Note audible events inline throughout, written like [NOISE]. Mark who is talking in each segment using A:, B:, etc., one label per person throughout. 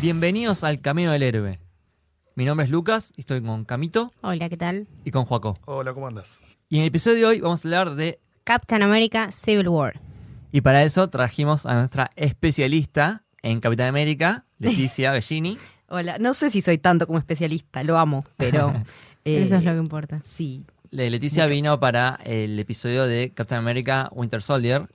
A: Bienvenidos al Camino del Héroe. Mi nombre es Lucas y estoy con Camito
B: Hola, ¿qué tal?
A: y con Joaco.
C: Hola, ¿cómo andas?
A: Y en el episodio de hoy vamos a hablar de...
B: Captain America Civil War.
A: Y para eso trajimos a nuestra especialista en Capitán
D: [LAUGHS]
A: América, Leticia Bellini.
D: Hola, no sé si soy tanto como especialista, lo amo, pero... eh,
B: Eso es lo que importa.
D: Sí,
A: Le- Leticia vino para el episodio de Captain America Winter Soldier.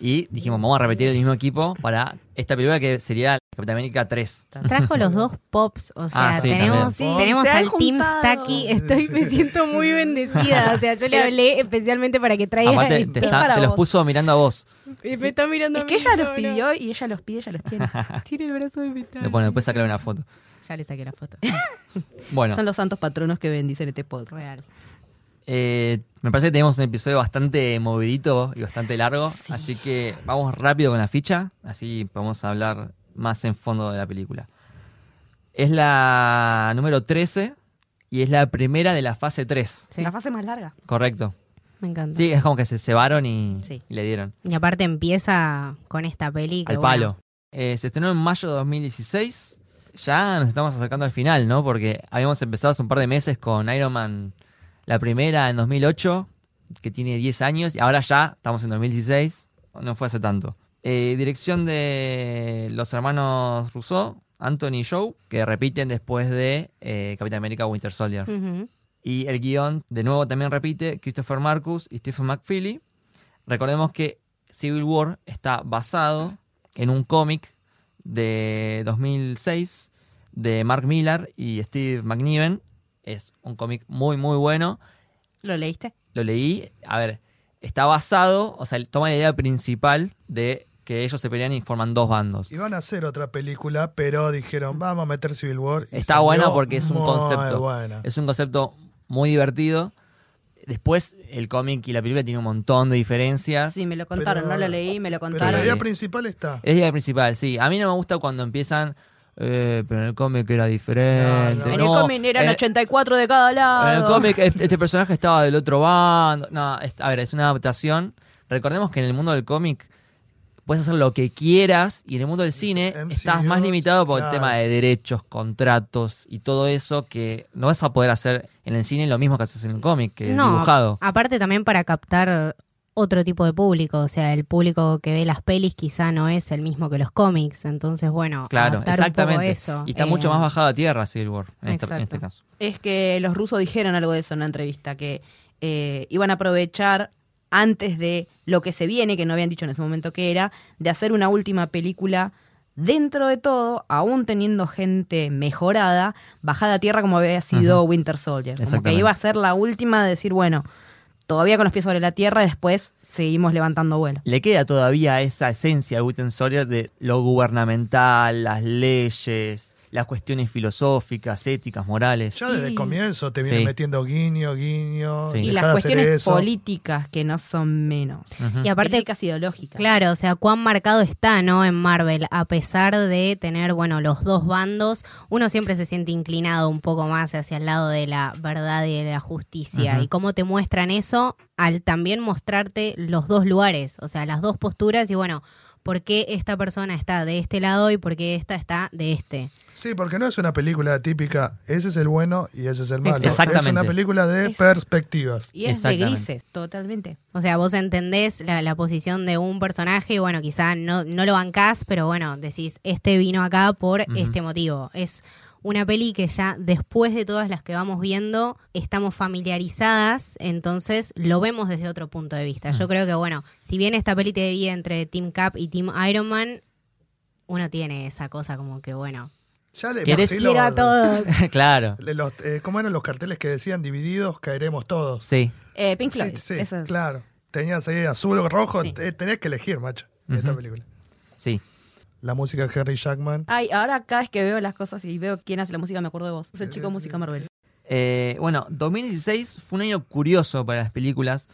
A: Y dijimos, vamos a repetir el mismo equipo para esta película que sería Capitán América 3.
B: Trajo los dos pops, o sea,
A: Ah, sí,
B: tenemos,
D: también. Sí,
B: tenemos
D: se han
B: al Team
D: juntado.
B: Stacky. Estoy, me siento muy bendecida. O sea, yo le hablé especialmente para que traiga
A: Aparte,
B: esto.
A: te, está-
D: para
A: te los
D: vos.
A: puso mirando a vos.
B: Y me está mirando
D: es
B: a
D: que
B: mí,
D: ella los
B: no, no.
D: pidió y ella los pide, ella los tiene.
B: Tiene el brazo de
A: Le
D: Mm.
B: metal.
A: pone, después sacarle una foto.
B: Ya le saqué la foto.
D: [LAUGHS]
A: Bueno,
D: Son los santos patronos que bendicen este podcast.
B: Real.
A: eh, me parece que tenemos un episodio bastante movidito y bastante largo.
D: Sí.
A: Así que vamos rápido con la ficha. Así podemos hablar más en fondo de la película. Es la número 13 y es la primera de la fase 3.
B: Sí,
D: La fase más larga.
A: Correcto.
B: me encanta.
A: Sí, es como que se cebaron y,
D: Sí.
A: y le dieron.
B: Y aparte empieza con esta peli. que,
A: Al
B: bueno,
A: palo. Eh, se estrenó en mayo de 2016. Ya nos estamos acercando al final, ¿no? Porque habíamos empezado hace un par de meses con Iron Man, la primera en 2008, que tiene 10 años, y ahora ya estamos en 2016, no fue hace tanto. Eh, dirección de los hermanos Rousseau, Anthony y Joe, que repiten después de eh, Capitán América Winter Soldier.
B: ujú.
A: Y el guión, de nuevo, también repite Christopher Marcus y Stephen McFeely. Recordemos que Civil War está basado en un cómic de 2006 de Mark Millar y Steve McNiven. Es un cómic muy, muy bueno.
D: ¿Lo leíste?
A: Lo leí. A ver, está basado, o sea, toma la idea principal de que ellos se pelean y forman dos bandos.
C: Iban a hacer otra película, pero dijeron, vamos a meter Civil War. y
A: Está
C: salió
A: buena porque es un
C: muy
A: concepto.
C: buena.
A: Es un concepto muy divertido. Después, el cómic y la película tienen un montón de diferencias.
D: Sí, me lo contaron,
C: Pero-
D: no lo leí, me lo
C: Pero
D: contaron.
C: la idea principal está.
A: Es la principal, sí. A mí no me gusta cuando empiezan, eh, pero en el cómic era diferente.
C: No, no.
D: en
A: No,
D: el cómic eran
A: en-
D: 84 de cada lado.
A: en el cómic este, este personaje estaba del otro bando. No, es- a ver, es una adaptación. Recordemos que en el mundo del cómic puedes hacer lo que quieras y en el mundo del cine
C: MCU,
A: estás más limitado por el
C: claro.
A: tema de derechos, contratos y todo eso que no vas a poder hacer en el cine lo mismo que haces en el cómic, que es
B: No,
A: eh, dibujado.
B: aparte también para captar otro tipo de público, o sea, el público que ve las pelis quizá no es el mismo que los cómics, entonces bueno,
A: Claro,
B: Ah, adaptar un poco
A: exactamente.
B: eso.
A: y está
B: eh,
A: mucho más bajado a tierra Civil War en, esta- en
B: Exacto.
A: este caso.
D: Es que los rusos dijeron algo de eso en una entrevista, que eh, iban a aprovechar antes de lo que se viene, que no habían dicho en ese momento que era, de hacer una última película dentro de todo, aún teniendo gente mejorada, bajada a tierra como había sido Winter Soldier. Como que
A: Exactamente.
D: iba a ser la última de decir, bueno, todavía con los pies sobre la tierra, después seguimos levantando vuelo.
A: Le queda todavía esa esencia de Witten Sawyer de lo gubernamental, las leyes, las cuestiones filosóficas, éticas, morales.
C: Ya desde
B: Sí.
C: el comienzo te vienen
A: Sí.
C: metiendo guiño, guiño.
A: Sí.
D: Y
C: dejá
D: las
C: de hacer
D: cuestiones
C: eso.
D: políticas, que no son menos.
A: Ujú.
B: Y aparte,
D: Políticas ideológicas.
B: claro, o sea, cuán marcado está, ¿no? En Marvel, a pesar de tener, bueno, los dos bandos, uno siempre se siente inclinado un poco más hacia el lado de la verdad y de la justicia.
A: Ujú.
B: Y cómo te muestran eso al también mostrarte los dos lugares, o sea, las dos posturas y bueno, por qué esta persona está de este lado y por qué esta está de este.
C: Sí, porque no es una película típica. Ese es el bueno y ese es el malo.
A: Exactamente.
C: Es una película de
D: Es-
C: perspectivas.
D: Y es de
A: Exactamente.
D: grises, totalmente.
B: O sea, vos entendés la, la posición de un personaje y bueno, quizá no, no lo bancás, pero bueno, decís, este vino acá por
A: Ujú.
B: este motivo. Es una peli que ya después de todas las que vamos viendo, estamos familiarizadas, entonces lo vemos desde otro punto de vista.
A: Mm.
B: Yo creo que bueno, si bien esta peli te divide entre Team Cap y Team Iron Man, uno tiene esa cosa como que bueno.
C: Ya de
A: ¿Querés
C: por Eh, sí
A: ir
C: los-
B: a todos.
A: [LAUGHS] claro.
C: de los, eh, ¿Cómo eran los carteles que decían divididos caeremos todos?
A: Sí.
D: Eh, Pink Floyd.
C: Sí, sí,
D: eso es.
C: claro. Tenías ahí azul o rojo,
D: Sí.
C: te- tenés que elegir, macho, en esta película.
A: Sí.
C: La música de Henry Jackman.
D: Ay, ahora cada vez que veo las cosas y veo quién hace la música, me acuerdo de vos. Es el chico de música Marvel.
A: Eh, bueno, 2016 fue un año curioso para las películas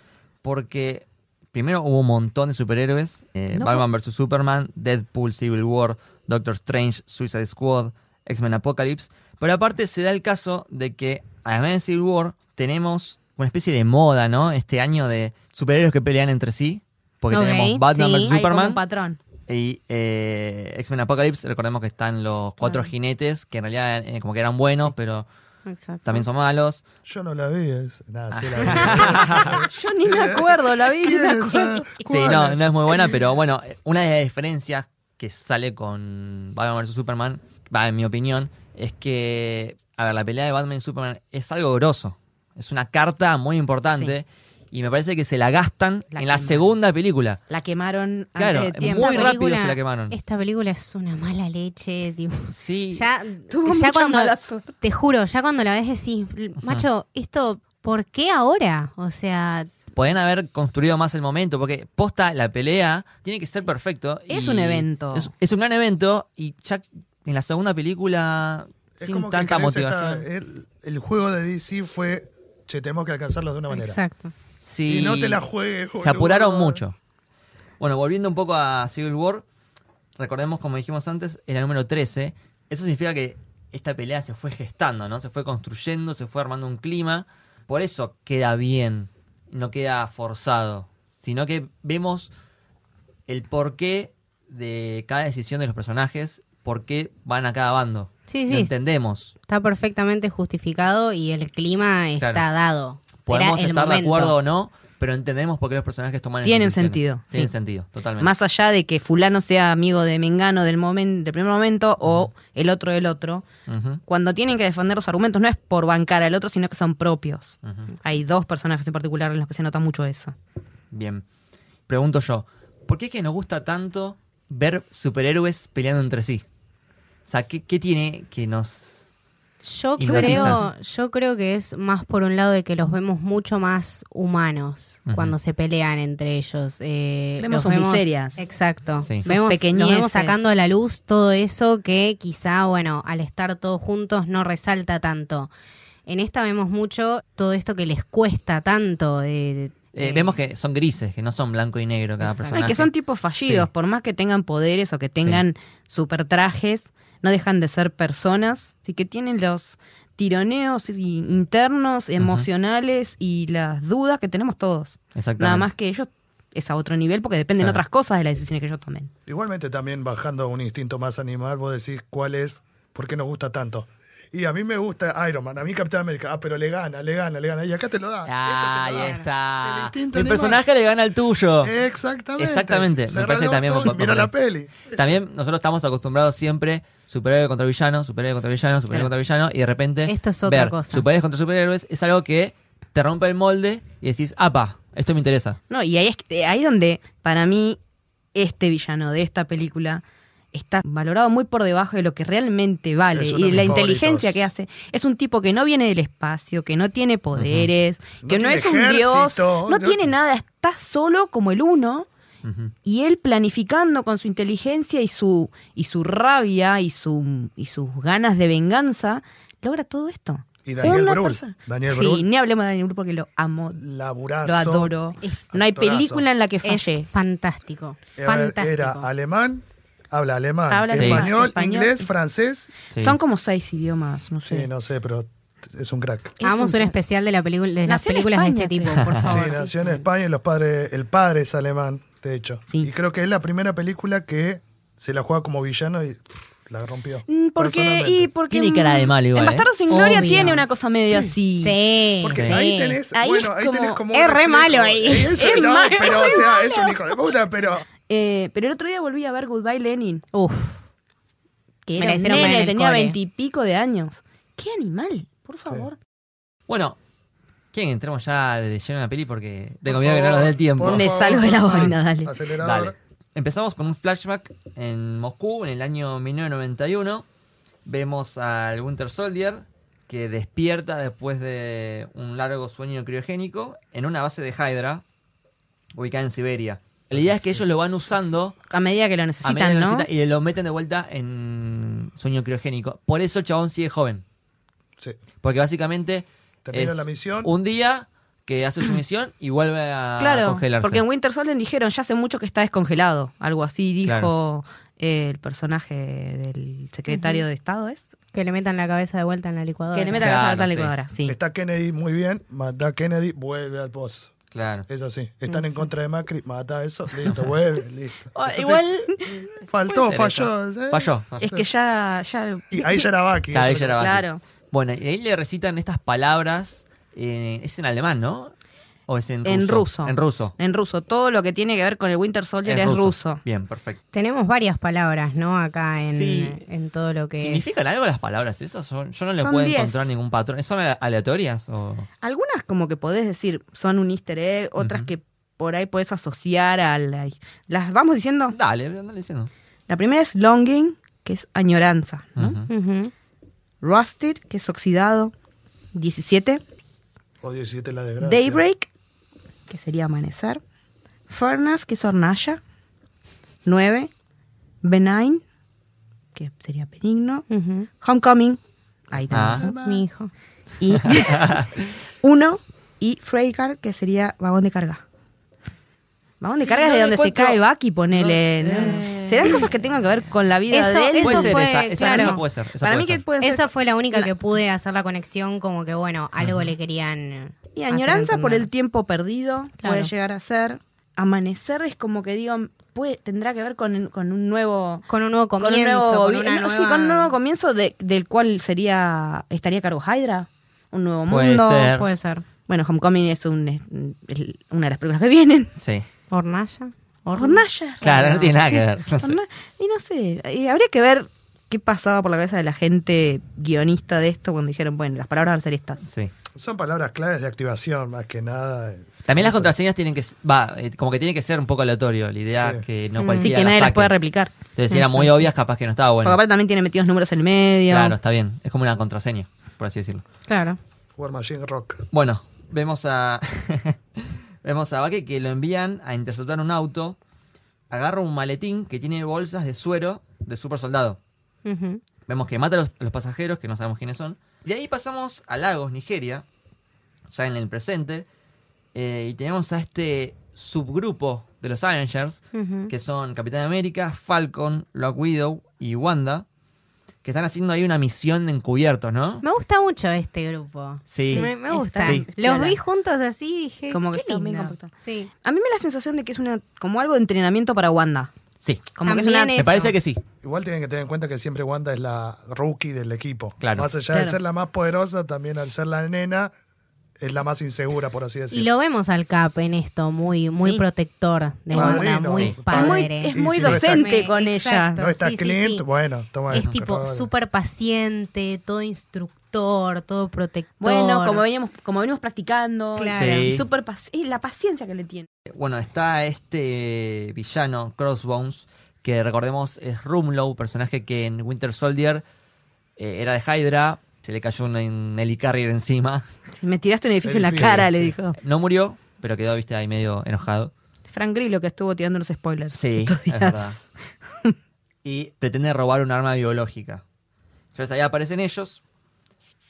A: porque primero hubo un montón de superhéroes. eh,
D: No.
A: Batman vs. Superman, Deadpool, Civil War, Doctor Strange, Suicide Squad, X-Men Apocalypse. Pero aparte se da el caso de que, además de Civil War, tenemos una especie de moda, ¿no? Este año de superhéroes que pelean entre sí. Porque
B: Ok,
A: tenemos Batman vs.
B: sí. Hay
D: Hay como
A: Superman.
D: un patrón.
A: Y eh, X-Men Apocalypse, recordemos que están los cuatro jinetes, que en realidad eh, como que eran buenos, pero
B: Exacto.
A: también son malos.
C: Yo no la vi. es- Nada, sí la
D: [LAUGHS] Yo ni me acuerdo, la vi.
C: vi.
D: ni me
C: ¿Quién es
D: acuerdo.
C: esa?
A: Sí,
C: ¿Cuál?
A: no, no es muy buena, pero bueno, eh, una de las diferencias que sale con Batman vs. Superman, va, en mi opinión, es que, a ver, la pelea de Batman y Superman es algo grosso. Es una carta muy importante y me parece que se la gastan
D: La
A: en la
D: queman.
A: segunda película.
D: La quemaron
A: Claro,
D: antes de
A: muy
D: tiempo.
B: Esta
A: rápido se la quemaron.
B: Esta película es una mala leche, tipo.
A: Sí,
B: Ya,
D: Tuvo
B: ya
D: mucha
B: cuando,
D: mala suerte.
B: te juro, ya cuando la ves decís, macho, esto, ¿por qué ahora? O sea,
A: pueden haber construido más el momento, porque posta la pelea tiene que ser perfecto.
D: Es
A: y
D: un evento.
A: Es, es un gran evento y ya en la segunda película,
C: Es
A: sin
C: como que
A: tanta
C: querés esta- eh,
A: motivación.
C: el, el juego de DC fue, che, tenemos que alcanzarlos de una manera.
B: exacto.
A: Sí,
C: Y no te la juegues,
A: Se
C: [LAUGHS] boludo.
A: apuraron mucho. Bueno, volviendo un poco a Civil War, recordemos, como dijimos antes, en la número 13. Eso significa que esta pelea se fue gestando, ¿no? Se fue construyendo, se fue armando un clima. Por eso queda bien, no queda forzado. Sino que vemos el porqué de cada decisión de los personajes, por qué van a cada bando.
B: Sí,
A: Lo
B: sí.
A: entendemos.
B: Está perfectamente justificado y el clima está
A: Claro.
B: dado.
A: Podemos
B: Era el
A: estar de
B: momento.
A: acuerdo o no, pero entendemos por qué los personajes toman esas
D: Tienen
A: decisiones.
D: sentido,
A: Tienen
D: sí.
A: sentido, totalmente.
D: Más allá de que fulano sea amigo de Mengano del, momen- del primer momento o el otro del otro,
A: Ujú,
D: cuando tienen que defender los argumentos no es por bancar al otro, sino que son propios.
A: ujú.
D: Hay dos personajes en particular en los que se nota mucho eso.
A: Bien. Pregunto yo, ¿por qué es que nos gusta tanto ver superhéroes peleando entre sí? O sea, ¿qué, qué tiene que nos...
B: Yo
A: Hipnotiza.
B: creo, yo creo que es más por un lado de que los vemos mucho más humanos
A: Ujú.
B: cuando se pelean entre ellos. Eh,
D: Vemos
B: los
D: sus miserias.
B: Exacto.
A: Sí. Sus
B: Vemos, los vemos
D: pequeñeces.
B: sacando a la luz todo eso que quizá, bueno, al estar todos juntos no resalta tanto. En esta vemos mucho todo esto que les cuesta tanto. eh,
A: eh,
B: eh,
A: vemos que son grises, que no son blanco y negro cada
B: Exacto.
D: Ay,
A: personaje.
D: que son tipos fallidos,
A: Sí.
D: por más que tengan poderes o que tengan super trajes, no dejan de ser personas, así que tienen los tironeos i- internos, emocionales y las dudas que tenemos todos.
A: Exactamente.
D: Nada más que ellos es a otro nivel porque dependen
A: Claro.
D: otras cosas de las decisiones que ellos tomen.
C: Igualmente también bajando a un instinto más animal, vos decís cuál es, por qué nos gusta tanto. Y a mí me gusta Iron Man, a mí Capitán América, ah, pero le gana, le gana, le gana. Y acá te lo da.
A: Ahí está.
C: El instinto
A: Mi
C: animal. Eh,
A: personaje le gana al tuyo.
C: Exactamente.
A: Exactamente, me
C: Cerrá
A: parece
C: los
A: también
C: ojos,
A: por- por
C: Mira la
A: ahí.
C: peli.
A: También nosotros estamos acostumbrados siempre superhéroe contra villano, superhéroe contra villano, superhéroe contra villano y de repente
B: Esto es otra
A: ver
B: cosa.
A: superhéroes contra superhéroes es algo que te rompe el molde y decís, "Apa, esto me interesa."
D: No, y ahí es que- ahí donde para mí este villano de esta película está valorado muy por debajo de lo que realmente vale
C: Es uno
D: y
C: de
D: la
C: mis
D: inteligencia
C: favoritos.
D: que hace. Es un tipo que no viene del espacio, que no tiene poderes,
C: No
D: que no,
C: tiene
D: es un
C: ejército,
D: dios, no,
C: no-
D: tiene nada, está solo como el uno
A: Ujú.
D: y él planificando con su inteligencia y su y su rabia y su y sus ganas de venganza logra todo esto.
C: Y Daniel
D: Una
C: Brühl.
D: persona-
C: Daniel
D: sí,
C: Brühl.
D: ni hablemos de Daniel Brühl porque lo amo
C: Laburazo.
D: lo adoro.
B: Es-
D: no hay
C: actorazo.
D: película en la que
B: Es
D: falle.
B: fantástico.
C: A ver,
B: Fantástico.
C: Eh, Era alemán, habla alemán,
D: Habla
A: alemán,
C: español,
D: español.
C: inglés, francés.
A: Sí.
D: Son como seis idiomas, no sé.
C: Sí, no sé, pero es un crack.
D: Es
B: Hagamos
D: un
B: un
D: crack.
B: especial de, la película de las
D: Nació en
B: películas de
D: España,
B: este tipo,
D: creo.
B: por favor.
C: Sí, nació en España y los padres, el padre es alemán, de hecho.
D: Sí.
C: Y creo que es la primera película que se la juega como villano y pff, la rompió.
D: Mm, Porque,
C: personalmente.
D: y porque
A: Tiene
D: mm,
A: cara de malo igual,
D: En Bastardos sin
B: ¿eh?
D: Gloria
B: Obvio.
D: tiene una cosa medio así.
B: Sí,
C: Porque
B: sí.
C: ahí tenés,
D: Ahí
C: bueno,
D: es
C: ahí
D: como-
C: tenés como
B: es
C: un
B: re
C: reflejo.
B: malo ahí.
C: Y eso
D: Es
C: no,
D: malo,
C: pero,
D: es
C: o sea,
D: malo.
C: es un hijo de puta, pero
D: Eh, pero el otro día volví a ver Goodbye Lenin.
B: Uf.
D: Que
B: Me
D: era
B: la
D: un
B: hicieron ver en
D: nene,
B: el
D: tenía
B: cole.
D: veintipico de años. ¡Qué animal! Por favor.
A: Bueno, ¿quién? Entremos ya de lleno en la peli porque tengo miedo que no nos dé el tiempo.
C: Por
D: Le
C: favor,
D: salgo de la
C: por favor.
D: boina, dale.
C: Acelerador.
A: Dale. Empezamos con un flashback en Moscú en el año 1991. Vemos al Winter Soldier que despierta después de un largo sueño criogénico en una base de Hydra ubicada en Siberia. La idea es que ellos lo van usando
D: A medida que lo
A: a
D: necesitan,
A: medida que lo
D: ¿no?
A: necesitan y lo meten de vuelta en sueño criogénico. Por eso el chabón sigue joven.
C: Sí.
A: Porque básicamente
C: Termina
A: es
C: la misión.
A: un día que hace su misión y vuelve a
D: [CLEARS THROAT] Claro,
A: congelarse.
D: porque en Winter Soldier dijeron ya hace mucho que está descongelado. Algo así dijo
A: Claro.
D: eh, el personaje del secretario de Estado, ¿es?
B: Que le metan la cabeza de vuelta en la licuadora.
D: Que le meta la
A: Claro,
D: cabeza a la
A: sí.
D: licuadora, sí.
C: Está Kennedy muy bien, mata a Kennedy, vuelve al pozo.
A: Claro.
C: Es así. Están en contra de Macri, mata eso, listo, vuelve, listo.
D: Ah,
C: Es así.
D: Igual
A: [LAUGHS]
C: Faltó,
A: Puede ser
C: falló.
A: eso.
C: ¿eh?
A: Falló.
D: es que ya, ya
C: Y ahí ya era Baki.
A: Claro,
C: eso.
A: ella era Baki.
D: Claro.
A: Bueno, y ahí le recitan estas palabras. eh, es en alemán, ¿no? ¿O es en ruso?
D: en ruso.
A: En ruso.
D: En ruso. Todo lo que tiene que ver con el Winter Soldier es, ruso.
A: Bien, perfecto.
B: Tenemos varias palabras, ¿no? Acá en,
A: Sí.
B: en todo lo que
A: ¿Significan
B: es.
A: algo las palabras esas? Son- Yo no le
D: Son
A: puedo
D: diez.
A: encontrar ningún patrón. ¿Son ale- aleatorias? O...
D: Algunas como que podés decir son un easter egg, otras
A: Ujú.
D: que por ahí podés asociar a la- ¿Las vamos diciendo?
A: Dale, dale diciendo.
D: La primera es longing, que es añoranza. ¿no?
A: Ujú.
B: Ujú.
D: Rusted, que es oxidado. 17.
C: O 17 la desgracia.
D: Daybreak, que sería amanecer. Furnace, que es hornalla. 9. Benign, que sería benigno.
B: Ujú.
D: Homecoming, ahí tenemos.
A: Ah.
B: Mi hijo.
A: [LAUGHS]
D: Y 1. Y Freigar, que sería vagón de carga. Vagón de
C: Sí,
D: carga
C: no
D: es de
C: le
D: donde se
C: encuentro-
D: cae Baki, ponele.
A: No,
D: ¿no?
A: eh.
D: Serán cosas que tengan que ver con la vida
B: Eso-
D: de él.
B: eso
A: puede ser
B: fue,
A: esa, esa,
B: claro.
A: esa puede ser. esa
D: Para mí
A: puede
D: que
A: ser.
D: puede ser.
B: Esa fue la única que pude hacer la conexión, como que bueno, algo le querían.
D: Y
B: hacer
D: añoranza por el
B: entender.
D: tiempo perdido
B: Claro.
D: puede llegar a ser. Amanecer es como que digo, puede, tendrá que ver con, con un nuevo
B: Con un nuevo comienzo,
D: con un nuevo,
B: con
D: gobi-
B: una
D: no, sí,
B: nueva-
D: con un nuevo comienzo de- del cual sería estaría a cargo Hydra, un nuevo
A: Puede
D: mundo.
A: ser.
B: Puede ser.
D: Bueno, Homecoming es, un, es- es una de las películas que vienen.
A: Sí.
B: Hornalla.
D: Hornalla.
A: Claro,
D: raro.
A: no tiene nada que ver. No sé.
D: Horna- Y no sé, eh, habría que ver qué pasaba por la cabeza de la gente guionista de esto cuando dijeron, bueno, las palabras van a ser estas.
A: Sí.
C: Son palabras claves de activación, más que nada.
A: También las contraseñas tienen que s- va, eh, como que tiene que ser un poco aleatorio, la idea
C: Sí.
A: que no
B: Mm.
A: cualquiera
D: Así que
A: la
D: nadie las
A: saque.
D: puede replicar.
A: Entonces si eran muy
D: Exacto.
A: obvias, capaz que no estaba bueno.
D: Porque aparte también tiene metidos números en el medio.
A: Claro, está bien. Es como una contraseña, por así decirlo.
B: Claro.
C: War Machine Rock.
A: Bueno, vemos a. [LAUGHS] vemos a Baque que lo envían a interceptar un auto. Agarra un maletín que tiene bolsas de suero de super soldado.
B: Ujú.
A: Vemos que mata a los, a los pasajeros, que no sabemos quiénes son. Y ahí pasamos a Lagos, Nigeria, ya en el presente. eh, y tenemos a este subgrupo de los Avengers,
B: Ujú.
A: que son Capitán América, Falcon, Black Widow y Wanda, que están haciendo ahí una misión de encubiertos, ¿no?
B: Me gusta mucho este grupo.
A: Sí.
B: Me, me
D: Este Está
B: gusta.
A: bien.
B: Los
D: Claro.
B: vi juntos así y dije.
D: Como que
B: qué
D: están bien
B: lindo.
D: compactados.
B: Sí.
D: A mí me da la sensación de que es una como algo de entrenamiento para Wanda.
A: Sí.
D: Como que es
B: También
D: una-
A: Me
B: Eso.
A: parece que sí.
C: Igual tienen que tener en cuenta que siempre Wanda es la rookie del equipo.
A: Claro.
C: Más allá
D: Claro.
C: de ser la más poderosa, también al ser la nena, es la más insegura, por así
B: Y
C: decirlo.
B: lo vemos al Cap en esto, muy, muy
D: Sí.
B: protector de
C: Padrino.
B: Wanda, muy
A: Sí.
B: padre.
D: Es
C: Y
D: muy
C: si no está-
D: docente con
B: Exacto.
D: ella.
C: No está
B: sí, sí,
C: Clint,
B: sí.
C: bueno, toma
B: es tipo súper paciente, todo instructor, todo protector.
D: Bueno, como veníamos, como venimos practicando,
B: Claro.
A: Sí.
D: y súper pac- y la paciencia que le tiene.
A: Bueno, está este villano, Crossbones, que recordemos es Rumlow, personaje que en Winter Soldier eh, era de Hydra, se le cayó un, un helicarrier encima.
B: [LAUGHS]
D: Si me tiraste un edificio en la
C: Sí,
D: cara,
C: sí.
D: le dijo.
A: No murió, pero quedó, viste, ahí medio enojado.
D: Frank Grillo que estuvo tirando los spoilers.
A: Sí,
D: estos
A: es
D: días.
A: verdad. [LAUGHS] Y pretende robar un arma biológica. Entonces ahí aparecen ellos.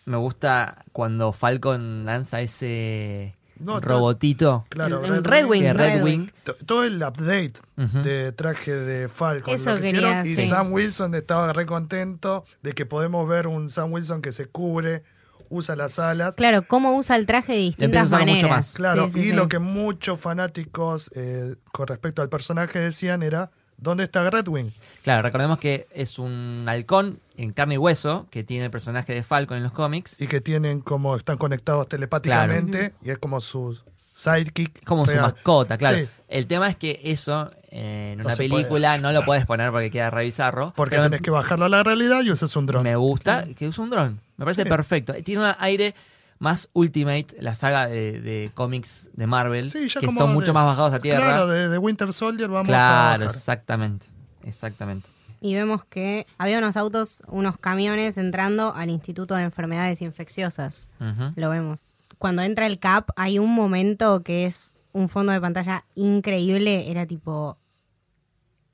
A: Me gusta cuando Falcon lanza ese
C: No, está-
A: robotito
C: Claro,
D: En- en Red Wing.
A: que es Red
B: Red
A: Wing.
C: To- Todo el update
A: Ujú.
C: de traje de Falcon
B: Eso
C: lo que
B: quería,
C: hicieron, y
B: sí.
C: Sam Wilson estaba re contento de que podemos ver un Sam Wilson que se cubre, usa las alas.
B: Claro, cómo usa el traje de
A: Le empieza a
B: distintas
A: usar
B: maneras.
A: mucho más.
C: Claro,
B: Sí, sí,
C: y
B: sí.
C: lo que muchos fanáticos eh, con respecto al personaje decían era, ¿dónde está Red Wing?
A: Claro, recordemos que es un halcón en carne y hueso que tiene el personaje de Falcon en los cómics.
C: Y que tienen como, están conectados telepáticamente y es como su sidekick.
A: Es como su
C: real.
A: mascota, claro.
C: Sí,
A: El tema es que eso eh, en
C: No
A: una
C: se puede
A: película
C: hacer,
A: no lo puedes poner porque queda re bizarro.
C: porque
A: Pero me-
C: tenés que bajarlo a la realidad y usas un dron.
A: Me gusta que use un dron. Me parece
C: Sí.
A: perfecto. Tiene un aire más Ultimate, la saga de, de cómics de Marvel,
C: Sí, ya
A: que
C: como
A: son
C: de-
A: mucho más bajados a tierra.
C: Claro, de, de Winter Soldier vamos
A: Claro,
C: a bajar.
A: exactamente. Exactamente.
B: Y vemos que había unos autos, unos camiones entrando al Instituto de Enfermedades Infecciosas.
A: Ujú.
B: Lo vemos. Cuando entra el CAP, hay un momento que es un fondo de pantalla increíble. Era tipo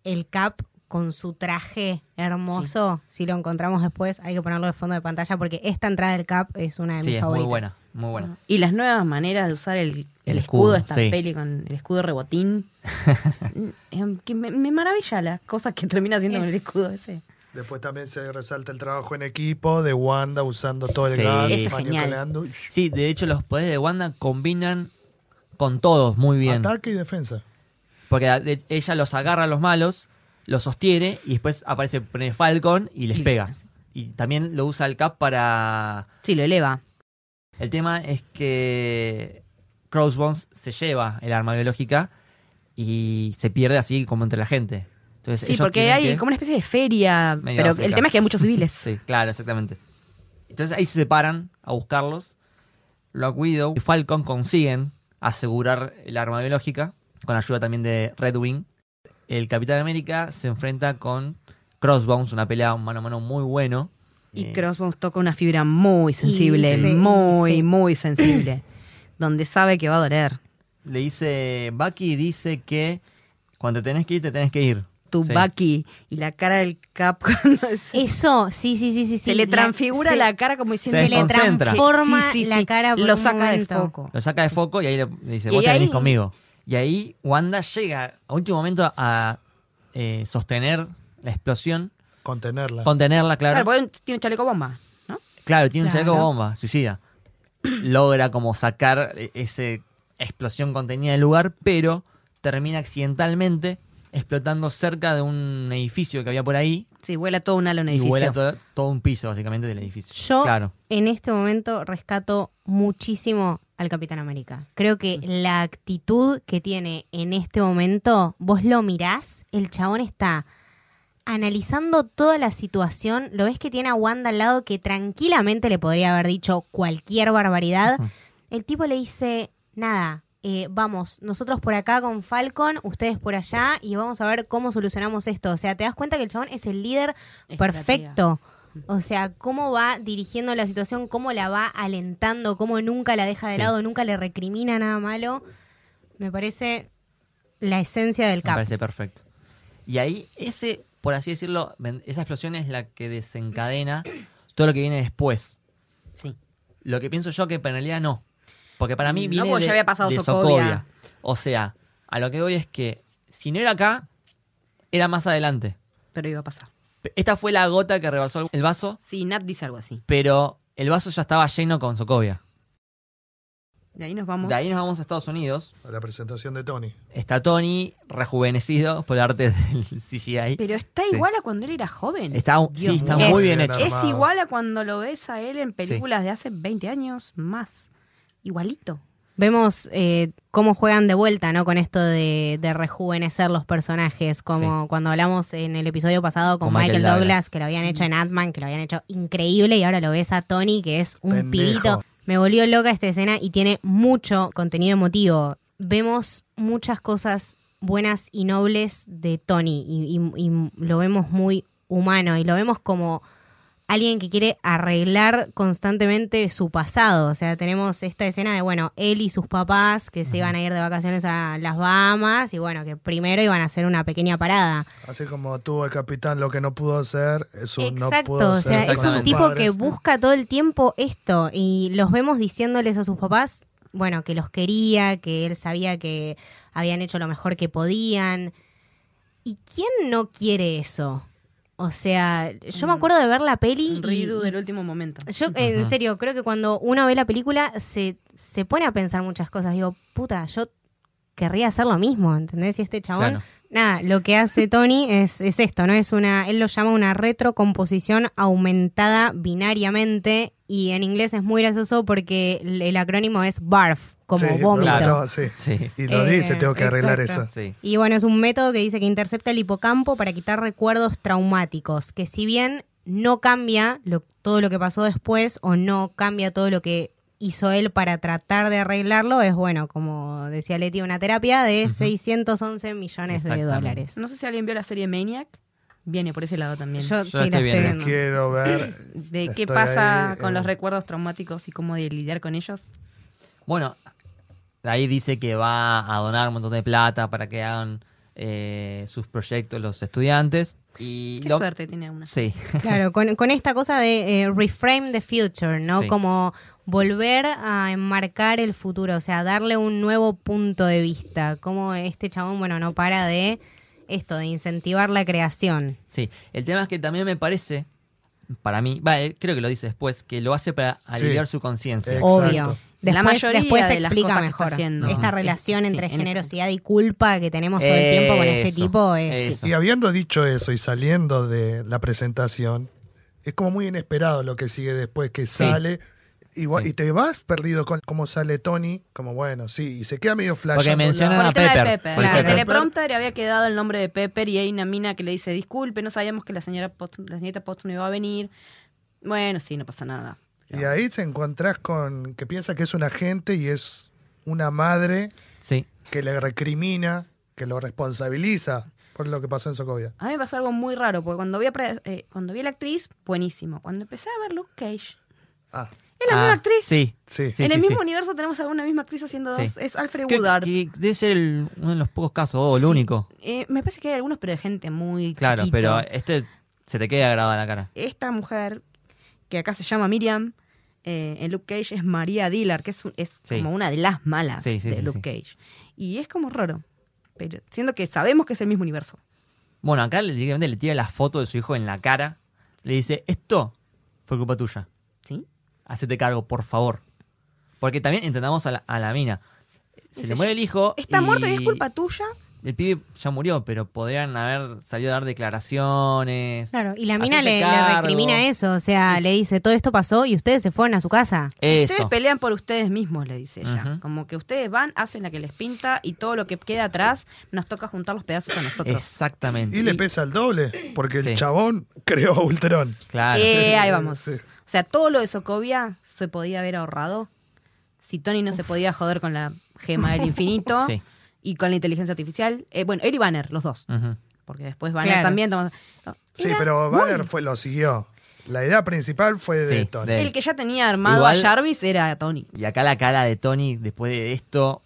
B: el CAP con su traje hermoso. Si lo encontramos después, hay que ponerlo de fondo de pantalla porque esta entrada del CAP es una de
A: Sí,
B: mis
A: es
B: favoritas.
A: muy buena. Muy buena.
D: Y las nuevas maneras de usar el, el
A: El
D: escudo,
A: escudo,
D: de esta
A: sí.
D: peli con el escudo
A: [LAUGHS]
D: rebotín. Eh, que me, me maravilla las cosas que termina haciendo con el
B: Es-
D: escudo ese.
C: Después también se resalta el trabajo en equipo de Wanda usando todo el
A: Sí.
C: gas,
A: Eso es
C: manipulando.
A: Sí, de hecho, los poderes de Wanda combinan con todos muy bien.
C: Ataque y defensa.
A: Porque a- de- ella los agarra a los malos, los sostiene y después aparece pone Falcon y les
D: Y-
A: pega. Y también lo usa el Cap para...
D: Sí, lo eleva.
A: El tema es que Crossbones se lleva el arma biológica y se pierde así como entre la gente. Entonces,
D: Sí,
A: ellos
D: porque
A: tienen
D: hay
A: que-
D: como una especie de feria.
A: Medio
D: pero el
A: África.
D: tema es que hay muchos civiles.
A: [LAUGHS] Sí, claro, exactamente. Entonces ahí se separan a buscarlos. Black Widow y Falcon consiguen asegurar el arma biológica, con ayuda también de Red Wing. El Capitán América se enfrenta con Crossbones, una pelea mano a mano muy bueno.
D: Y
A: Eh,
D: Crossbones toca una fibra muy sensible,
B: sí,
D: muy,
B: sí.
A: [CLEARS THROAT]
D: muy sensible. donde sabe que va a doler.
A: le dice, Bucky dice que cuando te tenés que ir, te tenés que ir.
D: Tu
A: Sí.
D: Bucky y la cara del Cap [LAUGHS] cuando se,
B: Eso, sí, sí, sí, sí.
D: se
B: sí,
D: le transfigura
B: se-
D: la cara como diciendo...
A: Se
B: Se le
A: desconcentra.
B: transforma
D: Sí, sí,
B: la
D: sí.
B: cara por
D: Lo
B: un
D: saca
B: momento.
D: de foco.
A: Lo saca de foco y ahí le le dice,
D: Y
A: vos te venís
D: ahí-
A: conmigo. Y ahí Wanda llega a último momento a eh, sostener la explosión,
C: Contenerla.
A: contenerla,
D: Claro,
A: claro.
D: porque tiene un chaleco bomba, ¿no?
A: Claro, tiene un
B: Claro.
A: chaleco bomba, suicida. [CLEARS THROAT] Logra como sacar eh, esa explosión contenida del lugar, pero termina accidentalmente explotando cerca de un edificio que había por ahí
D: Sí, vuela todo un ala a un
A: y
D: edificio.
A: vuela todo, todo un piso básicamente del edificio.
B: Yo
A: Claro.
B: en este momento rescato muchísimo al Capitán América. Creo que la actitud que tiene en este momento, vos lo mirás, el chabón está analizando toda la situación, lo ves que tiene a Wanda al lado que tranquilamente le podría haber dicho cualquier barbaridad.
A: Ujú.
B: El tipo le dice, nada, eh, vamos, nosotros por acá con Falcon, ustedes por allá y vamos a ver cómo solucionamos esto. O sea, te das cuenta que el chabón es el líder
D: Estratega.
B: perfecto. O sea, cómo va dirigiendo la situación, cómo la va alentando, cómo nunca la deja de
A: Sí.
B: lado, nunca le recrimina nada malo. Me parece la esencia del
A: Me
B: cap.
A: parece perfecto. Y ahí, ese, por así decirlo, ven- esa explosión es la que desencadena todo lo que viene después.
D: Sí.
A: Lo que pienso yo que en realidad no. Porque para mí
D: No,
A: viene
D: porque
A: de,
D: ya había pasado
A: de
D: Sokovia.
A: Sokovia. O sea, a lo que voy es que si no era acá, era más adelante.
D: Pero iba a pasar.
A: P- Esta fue la gota que rebasó el vaso,
D: Sí, Nat dice algo así.
A: pero el vaso ya estaba lleno con Sokovia.
D: De ahí nos vamos.
A: De ahí nos vamos a Estados Unidos.
C: A la presentación de Tony.
A: Está Tony rejuvenecido por el arte del [LAUGHS] CGI.
D: Pero está
A: Sí.
D: igual a cuando él era joven.
A: Está, sí,
D: Dios
A: está
B: mío.
A: muy
B: Es-
A: bien hecho.
D: Es
C: armado.
D: igual a cuando lo ves a él en películas de hace 20 años más. Igualito.
B: Vemos eh, cómo juegan de vuelta, ¿no? Con esto de, de rejuvenecer los personajes, como cuando hablamos en el episodio pasado con,
A: Con
B: Michael,
A: Michael
B: Douglas,
A: Douglas,
B: que lo habían hecho en Ant-Man, que lo habían hecho increíble, y ahora lo ves a Tony, que es un
C: Pendejo.
B: pibito. Me volvió loca esta escena y tiene mucho contenido emotivo. Vemos muchas cosas buenas y nobles de Tony, y, y- y lo vemos muy humano, y lo vemos como alguien que quiere arreglar constantemente su pasado. O sea, tenemos esta escena de, bueno, él y sus papás que se iban a ir de vacaciones a las Bahamas y bueno, que primero iban a hacer una pequeña parada.
C: Así como tuvo el capitán lo que no pudo hacer, eso no
B: Exacto,
C: pudo
B: o sea,
C: ser
B: es
C: con
B: un
C: sus
B: tipo que
C: padres.
B: busca todo el tiempo esto y los vemos diciéndoles a sus papás, bueno, que los quería, que él sabía que habían hecho lo mejor que podían. ¿Y quién no quiere eso? O sea, yo me acuerdo de ver la peli y-
D: Ridu
B: y
D: del último momento.
B: Yo, eh, en
A: Ajá.
B: serio, creo que cuando uno ve la película se, se pone a pensar muchas cosas. Digo, puta, yo querría hacer lo mismo, ¿entendés? Y este chabón.
A: Claro.
B: Nada, lo que hace Tony es, es esto, ¿no? Es una. Él lo llama una retrocomposición aumentada binariamente. Y en inglés es muy gracioso porque el, el acrónimo es BARF, como
C: Sí,
B: vómito.
C: no, sí.
A: Sí.
C: Y lo
B: Eh,
C: dice, tengo que arreglar
B: exacto.
C: eso.
A: Sí.
B: Y bueno, es un método que dice que intercepta el hipocampo para quitar recuerdos traumáticos, que si bien no cambia lo- todo lo que pasó después o no cambia todo lo que hizo él para tratar de arreglarlo, es bueno, como decía Leti, una terapia de 611 millones de
A: Exactamente.
B: dólares.
D: No sé si alguien vio la serie Maniac. Viene por ese lado también.
B: Yo, sí
A: la estoy
B: la estoy
A: viendo.
B: viendo.
C: Quiero ver.
D: de qué
C: Estoy
D: pasa
C: ahí,
D: con
C: eh,
D: los recuerdos traumáticos y cómo de lidiar con ellos.
A: Bueno, ahí dice que va a donar un montón de plata para que hagan eh, sus proyectos los estudiantes. Y
D: Qué
A: lo-
D: suerte tiene una.
A: Sí,
B: Claro, con, con esta cosa de eh, reframe the future, ¿no?
A: Sí.
B: Como volver a enmarcar el futuro, o sea, darle un nuevo punto de vista. Como este chabón, bueno, no para de esto, de incentivar la creación.
A: sí. El tema es que también me parece, para mí, va, eh, creo que lo dice después, que lo hace para aliviar su conciencia.
B: oh.
C: Exacto.
B: Obvio.
D: la
B: Después,
D: mayoría
B: después se
D: de las
B: explica
D: cosas que
B: mejor.
D: está haciendo.
B: Esta
A: Ajá.
B: relación
D: Sí,
B: entre
D: en este
B: generosidad y culpa que tenemos todo el tiempo con este
A: Eso,
B: tipo es.
A: eso.
C: Y habiendo dicho eso y saliendo de la presentación, es como muy inesperado lo que sigue después, que sale. Igual,
A: Sí.
C: Y te vas perdido con cómo sale Tony, como bueno, sí, y se queda medio flash.
A: Porque mencionan
D: Por
A: a
D: el tema
A: Ah, Pepper.
D: de Pepper.
A: por el
D: En
B: Claro.
D: el
A: Pepper.
D: teleprompter había quedado el nombre de Pepper y hay una mina que le dice, disculpe, no sabíamos que la señora Post- la señorita Post no iba a venir. Bueno, sí, no pasa nada.
C: Y ahí te encontrás con que piensa que es un agente y es una madre
A: Sí.
C: que le recrimina, que lo responsabiliza por lo que pasó en Socovia.
D: A mí me pasó algo muy raro, porque cuando vi a, pre- eh, cuando vi a la actriz, buenísimo. Cuando empecé a ver Luke Cage,
C: Ah,
D: es la misma
A: Ah,
D: actriz.
A: Sí.
C: sí.
A: Sí.
D: en el mismo universo tenemos a una misma actriz haciendo dos.
A: Sí.
D: Es Alfred
A: Creo
D: Woodard.
A: que debe ser el- uno de los pocos casos, o el
D: Sí.
A: único.
D: Eh, me parece que hay algunos, pero de gente muy
A: Claro,
D: chiquito.
A: pero este se te queda grabado en la cara.
D: esta mujer, que acá se llama Miriam, eh, en Luke Cage es María Dillard, que es, un- es
A: Sí.
D: como una de las malas
A: Sí, sí,
D: de
A: sí,
D: Luke
A: sí.
D: Cage. Y es como raro, pero siendo que sabemos que es el mismo universo.
A: Bueno, acá le- directamente le tira la foto de su hijo en la cara. Le dice, esto fue culpa tuya.
D: ¿Sí?
A: Hacete cargo, por favor. Porque también entendamos a la, a la mina. Se
D: Dice,
A: le muere el hijo.
D: Está muerto y es culpa tuya.
A: El pibe ya murió, pero podrían haber salido a dar declaraciones.
B: Claro, y la mina
A: hacerse
B: le, le
A: cargo.
B: recrimina eso, o sea, le dice, todo esto pasó y ustedes se fueron a su casa.
A: Eso.
D: Ustedes pelean por ustedes mismos, le dice ella.
A: Ujú.
D: Como que ustedes van, hacen la que les pinta y todo lo que queda atrás nos toca juntar los pedazos a nosotros.
A: Exactamente.
C: Y le pesa el doble, porque el
A: Sí.
C: chabón creó a Ultron.
A: Claro.
D: Eh, ahí vamos.
C: Sí.
D: O sea, todo lo de Sokovia se podía haber ahorrado si Tony no se podía joder con la gema del infinito
A: Sí.
D: y con la inteligencia artificial. Eh, bueno, él y Banner, los dos.
A: Ujú.
D: Porque después Banner
B: Claro.
D: también toma- no,
C: Sí,
D: era
C: pero
D: muy-
C: Banner fue, lo siguió. La idea principal fue de
A: Sí,
C: Tony.
A: de-
D: El que ya tenía armado
A: Igual-
D: a Jarvis era Tony.
A: Y acá la cara de Tony después de esto,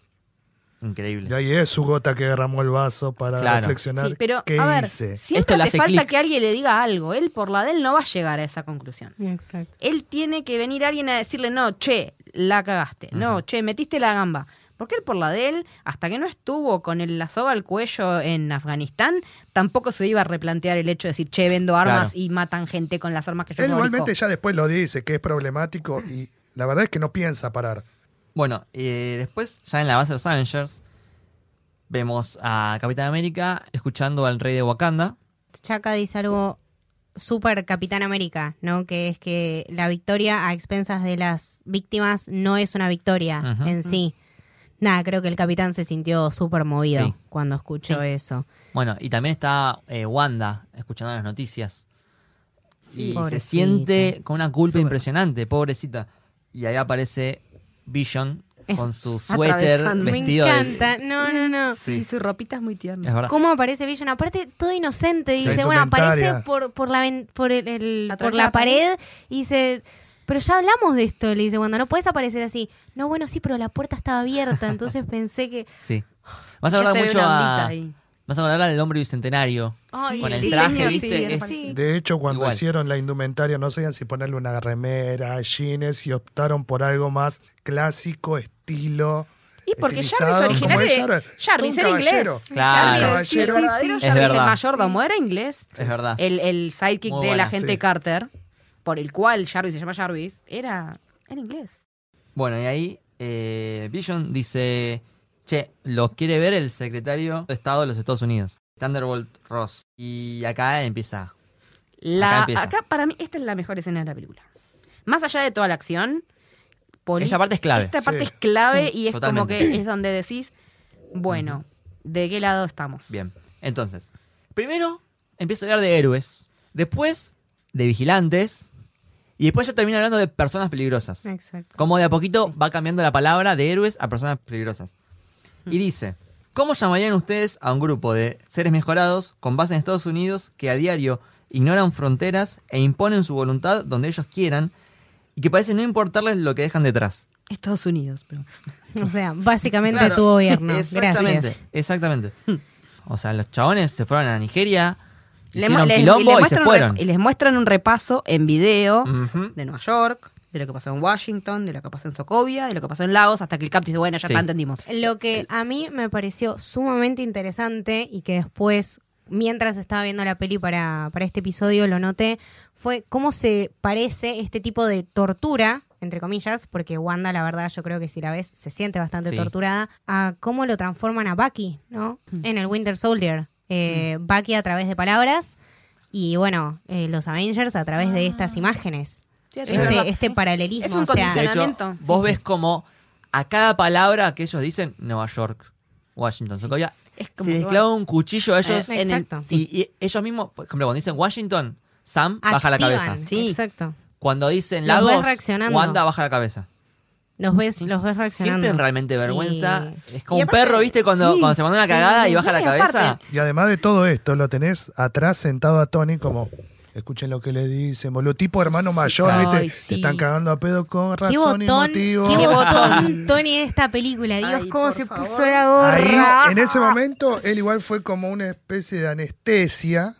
A: increíble.
C: Y ahí es su gota que derramó el vaso para
A: Claro.
C: reflexionar
D: Sí, pero
C: qué
D: a ver,
C: hice.
A: Esto
D: siempre
A: le
D: hace,
A: hace
D: falta
A: clic.
D: que alguien le diga algo. Él por la de él no va a llegar a esa conclusión.
B: Exacto.
D: Él tiene que venir alguien a decirle, no, che, la cagaste. No, che, metiste la gamba. Porque él por la de él, hasta que no estuvo con el, la soga al cuello en Afganistán, tampoco se iba a replantear el hecho de decir, che, vendo armas
A: Claro.
D: y matan gente con las armas que yo
C: Él
D: fabrico".
C: igualmente ya después lo dice, que es problemático y la verdad es que no piensa parar.
A: Bueno, eh, después, ya en la base de los Avengers, vemos a Capitán América escuchando al rey de Wakanda.
B: Chaka dice algo súper Capitán América, ¿no? Que es que la victoria a expensas de las víctimas no es una victoria
A: Ajá.
B: en sí. Nada, creo que el capitán se sintió súper movido
A: Sí.
B: cuando escuchó eso.
A: Bueno, y también está eh, Wanda escuchando las noticias.
B: Sí.
A: y se
B: Pobrecita.
A: siente con una culpa impresionante, pobrecita. Y ahí aparece Vision con su suéter
D: Eh, atravesando. Me
A: vestido
B: Me
A: de-
B: encanta. No, no, no.
A: Sí.
D: Y su ropita es muy tierna.
A: Es verdad.
B: ¿Cómo aparece Vision? Aparte, todo inocente.
C: Sí.
B: Dice, bueno,
C: Indumentaria.
B: aparece por, por la, ven- por el- el-
D: Atravesa
B: por la
D: la
B: pared
D: pared.
B: y dice, pero ya hablamos de esto. Le dice, cuando no puedes aparecer así. No, bueno, sí, pero la puerta estaba abierta. Entonces [LAUGHS] pensé que...
A: Sí. Vas a
D: Ya
A: acordar
D: se ve
A: mucho
D: una
A: a...
D: ondita ahí.
A: Vas a acordar al hombre bicentenario.
D: Ay,
A: con el
D: sí,
A: traje,
D: señor,
A: ¿viste?
D: sí,
A: Es-
D: sí.
C: De hecho, cuando
A: Igual.
C: hicieron la indumentaria no sabían si ponerle una remera, jeans y optaron por algo más clásico, estilo.
D: Y porque Jarvis
C: estilizado, como
D: original
C: es
D: era,
C: Jarvis.
D: Jarvis
C: Todo
D: era
C: un
D: inglés.
C: caballero.
A: Claro.
D: Jarvis, sí, sí, sí.
C: Caballero verdadero,
D: Jarvis,
A: Es
D: el
A: verdad.
D: mayordomo era inglés.
A: Es verdad.
D: el, el sidekick
A: Muy
D: de
A: buena,
D: la gente
C: sí.
D: Carter, por el cual Jarvis se llama Jarvis, era, era inglés.
A: Bueno, y ahí eh, Vision dice, che, los quiere ver el secretario de Estado de los Estados Unidos, Thunderbolt Ross. Y acá empieza.
D: La,
A: empieza.
D: acá, para mí, esta es la mejor escena de la película. Más allá de toda la acción, poli-
A: Esta parte es clave.
D: Esta
C: Sí.
D: parte es clave y es
A: Totalmente.
D: como que es donde decís, bueno, ¿de qué lado estamos?
A: Bien, entonces, primero empieza a hablar de héroes, después de vigilantes, y después ya termina hablando de personas peligrosas.
B: Exacto.
A: Como de a poquito va cambiando la palabra de héroes a personas peligrosas. Y dice, ¿cómo llamarían ustedes a un grupo de seres mejorados con base en Estados Unidos que a diario ignoran fronteras e imponen su voluntad donde ellos quieran y que parece no importarles lo que dejan detrás?
D: Estados Unidos, pero...
B: [LAUGHS] O sea, básicamente
A: Claro,
B: tu gobierno.
A: [LAUGHS] Exactamente,
B: Gracias.
A: exactamente. O sea, los chabones se fueron a Nigeria,
D: Le mu-
A: hicieron
D: les-
A: quilombo y
D: les
A: se
D: muestran un rep-
A: fueron.
D: y les muestran un repaso en video
A: Ujú.
D: de Nueva York, de lo que pasó en Washington, de lo que pasó en Sokovia, de lo que pasó en Lagos, hasta que el Cap dice, bueno, ya
A: Sí.
D: la entendimos.
B: Lo que a mí me pareció sumamente interesante y que después mientras estaba viendo la peli para, para este episodio, lo noté, fue cómo se parece este tipo de tortura, entre comillas, porque Wanda, la verdad, yo creo que si la ves, se siente bastante
A: Sí.
B: torturada, a cómo lo transforman a Bucky, ¿no? En el Winter Soldier. Eh,
A: Mm.
B: Bucky a través de palabras y, bueno, eh, los Avengers a través
A: Ah.
B: de estas imágenes. Este, este paralelismo,
D: Es un
B: o sea,
A: De hecho,
D: Funcionamiento.
A: vos ves como a cada palabra que ellos dicen, Nueva York, Washington, Sokovia,
D: Es como
A: se
D: que
A: les
D: va-
A: clava un cuchillo a ellos.
D: en el-
B: Eh, exacto.
A: y, y ellos mismos, por ejemplo, cuando dicen Washington, Sam baja la
B: Activan,
A: cabeza.
D: Sí.
B: Exacto.
A: Cuando dicen
B: Los ves
A: Lagos,
B: reaccionando.
A: Wanda baja la cabeza.
B: Los ves, los ves reaccionando.
A: Sienten realmente vergüenza.
B: Y-
A: Es como
D: Y
A: un
D: aparte-
A: perro, ¿viste? Cuando,
D: sí,
A: cuando se manda una
D: sí,
A: cagada y
D: sí,
A: baja la
D: sí,
A: cabeza.
D: aparte.
C: Y además de todo esto, lo tenés atrás sentado a Tony como, escuchen lo que le dicen, boludo. Tipo hermano mayor,
D: claro.
C: ¿viste?
D: Ay,
C: Te
D: sí.
C: están cagando a pedo con
B: Qué
C: razón y
B: botón, qué
C: motivo.
B: botón Tony de esta película. Dios,
D: Ay,
B: cómo
D: por
B: se
D: favor.
B: puso la
C: Ahí,
B: gorra.
C: en ese momento, él igual fue como una especie de anestesia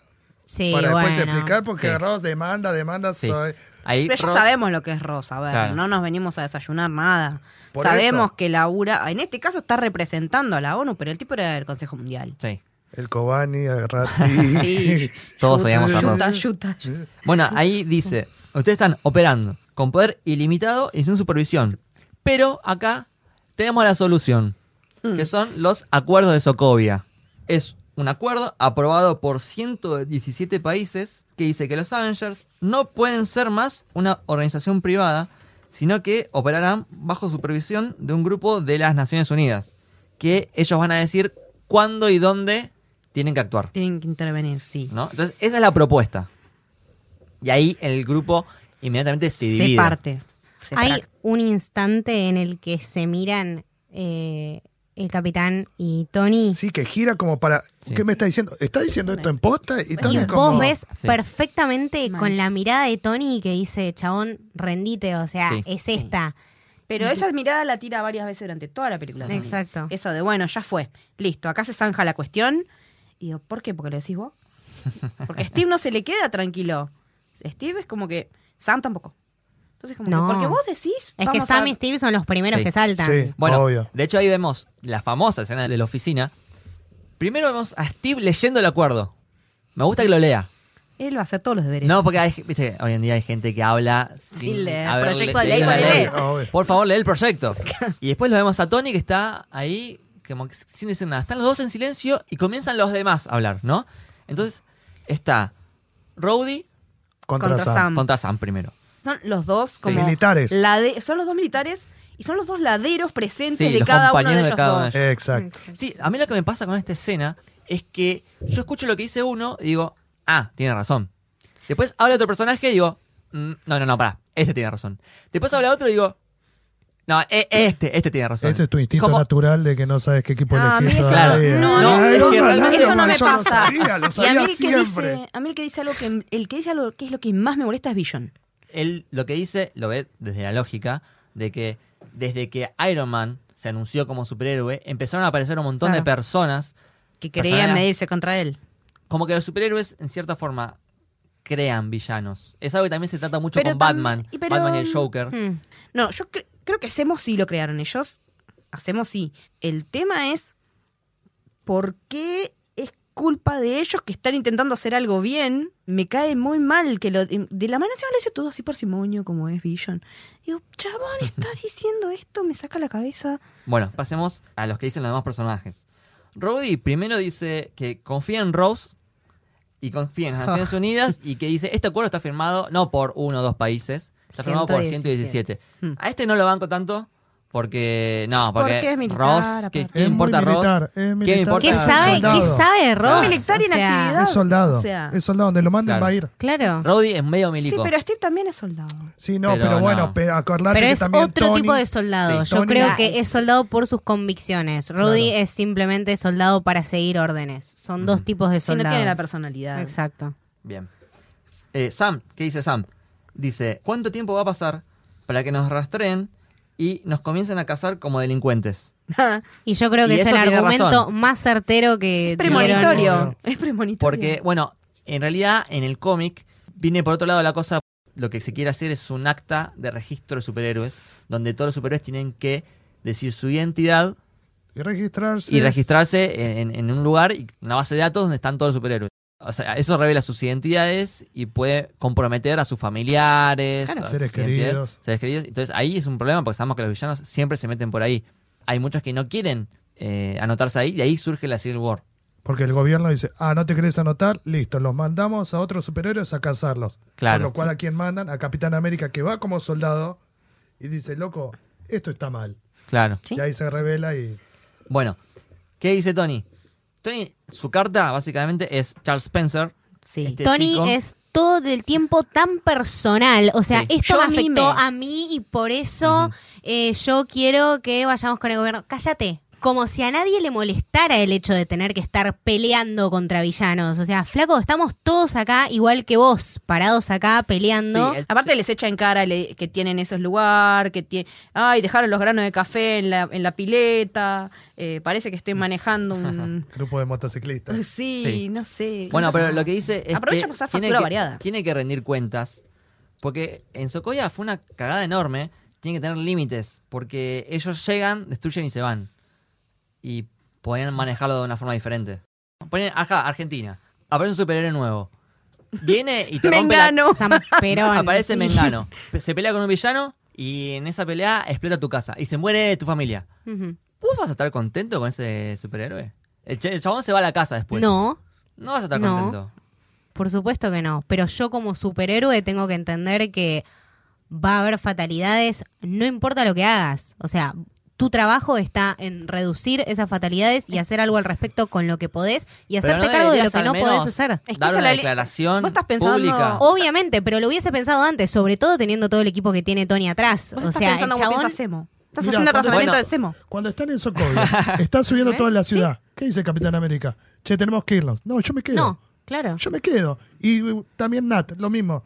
B: sí,
C: para después
B: bueno.
C: explicar, porque
A: Sí.
C: agarrados demanda, demanda,
A: Sí.
C: soy-
A: Ahí
D: Pero ya
A: Ross-
D: sabemos lo que es Rosa, a ver,
A: Claro.
D: no nos venimos a desayunar nada.
C: Por
D: sabemos
C: eso.
D: que labura, en este caso está representando a la ONU, pero el tipo era del Consejo Mundial.
A: Sí.
C: el Cobani, agarrati.
D: Sí.
A: Todos
D: Yuta,
A: odiamos a
D: yuta,
A: Ross.
D: yuta, yuta.
A: Bueno, ahí dice, ustedes están operando con poder ilimitado y sin supervisión. Pero acá tenemos la solución, que son los acuerdos de Sokovia. Es un acuerdo aprobado por 117 países que dice que los Avengers no pueden ser más una organización privada, sino que operarán bajo supervisión de un grupo de las Naciones Unidas, que ellos van a decir cuándo y dónde tienen que actuar.
D: Tienen que intervenir, sí.
A: ¿no? Entonces, esa es la propuesta. Y ahí el grupo inmediatamente se divide.
D: Se parte. se
B: Hay
D: fracta.
B: un instante en el que se miran eh, el capitán y Tony.
C: Sí, que gira como para.
A: Sí.
C: ¿Qué me está diciendo? ¿Está diciendo esto en posta? Y Tony
B: Y
C: como.
B: vos ves
A: Sí.
B: perfectamente
D: Mal.
B: con la mirada de Tony que dice, chabón, rendite, o sea,
A: Sí.
B: es esta.
D: Pero esa mirada la tira varias veces durante toda la película. también.
B: Exacto.
D: Eso de, bueno, ya fue. Listo, acá se zanja la cuestión. Y digo, ¿por qué? Porque lo decís vos.
B: [LAUGHS]
D: Porque a Steve no se le queda tranquilo. Steve es como que. Sam tampoco. Entonces, como
B: No.
D: que, porque vos decís.
B: Es que
D: vamos a-
B: Sam y Steve son los primeros
A: Sí.
B: que saltan.
C: Sí,
A: Bueno,
C: obvio.
A: de hecho ahí vemos la famosa escena de la oficina. Primero vemos a Steve leyendo el acuerdo. Me gusta que lo lea.
D: Él va a hacer todos los deberes.
A: No, porque hay, viste, hoy en día hay gente que habla sin,
D: Sin leer.
A: haber
D: Proyecto
A: le-
D: de ley,
A: leído la
D: ponele.
A: ley.
C: Obvio.
A: Por favor, lee el
D: [LAUGHS]
A: proyecto. Y después lo vemos a Tony que está ahí como que sin decir nada. Están los dos en silencio y comienzan los demás a hablar, ¿no? Entonces está Rowdy
C: Contra,
D: contra
C: Sam.
D: Sam.
A: contra Sam primero.
D: Son los dos como.
C: Militares.
D: lade- son los dos militares y son los dos laderos presentes
A: Sí,
D: de
A: los
D: cada uno de
A: compañeros de
D: ellos
A: cada uno de
C: Eh,
D: dos.
C: Exacto.
A: Sí, a mí lo que me pasa con esta escena es que yo escucho lo que dice uno y digo, ah, tiene razón. Después habla otro personaje y digo, mm, no, no, no, pará, este tiene razón. Después habla otro y digo, no, e- este, este tiene razón.
C: Ese es tu instinto
A: Como-
C: natural de que no sabes qué equipo
D: Ah, a mí
C: elegir
D: eso
A: Claro.
C: todavía.
A: No,
D: no, no,
A: es
D: no,
A: que
D: no,
A: realmente
D: eso no me
C: yo
D: pasa.
C: Lo sabía, lo
D: y a
C: sabía
D: mí el que
C: siempre.
D: dice, ah, a mí el que dice algo que el que dice algo que es lo que más me molesta es Vision.
A: Él lo que dice, lo ve desde la lógica, de que desde que Iron Man se anunció como superhéroe, empezaron a aparecer un montón de
D: Claro.
A: personas,
D: Que
A: Persona
D: quería
A: era-
D: medirse contra él.
A: como que los superhéroes en cierta forma crean villanos. Es algo que también se trata mucho
D: Pero
A: con
D: tam-
A: Batman,
D: y pero-
A: Batman y el Joker.
B: Hmm.
D: No, yo cre- creo que hacemos sí lo crearon ellos. Hacemos sí. El tema es por qué es culpa de ellos que están intentando hacer algo bien. Me cae muy mal que lo de la manera encima lo dice todo así parsimonio como es Vision. Digo, chabón, estás diciendo esto, me saca la cabeza.
A: Bueno, pasemos a los que dicen los demás personajes. Rowdy primero dice que confía en Rose y confía en las Naciones Unidas y que dice, este acuerdo está firmado no por uno o dos países, está firmado por 117.
B: 117.
A: A este no lo banco tanto porque, no, porque,
D: Porque es militar,
A: Ross, ¿qué,
D: aparte.
A: ¿qué
C: Es muy
A: importa
C: militar,
A: Ross?
C: es militar.
A: ¿Qué importa?
B: ¿Qué sabe,
C: soldado.
B: ¿Qué sabe
A: Ah.
B: Ross?
D: Militar
B: O sea,
D: inactividad.
C: Es soldado.
D: O sea-
C: es soldado. Donde lo manden
A: Claro.
C: va a ir.
B: Claro.
A: Rowdy es medio milico.
D: Sí, pero Steve también es soldado.
C: Sí, no,
A: Pero
C: pero, bueno,
A: no.
C: pe- acordate
B: Pero
C: que
B: es
C: también
B: otro
C: Tony-
B: tipo de soldado.
A: Sí,
B: Yo
C: Tony-
B: creo
C: Ah,
B: que es soldado por sus convicciones. Rudy
C: Claro.
B: es simplemente soldado para seguir órdenes. Son dos tipos de
D: Si no
B: soldados.
D: tiene la personalidad. [LAUGHS]
B: Exacto.
A: Bien. Eh, Sam, ¿qué dice Sam? Dice, ¿cuánto tiempo va a pasar para que nos rastreen y nos comiencen a cazar como delincuentes?
B: Y yo creo que
A: Y
B: es
A: eso
B: el
A: tiene
B: argumento
A: razón.
B: más certero que.
D: premonitorio.
B: dieron.
C: Bueno.
D: Es premonitorio.
A: Porque, bueno, en realidad en el cómic viene por otro lado la cosa, lo que se quiere hacer es un acta de registro de superhéroes, donde todos los superhéroes tienen que decir su identidad
C: Y registrarse.
A: y registrarse en, en un lugar, y una base de datos donde están todos los superhéroes. O sea, eso revela sus identidades y puede comprometer a sus familiares,
C: Claro.
A: a
C: Seres
A: sus identidades,
C: queridos.
A: seres queridos. Entonces ahí es un problema porque sabemos que los villanos siempre se meten por ahí. Hay muchos que no quieren eh, anotarse ahí y ahí surge la Civil War.
C: Porque el gobierno dice, ah, no te querés anotar, listo, los mandamos a otros superhéroes a cazarlos.
A: Claro,
C: Por lo cual,
A: sí.
C: ¿a quién mandan? A Capitán América, que va como soldado y dice, loco, esto está mal.
A: Claro.
D: Sí.
C: Y ahí se revela y.
A: Bueno, ¿qué dice Tony? Tony, su carta básicamente es Charles Spencer.
D: Sí.
A: Este
B: Tony
A: chico-
B: es todo el tiempo tan personal. O sea,
A: Sí.
B: esto
D: Yo
B: me afectó
D: mimé.
B: a mí y por eso eh, yo quiero que vayamos con el gobierno. Cállate. Como si a nadie le molestara el hecho de tener que estar peleando contra villanos. O sea, flaco, estamos todos acá igual que vos, parados acá peleando.
A: Sí, el- [LAUGHS]
D: Aparte les echa en cara le- que tienen esos lugares, que tiene, ay, dejaron los granos de café en la, en la pileta, eh, parece que estoy
A: [LAUGHS]
D: manejando un...
C: Grupo de motociclistas.
D: Sí,
A: Mm. Sí.
D: no sé.
A: Bueno, pero lo que dice es
D: Aprovecha
A: que,
D: por esa
A: tiene
D: factura
A: que-
D: variada.
A: tiene que rendir cuentas. Porque en Socoya fue una cagada enorme. Tiene que tener límites. Porque ellos llegan, destruyen y se van. Y podrían manejarlo de una forma diferente. Ponen, ajá, Argentina. Aparece un superhéroe nuevo. Viene
D: [LAUGHS]
A: y te rompe la-
D: Mengano.
B: Samperón.
A: Aparece
B: Sí.
A: Mengano. Se pelea con un villano y en esa pelea explota tu casa. Y se muere tu familia.
B: [LAUGHS] Ujú.
A: ¿Vos vas a estar contento con ese superhéroe? El, ch- el chabón se va a la casa después.
B: No,
A: No vas a estar
B: No.
A: contento.
B: por supuesto que no. Pero yo como superhéroe tengo que entender que va a haber fatalidades, no importa lo que hagas. O sea, tu trabajo está en reducir esas fatalidades y hacer algo al respecto con lo que podés y
A: Pero
B: hacerte
A: no
B: cargo de lo
A: deberías
B: que
A: al
B: no
A: menos
B: podés hacer.
D: Es que
A: dar
D: esa
A: una
D: la ley-
A: declaración
D: Vos estás pensando-
A: pública.
B: Obviamente, pero lo hubiese pensado antes, sobre todo teniendo todo el equipo que tiene Tony atrás.
D: Vos
B: o
D: estás
B: sea, el
D: pensando como
B: chabón...
D: piensa Semo. Estás
C: Mira,
D: haciendo el
C: cuando-
D: razonamiento
A: Bueno.
D: de Semo.
C: Cuando están en Sokovia, están subiendo toda la ciudad. ¿Qué dice Capitán América? Che, tenemos que irnos. No, yo me quedo.
B: No, claro.
C: Yo me quedo. Y uh, también Nat, lo mismo.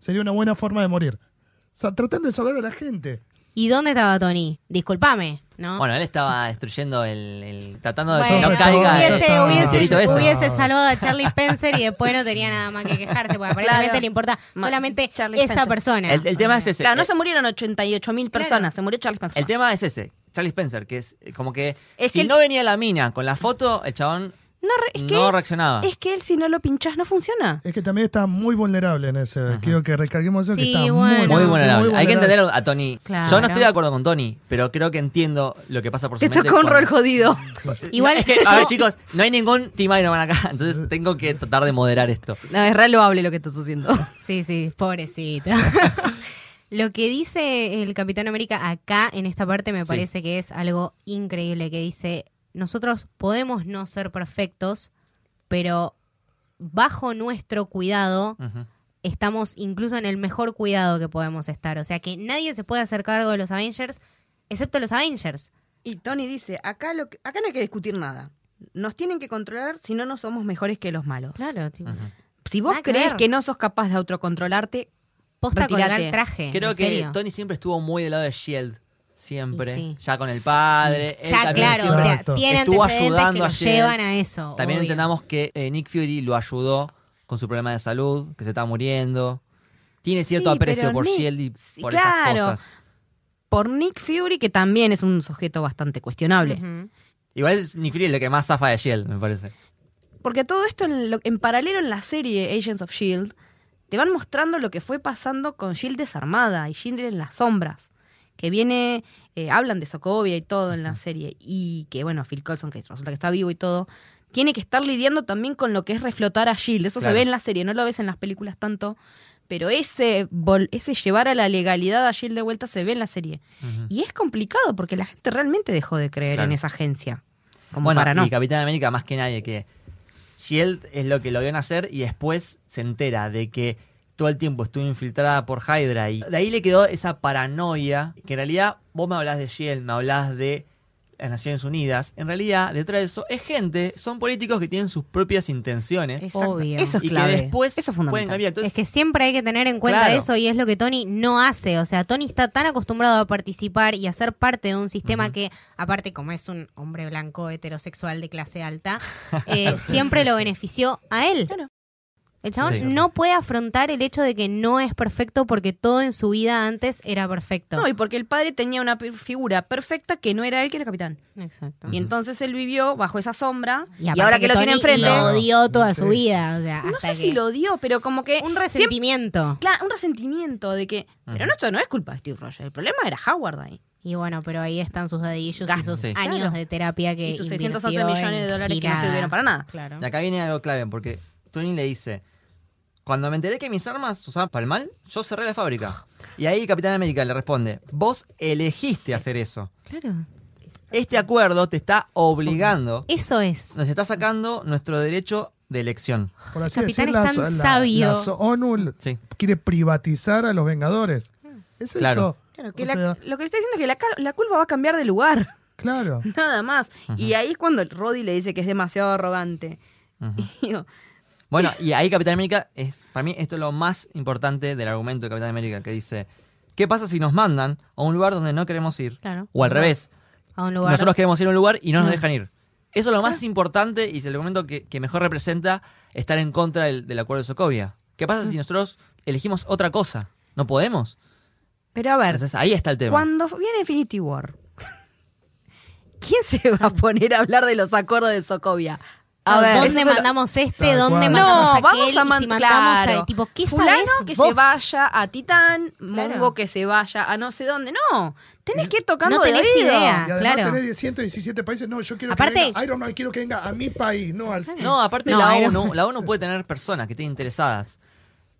C: Sería una buena forma de morir. O sea, tratando de salvar a la gente.
B: ¿Y dónde estaba Tony? Disculpame, ¿no?
A: Bueno, él estaba destruyendo el. el- tratando de
B: Bueno,
A: que no caiga. el-
B: hubiese,
A: el
B: hubiese-
A: meteorito ese.
B: hubiese salvado a Charlie Spencer y después no tenía nada más que quejarse, porque aparentemente le importa
D: Ma-
B: solamente
D: Charlie
B: esa
D: Spencer.
B: persona.
A: El, el tema es ese.
D: Claro, no
A: Eh,
D: se murieron 88 mil personas, se murió Charles Manson.
A: El tema es ese. Charlie Spencer, que es eh, como que.
D: Es
A: si
D: que el-
A: no venía la mina con la foto, el chabón
D: no, re- es que,
A: no reaccionaba.
D: es que él si no lo pinchás no funciona.
C: Es que también está muy vulnerable en ese. Quiero que recarguemos eso. que
B: Sí,
C: está
B: bueno.
C: muy,
A: muy
B: sí,
A: vulnerable. Hay que entender a Tony.
B: Claro.
A: Yo no estoy de acuerdo con Tony, pero creo que entiendo lo que pasa por su
D: Te
A: mente.
D: tocó un
A: cuando-
D: rol
A: [LAUGHS]
D: jodido.
B: Igual
A: Es que, a
B: [LAUGHS] yo-
A: ver, chicos, no hay ningún Team Iron Man acá, [LAUGHS] entonces tengo que tratar de moderar esto.
D: No, es re loable lo que estás haciendo.
B: Sí, sí,
A: [LAUGHS]
B: pobrecito. Lo que dice el Capitán América acá en esta parte me
A: Sí.
B: parece que es algo increíble, que dice, nosotros podemos no ser perfectos, pero bajo nuestro cuidado
A: Ujú.
B: estamos incluso en el mejor cuidado que podemos estar. O sea, que nadie se puede hacer cargo de los Avengers, excepto los Avengers.
D: [LAUGHS] Y Tony dice, acá, lo que- acá no hay que discutir nada. Nos tienen que controlar si no, no somos mejores que los malos.
B: Claro, tipo,
A: Ujú.
D: Si vos
B: Nada que
D: crees
B: ver.
D: que no sos capaz de autocontrolarte,
B: posta colgar
D: Retírate.
B: el traje.
A: Creo
B: en
A: que
B: serio.
A: Tony siempre estuvo muy del lado de Shield. E Siempre.
B: Y sí.
A: Ya con el padre. él
B: Ya,
A: también
B: claro,
A: siempre-
B: te-
C: Exacto.
B: tiene
A: Estuvo
B: antecedentes que
A: ayudando
B: lo
A: a Shield.
B: llevan a eso.
A: También
B: obvio.
A: entendamos que eh, Nick Fury lo ayudó con su problema de salud, que se estaba muriendo. Tiene cierto
D: Sí,
A: aprecio
D: pero
A: por
D: Nick-
A: Shield E y
D: sí,
A: por
D: claro.
A: esas cosas.
D: por Nick Fury, que también es un sujeto bastante cuestionable.
B: Ujú.
A: Igual es Nick Fury el que más zafa de Shield, E me parece.
D: Porque todo esto en, lo- en paralelo en la serie Agents of Shield, E te van mostrando lo que fue pasando con Shield E desarmada y Shield E en las sombras. Que viene, eh, hablan de Sokovia y todo en la serie. Y que bueno, Phil Coulson, que resulta que está vivo y todo, tiene que estar lidiando también con lo que es reflotar a Shield. E Eso
A: Claro.
D: se ve en la serie, no lo ves en las películas tanto. Pero ese, vol- ese llevar a la legalidad a Shield E de vuelta se ve en la serie.
A: Ujú.
D: Y es complicado porque la gente realmente dejó de creer
A: Claro.
D: en esa agencia. Como
A: Bueno,
D: para no.
A: y Capitán América más que nadie, que Shield es lo que lo vio nacer y después se entera de que todo el tiempo estuvo infiltrada por Hydra y de ahí le quedó esa paranoia, que en realidad vos me hablás de Shield, me hablás de las Naciones Unidas, en realidad detrás de eso es gente, son políticos que tienen sus propias intenciones
D: Exacto.
B: Obvio.
D: Eso es
A: y
D: clave.
A: que después
D: Eso es
A: pueden
D: fundamental.
A: cambiar. Entonces,
B: es que siempre hay que tener en cuenta
A: Claro.
B: eso y es lo que Tony no hace. O sea, Tony está tan acostumbrado a participar y a ser parte de un sistema que, aparte como es un hombre
A: [LAUGHS]
B: blanco heterosexual de clase alta, eh, siempre lo benefició a él. El chabón
A: Sí.
B: no puede afrontar el hecho de que no es perfecto porque todo en su vida antes era perfecto.
D: No, y porque el padre tenía una per- figura perfecta que no era él que era capitán.
B: Exacto.
D: Y entonces él vivió bajo esa sombra y,
B: aparte
D: ahora que, lo
B: Tony
D: tiene enfrente,
B: Lo
D: no,
B: odió toda su
C: Sí.
B: vida. o sea, hasta
D: sé
B: que-
D: si lo odió, pero como que
B: Un
D: siempre-
B: resentimiento.
D: claro, un resentimiento de que pero no esto no es culpa de Steve Rogers, el problema era Howard ahí.
B: Y bueno, pero ahí están sus dadillos y
D: Gasto,
B: sus
A: sí.
B: años
D: Claro.
B: de terapia que
D: Y sus
B: invirtió
D: 611 millones de
B: en
D: dólares que no
B: giradas.
D: sirvieron para nada.
B: Claro.
A: Y acá viene algo clave, porque Tony le dice, cuando me enteré que mis armas se usaban para el mal, yo cerré la fábrica. Y ahí el Capitán América le responde, vos elegiste hacer eso.
B: Claro.
A: Este acuerdo te está obligando,
B: Eso es.
A: nos está sacando nuestro derecho de elección.
C: Por así
B: El capitán
C: decirlo,
B: es tan sabio.
C: la ONU
A: Sí.
C: quiere privatizar a los Vengadores.
B: Hmm.
C: Es
A: Claro.
C: eso.
D: Claro, que
C: O
D: la-
C: sea,
D: lo que le está diciendo es que la, cal- la culpa va a cambiar de lugar,
C: claro.
D: nada más. Y ahí es cuando el Roddy le dice que es demasiado arrogante. [LAUGHS] Y digo,
A: Bueno, y ahí Capitán América, es, para mí esto es lo más importante del argumento de Capitán América, que dice, ¿qué pasa si nos mandan a un lugar donde no queremos ir?
B: Claro.
A: O al revés,
B: A un lugar.
A: nosotros queremos ir a un lugar y no nos dejan ir. Eso es lo
B: Ah.
A: más importante y es el argumento que, que mejor representa estar en contra del, del acuerdo de Sokovia. ¿Qué pasa
B: Mm.
A: si nosotros elegimos otra cosa? No podemos.
D: pero a ver,
A: Entonces ahí está el tema.
D: Cuando viene Infinity War, ¿quién se va a poner a hablar de los acuerdos de Sokovia? A ver,
A: eso
B: ¿Dónde
A: es lo-
B: mandamos este?
C: Tal
B: ¿Dónde
C: cual.
B: mandamos
D: no,
B: aquel?
D: vamos a
B: Y si
D: mandar
B: mandamos a tipo, ¿qué sabes
D: que
B: vos?
D: se vaya a Titán, Mongo
B: Claro.
D: que se vaya a no sé dónde. No, tenés que ir tocando
B: No
D: de
B: tenés
D: oído.
B: idea.
C: Y además
B: Ah, claro.
C: tenés 117 países. No, yo quiero
B: Aparte-
C: que venga Iron Man, quiero que venga a mi país, no al
A: No, aparte
B: No,
A: la
B: era-
A: ONU, la ONU puede tener personas que estén interesadas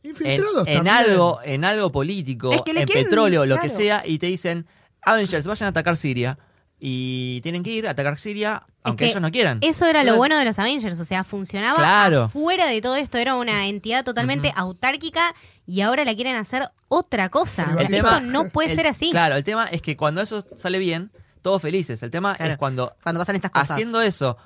A: en,
C: infiltrados
A: en
C: también.
A: algo, en algo político,
D: Es que le
A: en
D: quieren-
A: petróleo, lo que
D: claro.
A: sea, y te dicen, Avengers, vayan a atacar Siria. Y tienen que ir a atacar Siria,
B: Es
A: aunque
B: que
A: ellos no quieran.
B: Este, Eso era lo
A: Entonces,
B: bueno de Ah, los Avengers, o sea, funcionaba
A: Claro.
B: fuera de todo esto, era una entidad totalmente autárquica y ahora la quieren hacer otra cosa. O sea,
C: El
B: esto
C: tema-
B: no puede
A: el-
B: ser así.
A: Claro, el tema es que cuando eso sale bien, todos felices. El tema
D: Claro,
A: es cuando,
D: cuando pasan estas cosas.
A: haciendo eso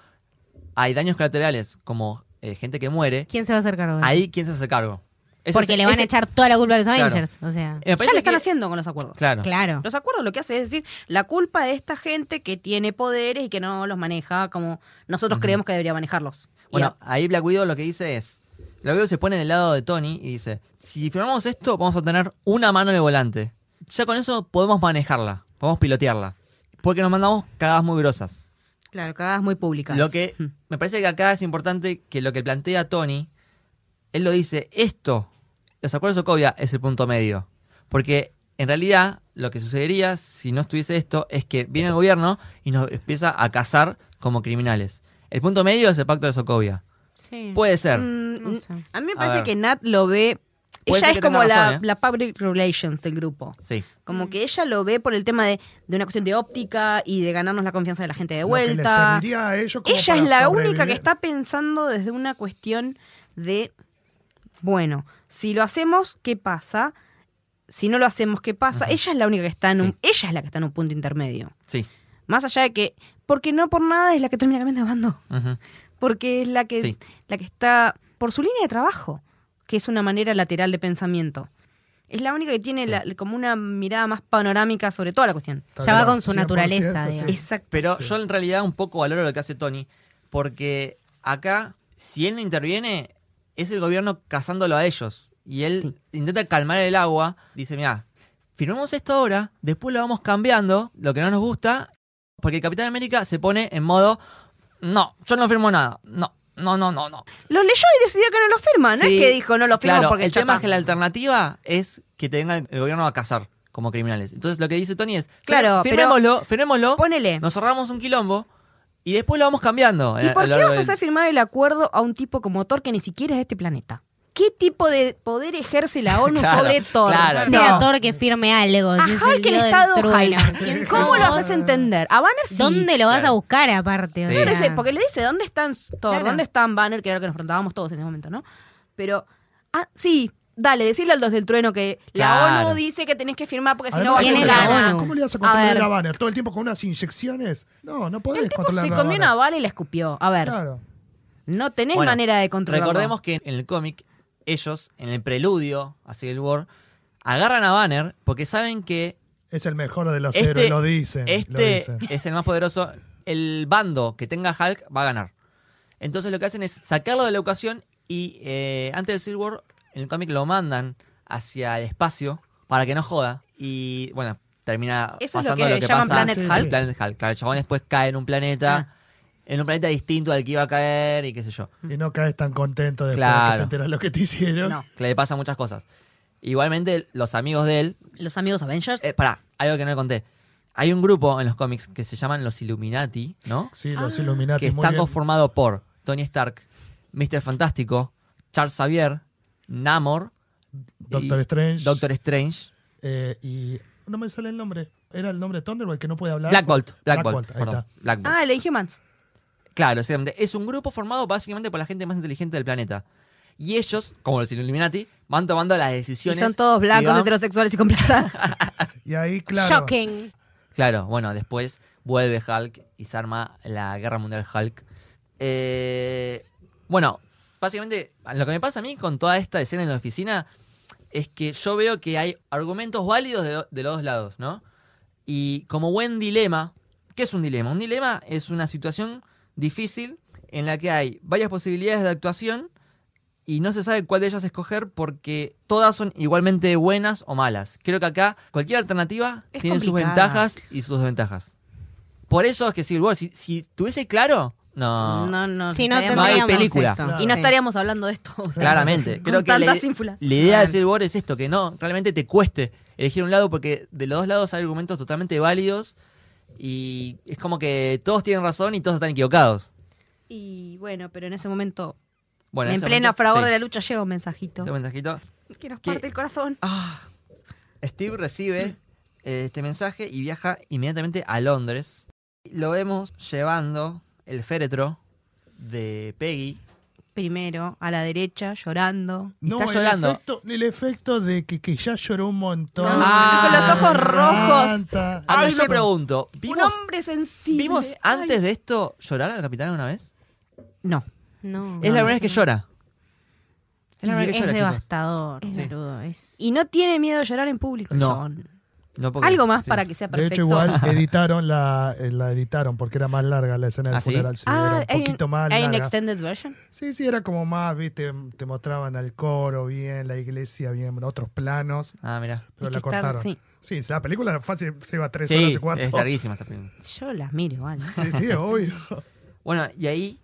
A: hay daños colaterales, como eh, gente que muere,
B: ¿Quién se va a hacer cargo? de eso?
A: ahí quién se hace cargo. Ese
B: Porque
A: es-
B: le van
A: ese-
B: a echar toda la culpa a los
A: Claro.
B: Avengers. O sea,
A: Eh, me
D: Ya
A: parece
D: lo están
A: que-
D: haciendo con los acuerdos.
A: Claro.
B: claro.
D: Los acuerdos lo que hace es decir la culpa de esta gente que tiene poderes y que no los maneja como nosotros creemos que debería manejarlos. Y
A: Bueno, ahí Black Widow lo que dice es. Black Widow se pone del lado de Tony y dice: Si firmamos esto, vamos a tener una mano en el volante. Ya con eso podemos manejarla, podemos pilotearla. Porque nos mandamos cagadas muy grosas.
D: Claro, cagadas muy públicas.
A: Lo que me parece que acá es importante que lo que plantea Tony, él lo dice, esto, los acuerdos de Sokovia es el punto medio. Porque en realidad lo que sucedería si no estuviese esto es que viene el gobierno y nos empieza a cazar como criminales. El punto medio es el pacto de Sokovia. Puede ser.
D: Mm,
B: No sé.
D: A mí me
A: A
D: parece
A: ver.
D: que Nat lo ve.
A: Puede
D: Ella
A: ser que
D: es como
A: tenga
D: la,
A: razón, ¿eh?
D: la public relations del grupo.
A: Sí.
D: Como que ella lo ve por el tema de, de una cuestión de óptica y de ganarnos la confianza de la gente de
C: Lo que les
D: vuelta.
C: serviría a ellos como
D: Ella
C: para
D: es la única que
C: sobrevivir.
D: está pensando desde una cuestión de, bueno, si lo hacemos, ¿qué pasa? Si no lo hacemos, ¿qué pasa? Ella es la única que está en un,
A: Sí.
D: ella es la que está en un punto intermedio.
A: Sí.
D: Más allá de que, porque no por nada es la que termina cambiando de bando
A: Ujú.
D: porque es la que,
A: Sí.
D: la que está por su línea de trabajo, que es una manera lateral de pensamiento. Es la única que tiene
A: Sí.
D: la- como una mirada más panorámica sobre toda la cuestión.
C: Tal
B: Ya va
C: cual,
B: con su
C: 100%,
B: naturaleza,
C: sí.
B: digamos.
D: Exacto.
A: Pero yo en realidad un poco valoro lo que hace Tony, porque acá, si él no interviene, es el gobierno cazándolo a ellos. Y él intenta calmar el agua, dice, mira, firmamos esto ahora, después lo vamos cambiando, lo que no nos gusta, porque el Capitán América se pone en modo, no, yo no firmo nada, no, no, no, no, no.
D: Lo leyó y decidió que no lo firma, Ah, no
A: Sí,
D: es que dijo no lo firma
A: claro,
D: porque
A: el
D: ya
A: tema
D: está.
A: es que la alternativa es que tenga el el gobierno a cazar como criminales. Entonces lo que dice Tony es,
D: Claro, pero-
A: firmémoslo, firmémoslo,
D: Ponele.
A: nos ahorramos un quilombo y después lo vamos cambiando. eh,
D: ¿Y
A: a- a
D: por
A: lo
D: qué
A: largo
D: vas a
A: del-
D: hacer firmar el acuerdo a un tipo como Thor que ni siquiera es de este planeta? ¿Qué tipo de poder ejerce la
A: [LAUGHS]
D: ONU
A: Claro,
D: sobre Thor?
A: claro.
B: Sea
D: No.
B: Thor que firme algo.
D: A
B: si es
D: Hulk
B: dios
D: el
B: del
D: Estado
B: trueno.
D: Hulk.
B: ¿Quién
D: ¿Cómo lo
B: sos?
D: haces entender? A Banner sí.
B: ¿Dónde lo vas
A: claro.
B: a buscar aparte? O
A: Sí.
B: sea,
D: Claro, dice, porque le dice, ¿dónde están Thor?
B: Claro.
D: ¿Dónde están Banner? Que era lo que nos preguntábamos todos en ese momento, ¿no? Pero, ah, sí, dale, decirle al 2 del trueno que la
A: Claro.
D: ONU dice que tenés que firmar porque si
C: Además,
D: no va a
B: ¿quién
D: ser
B: es la
D: gana.
B: ONU?
C: ¿Cómo le vas a
D: A
C: controlar
D: ver.
C: la banner? ¿Todo el tiempo con unas inyecciones? No, no podés
D: El tipo
C: controlar
D: se
C: la
D: comió
C: Banner.
D: una bala y la escupió. A ver,
C: Claro.
D: no tenés
A: Bueno,
D: manera de controlarlo.
A: Recordemos que en el cómic, ellos, en el preludio a Civil War, agarran a Banner porque saben que
C: Es el mejor de los
A: este,
C: héroes, lo dicen. lo
A: este
C: dicen.
D: [LAUGHS]
A: es el más poderoso. El bando que tenga Hulk va a ganar. Entonces lo que hacen es sacarlo de la educación Y eh, antes de Civil War, en el cómic lo mandan hacia el espacio para que no joda. Y bueno, termina
D: Eso es lo
A: pasando
D: que llaman
A: pasa.
D: Planet Ah.
C: Sí, Hulk. sí.
A: Planet Hulk. Claro, el chabón después cae en un planeta, en un planeta distinto al que iba a caer y qué sé yo.
C: Y no caes tan contento después
A: Claro.
C: que te enteras lo que te hicieron.
D: No.
A: Que le pasan muchas cosas. Igualmente, los amigos de él
D: Los amigos Avengers.
A: Eh, pará, algo que no le conté. Hay un grupo en los cómics que se llaman los Illuminati, ¿no?
C: Sí, los Illuminati.
A: que
C: muy
A: está
C: bien.
A: conformado por Tony Stark, Mr. Fantástico, Charles Xavier, Namor,
C: Doctor
A: y-
C: Strange.
A: Doctor Strange,
C: eh, y no me sale el nombre. Era el nombre de Thunderbolt que no puede hablar.
A: Black Bolt. Black, Bolt,
C: ahí
A: perdón,
C: está.
A: Black Bolt.
D: Ah, el de Inhumans.
A: Claro, exactamente. Es un grupo formado básicamente por la gente más inteligente del planeta. Y ellos, como los Illuminati, van tomando las
D: Y
A: decisiones.
D: son todos blancos,
A: que van-
D: heterosexuales y con plata.
C: Y ahí, claro.
B: Shocking.
A: Claro, bueno, después vuelve Hulk y se arma la Guerra Mundial Hulk. Eh, bueno, básicamente lo que me pasa a mí con toda esta escena en la oficina es que yo veo que hay argumentos válidos de, do- de los dos lados, ¿no? Y como buen dilema, ¿qué es un dilema? Un dilema es una situación difícil en la que hay varias posibilidades de actuación y no se sabe cuál de ellas escoger porque todas son igualmente buenas o malas. Creo que acá cualquier alternativa
D: Es
A: tiene sus
D: complicada.
A: ventajas y sus desventajas. Por eso es que Civil War, si, si tuviese claro, no.
D: No, no.
B: Si no,
D: estaríamos-
A: No hay
B: tendríamos
A: película.
B: esto.
D: Y no
B: Sí.
D: estaríamos hablando de esto. [LAUGHS]
A: Claramente.
D: Con
A: Creo que la,
D: tantas
A: ide-
D: ínfulas.
A: la idea de
D: Claro.
A: Civil War es esto, que no, realmente te cueste elegir un lado porque de los dos lados hay argumentos totalmente válidos y es como que todos tienen razón y todos están equivocados.
D: Y bueno, pero en ese momento,
A: Bueno,
D: en
A: ese
D: pleno
A: momento-
D: fragor
A: sí,
D: de la lucha, llega un mensajito.
A: ese mensajito.
D: Que nos
A: ¿Qué?
D: parte el corazón.
A: Ah. Steve recibe eh, este mensaje y viaja inmediatamente a Londres. Lo vemos llevando el féretro de Peggy.
D: Primero, a la derecha, llorando.
C: No,
A: Está
C: el
A: llorando.
C: efecto, el efecto de que, que ya lloró un montón.
D: No,
A: Ah.
D: con los ojos rojos.
C: Tanta-
A: Ahora
D: Ay,
A: yo
D: me-
A: pregunto, ¿vimos,
D: un hombre sensible.
A: ¿vimos antes de esto llorar al capitán una vez?
D: Ay, No.
B: No.
A: Es la primera vez que llora. Es la primera vez
B: es
A: que llora, chicos.
B: devastador,
A: Sí.
B: boludo, es-
D: Y no tiene miedo de llorar en público. el
A: No.
D: chabón.
A: No puedo
D: Algo
A: creer.
D: más
A: Sí.
D: para que sea
C: De
D: perfecto. Ah,
C: hecho, igual editaron la, eh, la editaron porque era más larga la escena del
A: ¿Ah, sí?
C: funeral. sí,
D: Ah,
C: era
D: hay
C: un
D: un-
C: poquito más
D: hay un
C: larga.
D: extended version.
C: Sí, sí, era como más, viste, te mostraban al coro bien, la iglesia bien, otros planos,
A: Ah, mira.
C: pero
D: Es
C: la
D: que está-
C: cortaron.
D: sí.
C: sí. la película era fácil se iba a tres horas
A: Sí,
C: y cuatro.
A: es larguísima esta película.
D: Yo las miro igual. ¿eh? [LAUGHS]
C: Sí, sí, obvio.
A: Bueno, y ahí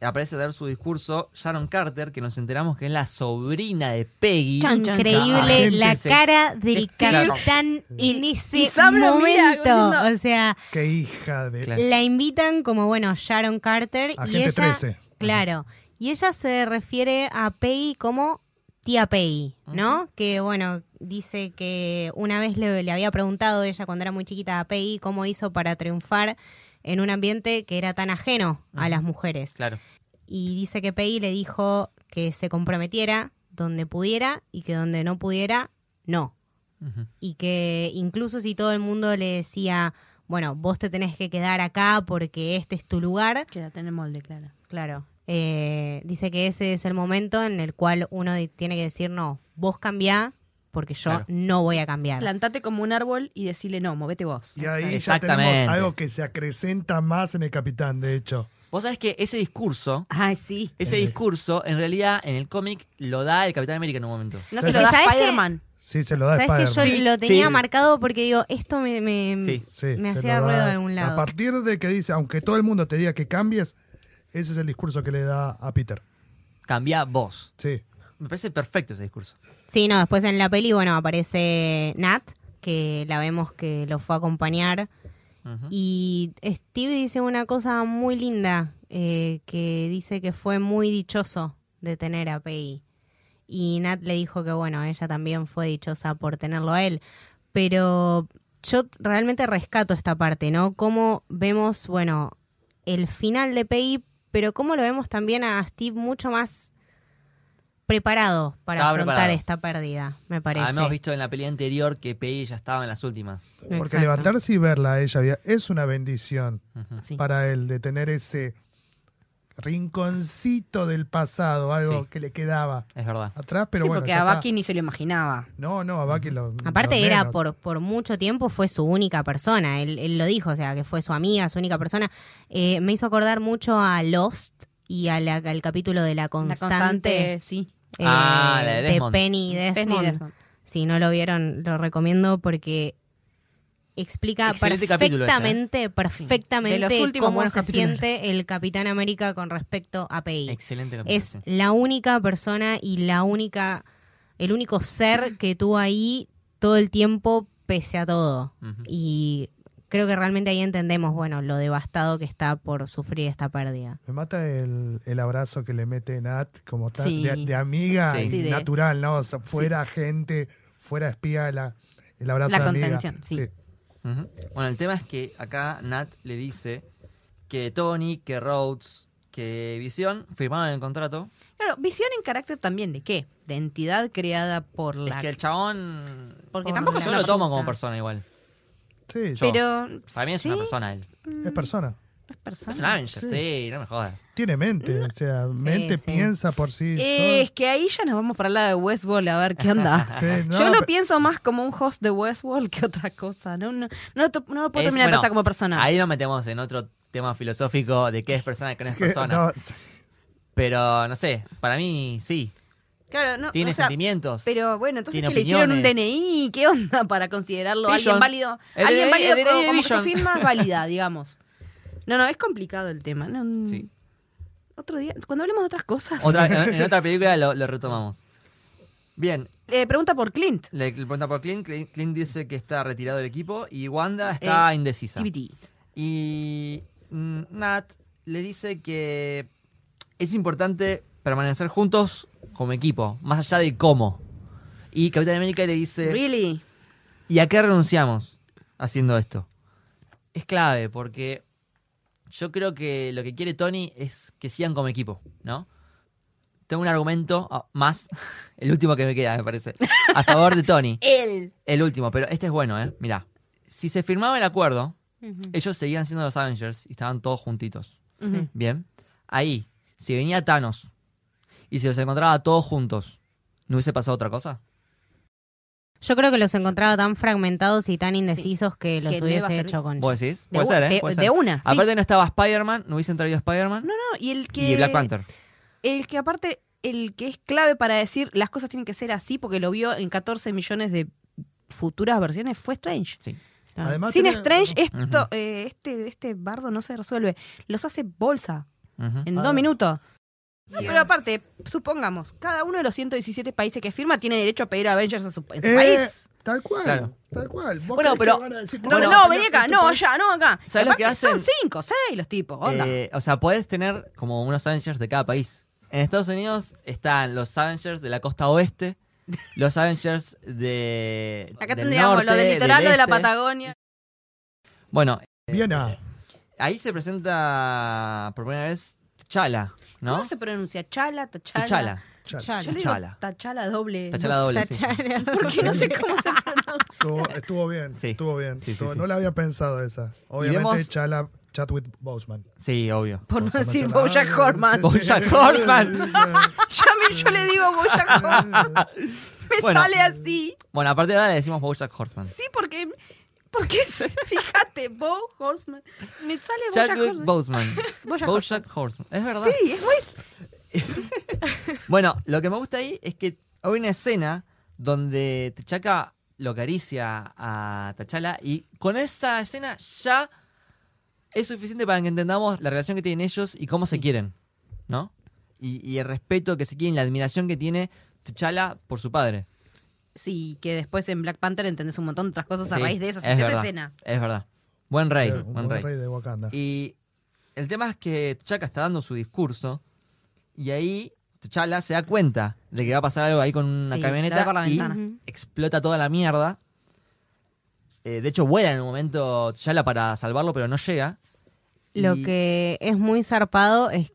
A: aparece a dar su discurso Sharon Carter, que nos enteramos que es la sobrina de Peggy.
D: Chan, chan,
A: chan.
B: Increíble
A: Gente
B: la
A: se-
B: cara del
A: claro.
B: capitán en ese
D: y Sam lo mira,
B: momento.
D: como diciendo-
B: O sea,
C: Qué hija de.
A: Claro.
B: la invitan como, bueno, Sharon Carter y
C: Agente
B: ella...
C: 13.
B: Claro. Y ella se refiere a Peggy como tía Peggy, ¿no? Que, bueno, dice que una vez le, le había preguntado ella cuando era muy chiquita a Peggy cómo hizo para triunfar en un ambiente que era tan ajeno a las mujeres.
A: Claro.
B: y dice que Peggy le dijo que se comprometiera donde pudiera y que donde no pudiera, no.
A: Ujú.
B: Y que incluso si todo el mundo le decía, bueno, vos te tenés que quedar acá porque este es tu lugar,
D: Quédate en el molde, claro.
B: claro, eh, dice que ese es el momento en el cual uno di- tiene que decir, no, vos cambiá porque yo
A: Claro.
B: no voy a cambiar.
D: Plantate como un árbol y decirle no, movete vos.
C: Y ahí ya
A: Exactamente.
C: tenemos algo que se acrecenta más en el capitán, de hecho.
A: Vos sabés que ese discurso,
D: Ay, sí.
A: ese discurso, en realidad, en el cómic, lo da el Capitán América en un momento.
D: No
C: Sí,
D: se lo
C: sí.
D: da
B: ¿Sabes qué?
D: Spider-Man.
C: Sí, se lo da
B: ¿Sabes que yo
C: Spider-Man.
B: lo tenía
A: sí.
B: marcado porque digo, esto me, me,
A: Sí,
C: Sí,
B: me
C: se
B: hacía
C: lo da.
B: ruido de algún lado?
C: A partir de que dice, aunque todo el mundo te diga que cambies, ese es el discurso que le da a Peter.
A: Cambia vos.
C: Sí.
A: Me parece perfecto ese discurso.
B: Sí, no, después en la peli, bueno, aparece Nat, que la vemos que lo fue a acompañar.
A: Ujú.
B: Y Steve dice una cosa muy linda, eh, que dice que fue muy dichoso de tener a Peggy. Y Nat le dijo que, bueno, ella también fue dichosa por tenerlo a él. Pero yo t- realmente rescato esta parte, ¿no? Cómo vemos, bueno, el final de Peggy, pero cómo lo vemos también a Steve mucho más preparado para
A: Estaba
B: afrontar
A: preparado.
B: esta pérdida,
A: Ah,
B: me parece.
A: Habíamos visto en la pelea anterior que Peggy ya estaba en las últimas.
B: Exacto.
C: Porque levantarse y verla a ella via- es una bendición
D: Sí.
C: para él de tener ese rinconcito del pasado, algo
A: Sí.
C: que le quedaba
A: Es verdad.
C: atrás, pero
D: sí,
C: bueno.
D: porque
C: ya
D: a
C: está.
D: Bucky ni se lo imaginaba.
C: No, no, a Bucky lo.
B: Aparte
C: lo
B: era
C: menos.
B: por, por mucho tiempo fue su única persona, él, él lo dijo, o sea, que fue su amiga, su única persona. Eh, me hizo acordar mucho a Lost y a la- al capítulo de La
D: La
B: Constante,
D: constante, sí.
B: eh,
A: Ah, la de Desmond.
B: Penny y Desmond.
D: Penny Desmond.
B: Si no lo vieron, lo recomiendo porque explica
A: Excelente capítulo ese, ¿eh?
B: perfectamente,
D: Sí, de
B: perfectamente
D: los últimos
B: cómo
D: buenos
B: se
D: capítulos.
B: siente el Capitán América con respecto a PI.
A: Excelente capítulo,
B: es
A: sí.
B: la única persona y la única el único ser que tuvo ahí todo el tiempo pese a todo
A: Ujú.
B: y creo que realmente ahí entendemos bueno lo devastado que está por sufrir esta pérdida
C: Me mata el, el abrazo que le mete Nat como tal,
D: Sí.
C: de, de amiga
A: Sí.
C: y
D: Sí, de-
C: natural, ¿no? O sea, fuera gente, fuera espía, la, el abrazo
D: La
C: de amiga.
D: contención, sí.
A: Ujú. Bueno, el tema es que acá Nat le dice que Tony, que Rhodes, que Visión firmaron el contrato.
D: Claro, visión en carácter también de qué? De entidad creada por la.
A: Es que el chabón.
D: Porque
B: por la-
D: tampoco es
A: Yo
D: una
A: lo tomo
D: persona.
A: como persona igual.
C: Sí,
A: Yo.
D: Pero.
A: Para mí es
D: sí, Ah,
A: una persona él.
C: es persona.
D: Es persona.
A: Es un Avenger,
C: Sí.
A: sí. no me jodas.
C: Tiene mente, o sea, mente
B: sí.
C: piensa por sí.
D: mm, Es
C: sola.
D: que ahí ya nos vamos para el lado de Westworld a ver qué onda.
C: [LAUGHS] Sí, no,
D: Yo lo
C: pero-
D: pienso más como un host de Westworld que otra cosa. No, no, no, lo to- no lo puedo
A: Es-
D: terminar de
A: bueno,
D: pensar como persona.
A: Ahí nos metemos en otro tema filosófico de qué es persona y qué no
C: [LAUGHS]
A: es
C: que-
A: persona.
C: no,
A: Pero no sé, para mí sí.
D: Claro, no,
A: Tiene
D: o sea,
A: sentimientos.
D: Pero bueno, entonces
A: Tiene
D: que le hicieron un
A: opiniones.
D: DNI, ¿qué onda para considerarlo alguien
A: Vision.
D: válido?
A: El
D: alguien
A: DNI
D: válido
A: el
D: como,
A: DNI
D: como su
A: Vision.
D: firma
A: [LAUGHS]
D: válida, digamos. No, no, es complicado el tema. no, no.
A: Sí.
D: Otro día, cuando hablemos de otras cosas.
A: Otra-
D: [LAUGHS]
A: en, en otra película lo, lo retomamos. Bien,
D: Eh, pregunta por Clint.
A: le, le pregunta por Clint. Clint. Clint dice que está retirado del equipo y Wanda está
D: Eh,
A: indecisa.
D: TBT.
A: Y mm, Nat le dice que es importante permanecer juntos como equipo, más allá del cómo. Y Capitán América le dice...
D: Really?
A: ¿Y a qué renunciamos haciendo esto? Es clave porque yo creo que lo que quiere Tony es que sigan como equipo, ¿no? Tengo un argumento ah, más, [LAUGHS] el último que me queda, me parece, a favor de Tony.
D: Él.
A: El último, pero este es bueno, ¿eh? Mirá. Si se firmaba el acuerdo, ellos seguían siendo los Avengers y estaban todos juntitos.
D: Ujú.
A: Bien. Ahí, si venía Thanos y si los encontraba todos juntos, ¿no hubiese pasado otra cosa?
B: yo creo que los encontraba tan fragmentados y tan indecisos que los
D: Que no iba a
B: hubiese
D: servir.
B: hecho con
A: ¿Vos decís?
D: De
A: Puede
D: u-
A: ser,
D: de-
A: ¿eh? Puede
D: de
A: ser.
D: una, sí.
A: Aparte no estaba Spider-Man, no hubiesen traído Spider-Man.
D: No, no, y el que.
A: Y Black Panther.
D: El que aparte, el que es clave para decir las cosas tienen que ser así, porque lo vio en 14 millones de futuras versiones, fue Strange.
A: Sí.
B: Ah.
C: además
D: Sin
C: tiene-
D: Strange, esto,
A: Ujú.
D: eh, este, este bardo no se resuelve. Los hace bolsa
A: Ujú.
D: en
C: Ah.
D: dos minutos. No,
B: Dios.
D: pero aparte, supongamos, cada uno de los 117 países que firma tiene derecho a pedir Avengers en su, en su
C: Eh,
D: país.
C: Tal cual,
A: Claro.
C: tal cual. ¿Vos
A: Bueno,
C: creés que
A: pero-
C: van a decir,
D: No,
A: Bueno,
D: no,
C: pero
D: vení
C: que
D: acá,
C: tú
D: no,
C: podés-
D: allá, no, acá.
A: ¿Sabes lo que
D: Aparte, Son
A: hacen?
D: cinco, seis los tipos, onda.
A: Eh, o sea, podés tener como unos Avengers de cada país. En Estados Unidos están los Avengers de la costa
D: [LAUGHS]
A: oeste, los Avengers de.
D: acá
A: del
D: tendríamos lo del
A: norte,
D: litoral, lo de la
A: este.
D: Patagonia.
A: Bueno,
C: Bien, ah,
A: ahí se presenta por primera vez T'Challa, ¿no?
D: ¿Cómo se pronuncia? Chala, tachala.
A: T'Challa.
C: ya,
B: Chala.
D: Yo le digo
A: Tachala.
D: tachala doble.
A: T'Challa doble. sí.
D: [LAUGHS]
B: Tachara.
D: Porque no sé cómo [LAUGHS] se pronuncia.
C: estuvo, estuvo bien,
A: Sí.
C: estuvo bien.
A: Sí, sí,
C: estuvo-
A: sí.
C: No la había pensado esa. Obviamente,
A: vemos-
C: Chala, Chadwick Boseman.
A: Sí, obvio.
D: Por no
C: Boseman
D: decir
C: se llama.
D: Bojack
A: Ah,
D: Horseman.
C: Sí, sí.
A: Bojack Horseman.
D: [LAUGHS] Ya me, yo le digo
A: [LAUGHS]
D: Bojack Horseman. Me
A: Bueno.
D: sale así.
A: Bueno, a partir de ahora le decimos Bojack Horseman.
D: Sí, porque. Porque, es- [LAUGHS] fíjate, Bo Horseman. Me sale Bojack
A: Chadwick
D: Horseman.
A: Boseman.
D: Bojack
A: Bojack Horseman. Es verdad.
D: Sí, es Wes.
A: Bueno, lo que me gusta ahí es que hay una escena donde T'Chaka lo acaricia a T'Challa y con esa escena ya es suficiente para que entendamos la relación que tienen ellos y cómo se quieren, ¿no? Y, y el respeto que se quieren, la admiración que tiene T'Challa por su padre.
D: Sí, que después en Black Panther entendés un montón de otras cosas a
A: Sí,
D: raíz de eso.
A: es
D: esa
A: verdad,
D: escena.
A: Es verdad. Buen rey,
C: Eh, Un
A: buen rey.
C: de Wakanda.
A: Y el tema es que T'Chaka está dando su discurso y ahí T'Challa se da cuenta de que va a pasar algo ahí con una
D: Sí, la
A: camioneta
D: ve por la
A: y
D: ventana.
A: explota toda la mierda. Eh, de hecho, vuela en un momento T'Challa para salvarlo, pero no llega.
B: Lo
A: Y-
B: que es muy zarpado es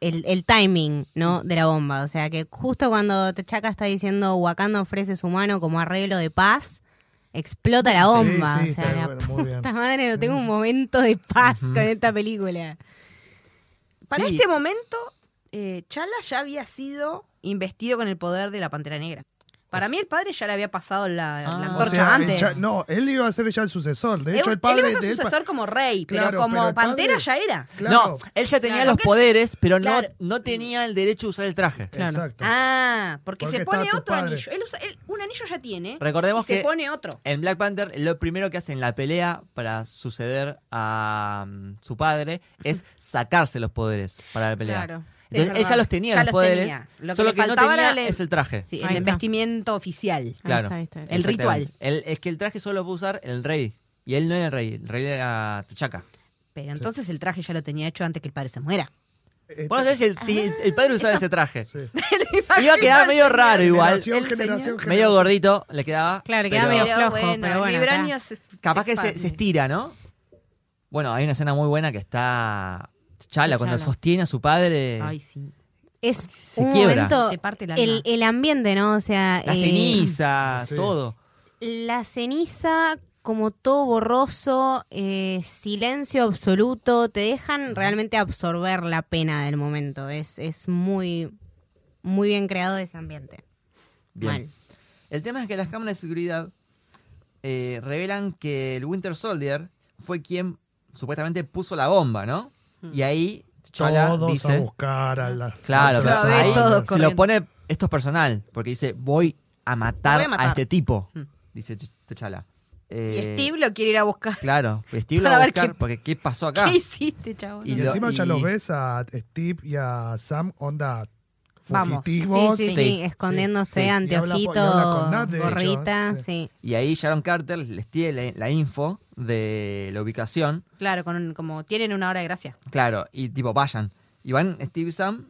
B: el, el timing, ¿no? De la bomba. O sea, que justo cuando T'Chaka está diciendo Wakanda ofrece su mano como arreglo de paz, explota la bomba.
C: Sí, sí,
B: o sea,
C: está Mm.
B: la
C: bueno, muy bien.
B: puta madre, no tengo un momento de paz con esta película.
D: Para
A: Sí.
D: este momento, eh, Chala ya había sido investido con el poder de la Pantera Negra. Para mí el padre ya le había pasado la, la
A: Ah.
D: antorcha
A: O
C: sea, el
D: antes.
C: cha- no, él iba a ser ya el sucesor. De hecho,
D: Él-
C: el padre
D: él iba
C: de
D: a ser
C: él pa-
D: sucesor como rey,
C: Claro,
D: pero como
C: pero el padre-
D: pantera ya era.
A: No,
C: Claro,
A: él ya tenía
D: Claro,
A: los
D: que-
A: poderes, pero no,
D: claro.
A: no tenía el derecho de usar el traje.
B: Claro.
C: exacto.
D: Ah, porque,
C: Porque
D: se
C: estaba
D: pone
C: tu
D: otro
C: padre.
D: anillo. Él usa- él- un anillo ya tiene.
A: Recordemos
D: y se
A: que-
D: pone otro.
A: En Black Panther, lo primero que hace en la pelea para suceder a mm, su padre es sacarse los poderes para la pelea.
B: Claro.
A: Entonces,
D: Es
A: ella
D: verdad.
A: los tenía
D: Ya
A: los
D: los
A: poderes,
D: tenía. Lo que
A: solo
D: le
A: que, no
D: faltaba era
A: tenía
D: el-
A: es el traje.
D: Sí,
B: Ahí
D: el
B: está.
D: vestimiento oficial.
B: Ahí
A: Claro.
B: está, ahí está, ahí está.
D: El
A: Exactamente.
D: ritual.
A: El- es que el traje solo puede usar el rey. Y él no era el rey, el rey era Tuchaca.
D: Pero entonces el traje ya lo tenía hecho antes que el padre
C: [LAUGHS]
D: se muera.
C: Este-
A: Bueno, no sé si el, si el- el padre usaba ese traje.
C: sí.
A: Iba a quedar medio raro igual.
C: Generación,
D: el
C: generación,
D: señor-
A: Medio
C: generación.
A: gordito le quedaba.
B: Claro,
A: pero
B: quedaba medio flojo, pero bueno,
D: Vibranios se-
A: Capaz
D: se
A: que se,
D: expande.
A: se estira, ¿no? Bueno, hay una escena muy buena que está Chala cuando
B: T'Challa.
A: sostiene a su padre.
D: Ay, sí.
B: Es
A: Se
B: un
A: quiebra.
B: momento.
D: Te parte el alma.
B: El,
A: Eh,
B: el ambiente, ¿no? O sea.
A: La
B: eh,
A: ceniza,
C: Sí.
A: todo.
B: La ceniza, como todo borroso, eh, silencio absoluto, te dejan realmente absorber la pena del momento. Es, es muy, muy bien creado ese ambiente.
A: Bien.
B: Mal.
A: El tema es que las cámaras de seguridad eh, revelan que el Winter Soldier fue quien supuestamente puso la bomba, ¿no?
D: Hmm.
A: Y ahí Chala
C: Todos a
A: dice.
C: buscar a las.
A: Claro,
C: otras
A: pero ahí
C: bandas.
D: todo
A: se lo pone. Esto es personal, porque dice: Voy a matar,
D: Lo voy a matar.
A: este tipo,
D: Mm.
A: dice T'Challa.
D: Y
A: Eh,
D: Steve lo quiere ir a buscar.
A: Claro, Steve lo
D: Para
A: va a
D: ver
A: buscar
D: qué-
A: porque ¿qué pasó [LAUGHS] acá?
D: [LAUGHS] ¿Qué hiciste, chabón?
A: Y
C: Y
A: lo-
C: encima ya
A: y-
C: los ves a Steve y a Sam, onda
D: Vamos.
C: fugitivos.
B: sí, sí, sí,
A: Sí,
B: escondiéndose,
A: sí. Y
C: habla- y
B: anteojito,
C: habla con Nat, de hecho,
B: gorrita,
C: sí.
B: sí.
A: Y ahí Sharon Carter les tiene la, la info de la ubicación.
D: Claro, con un- como tienen una hora de gracia.
A: Claro, y tipo, vayan. Y van Steve y Sam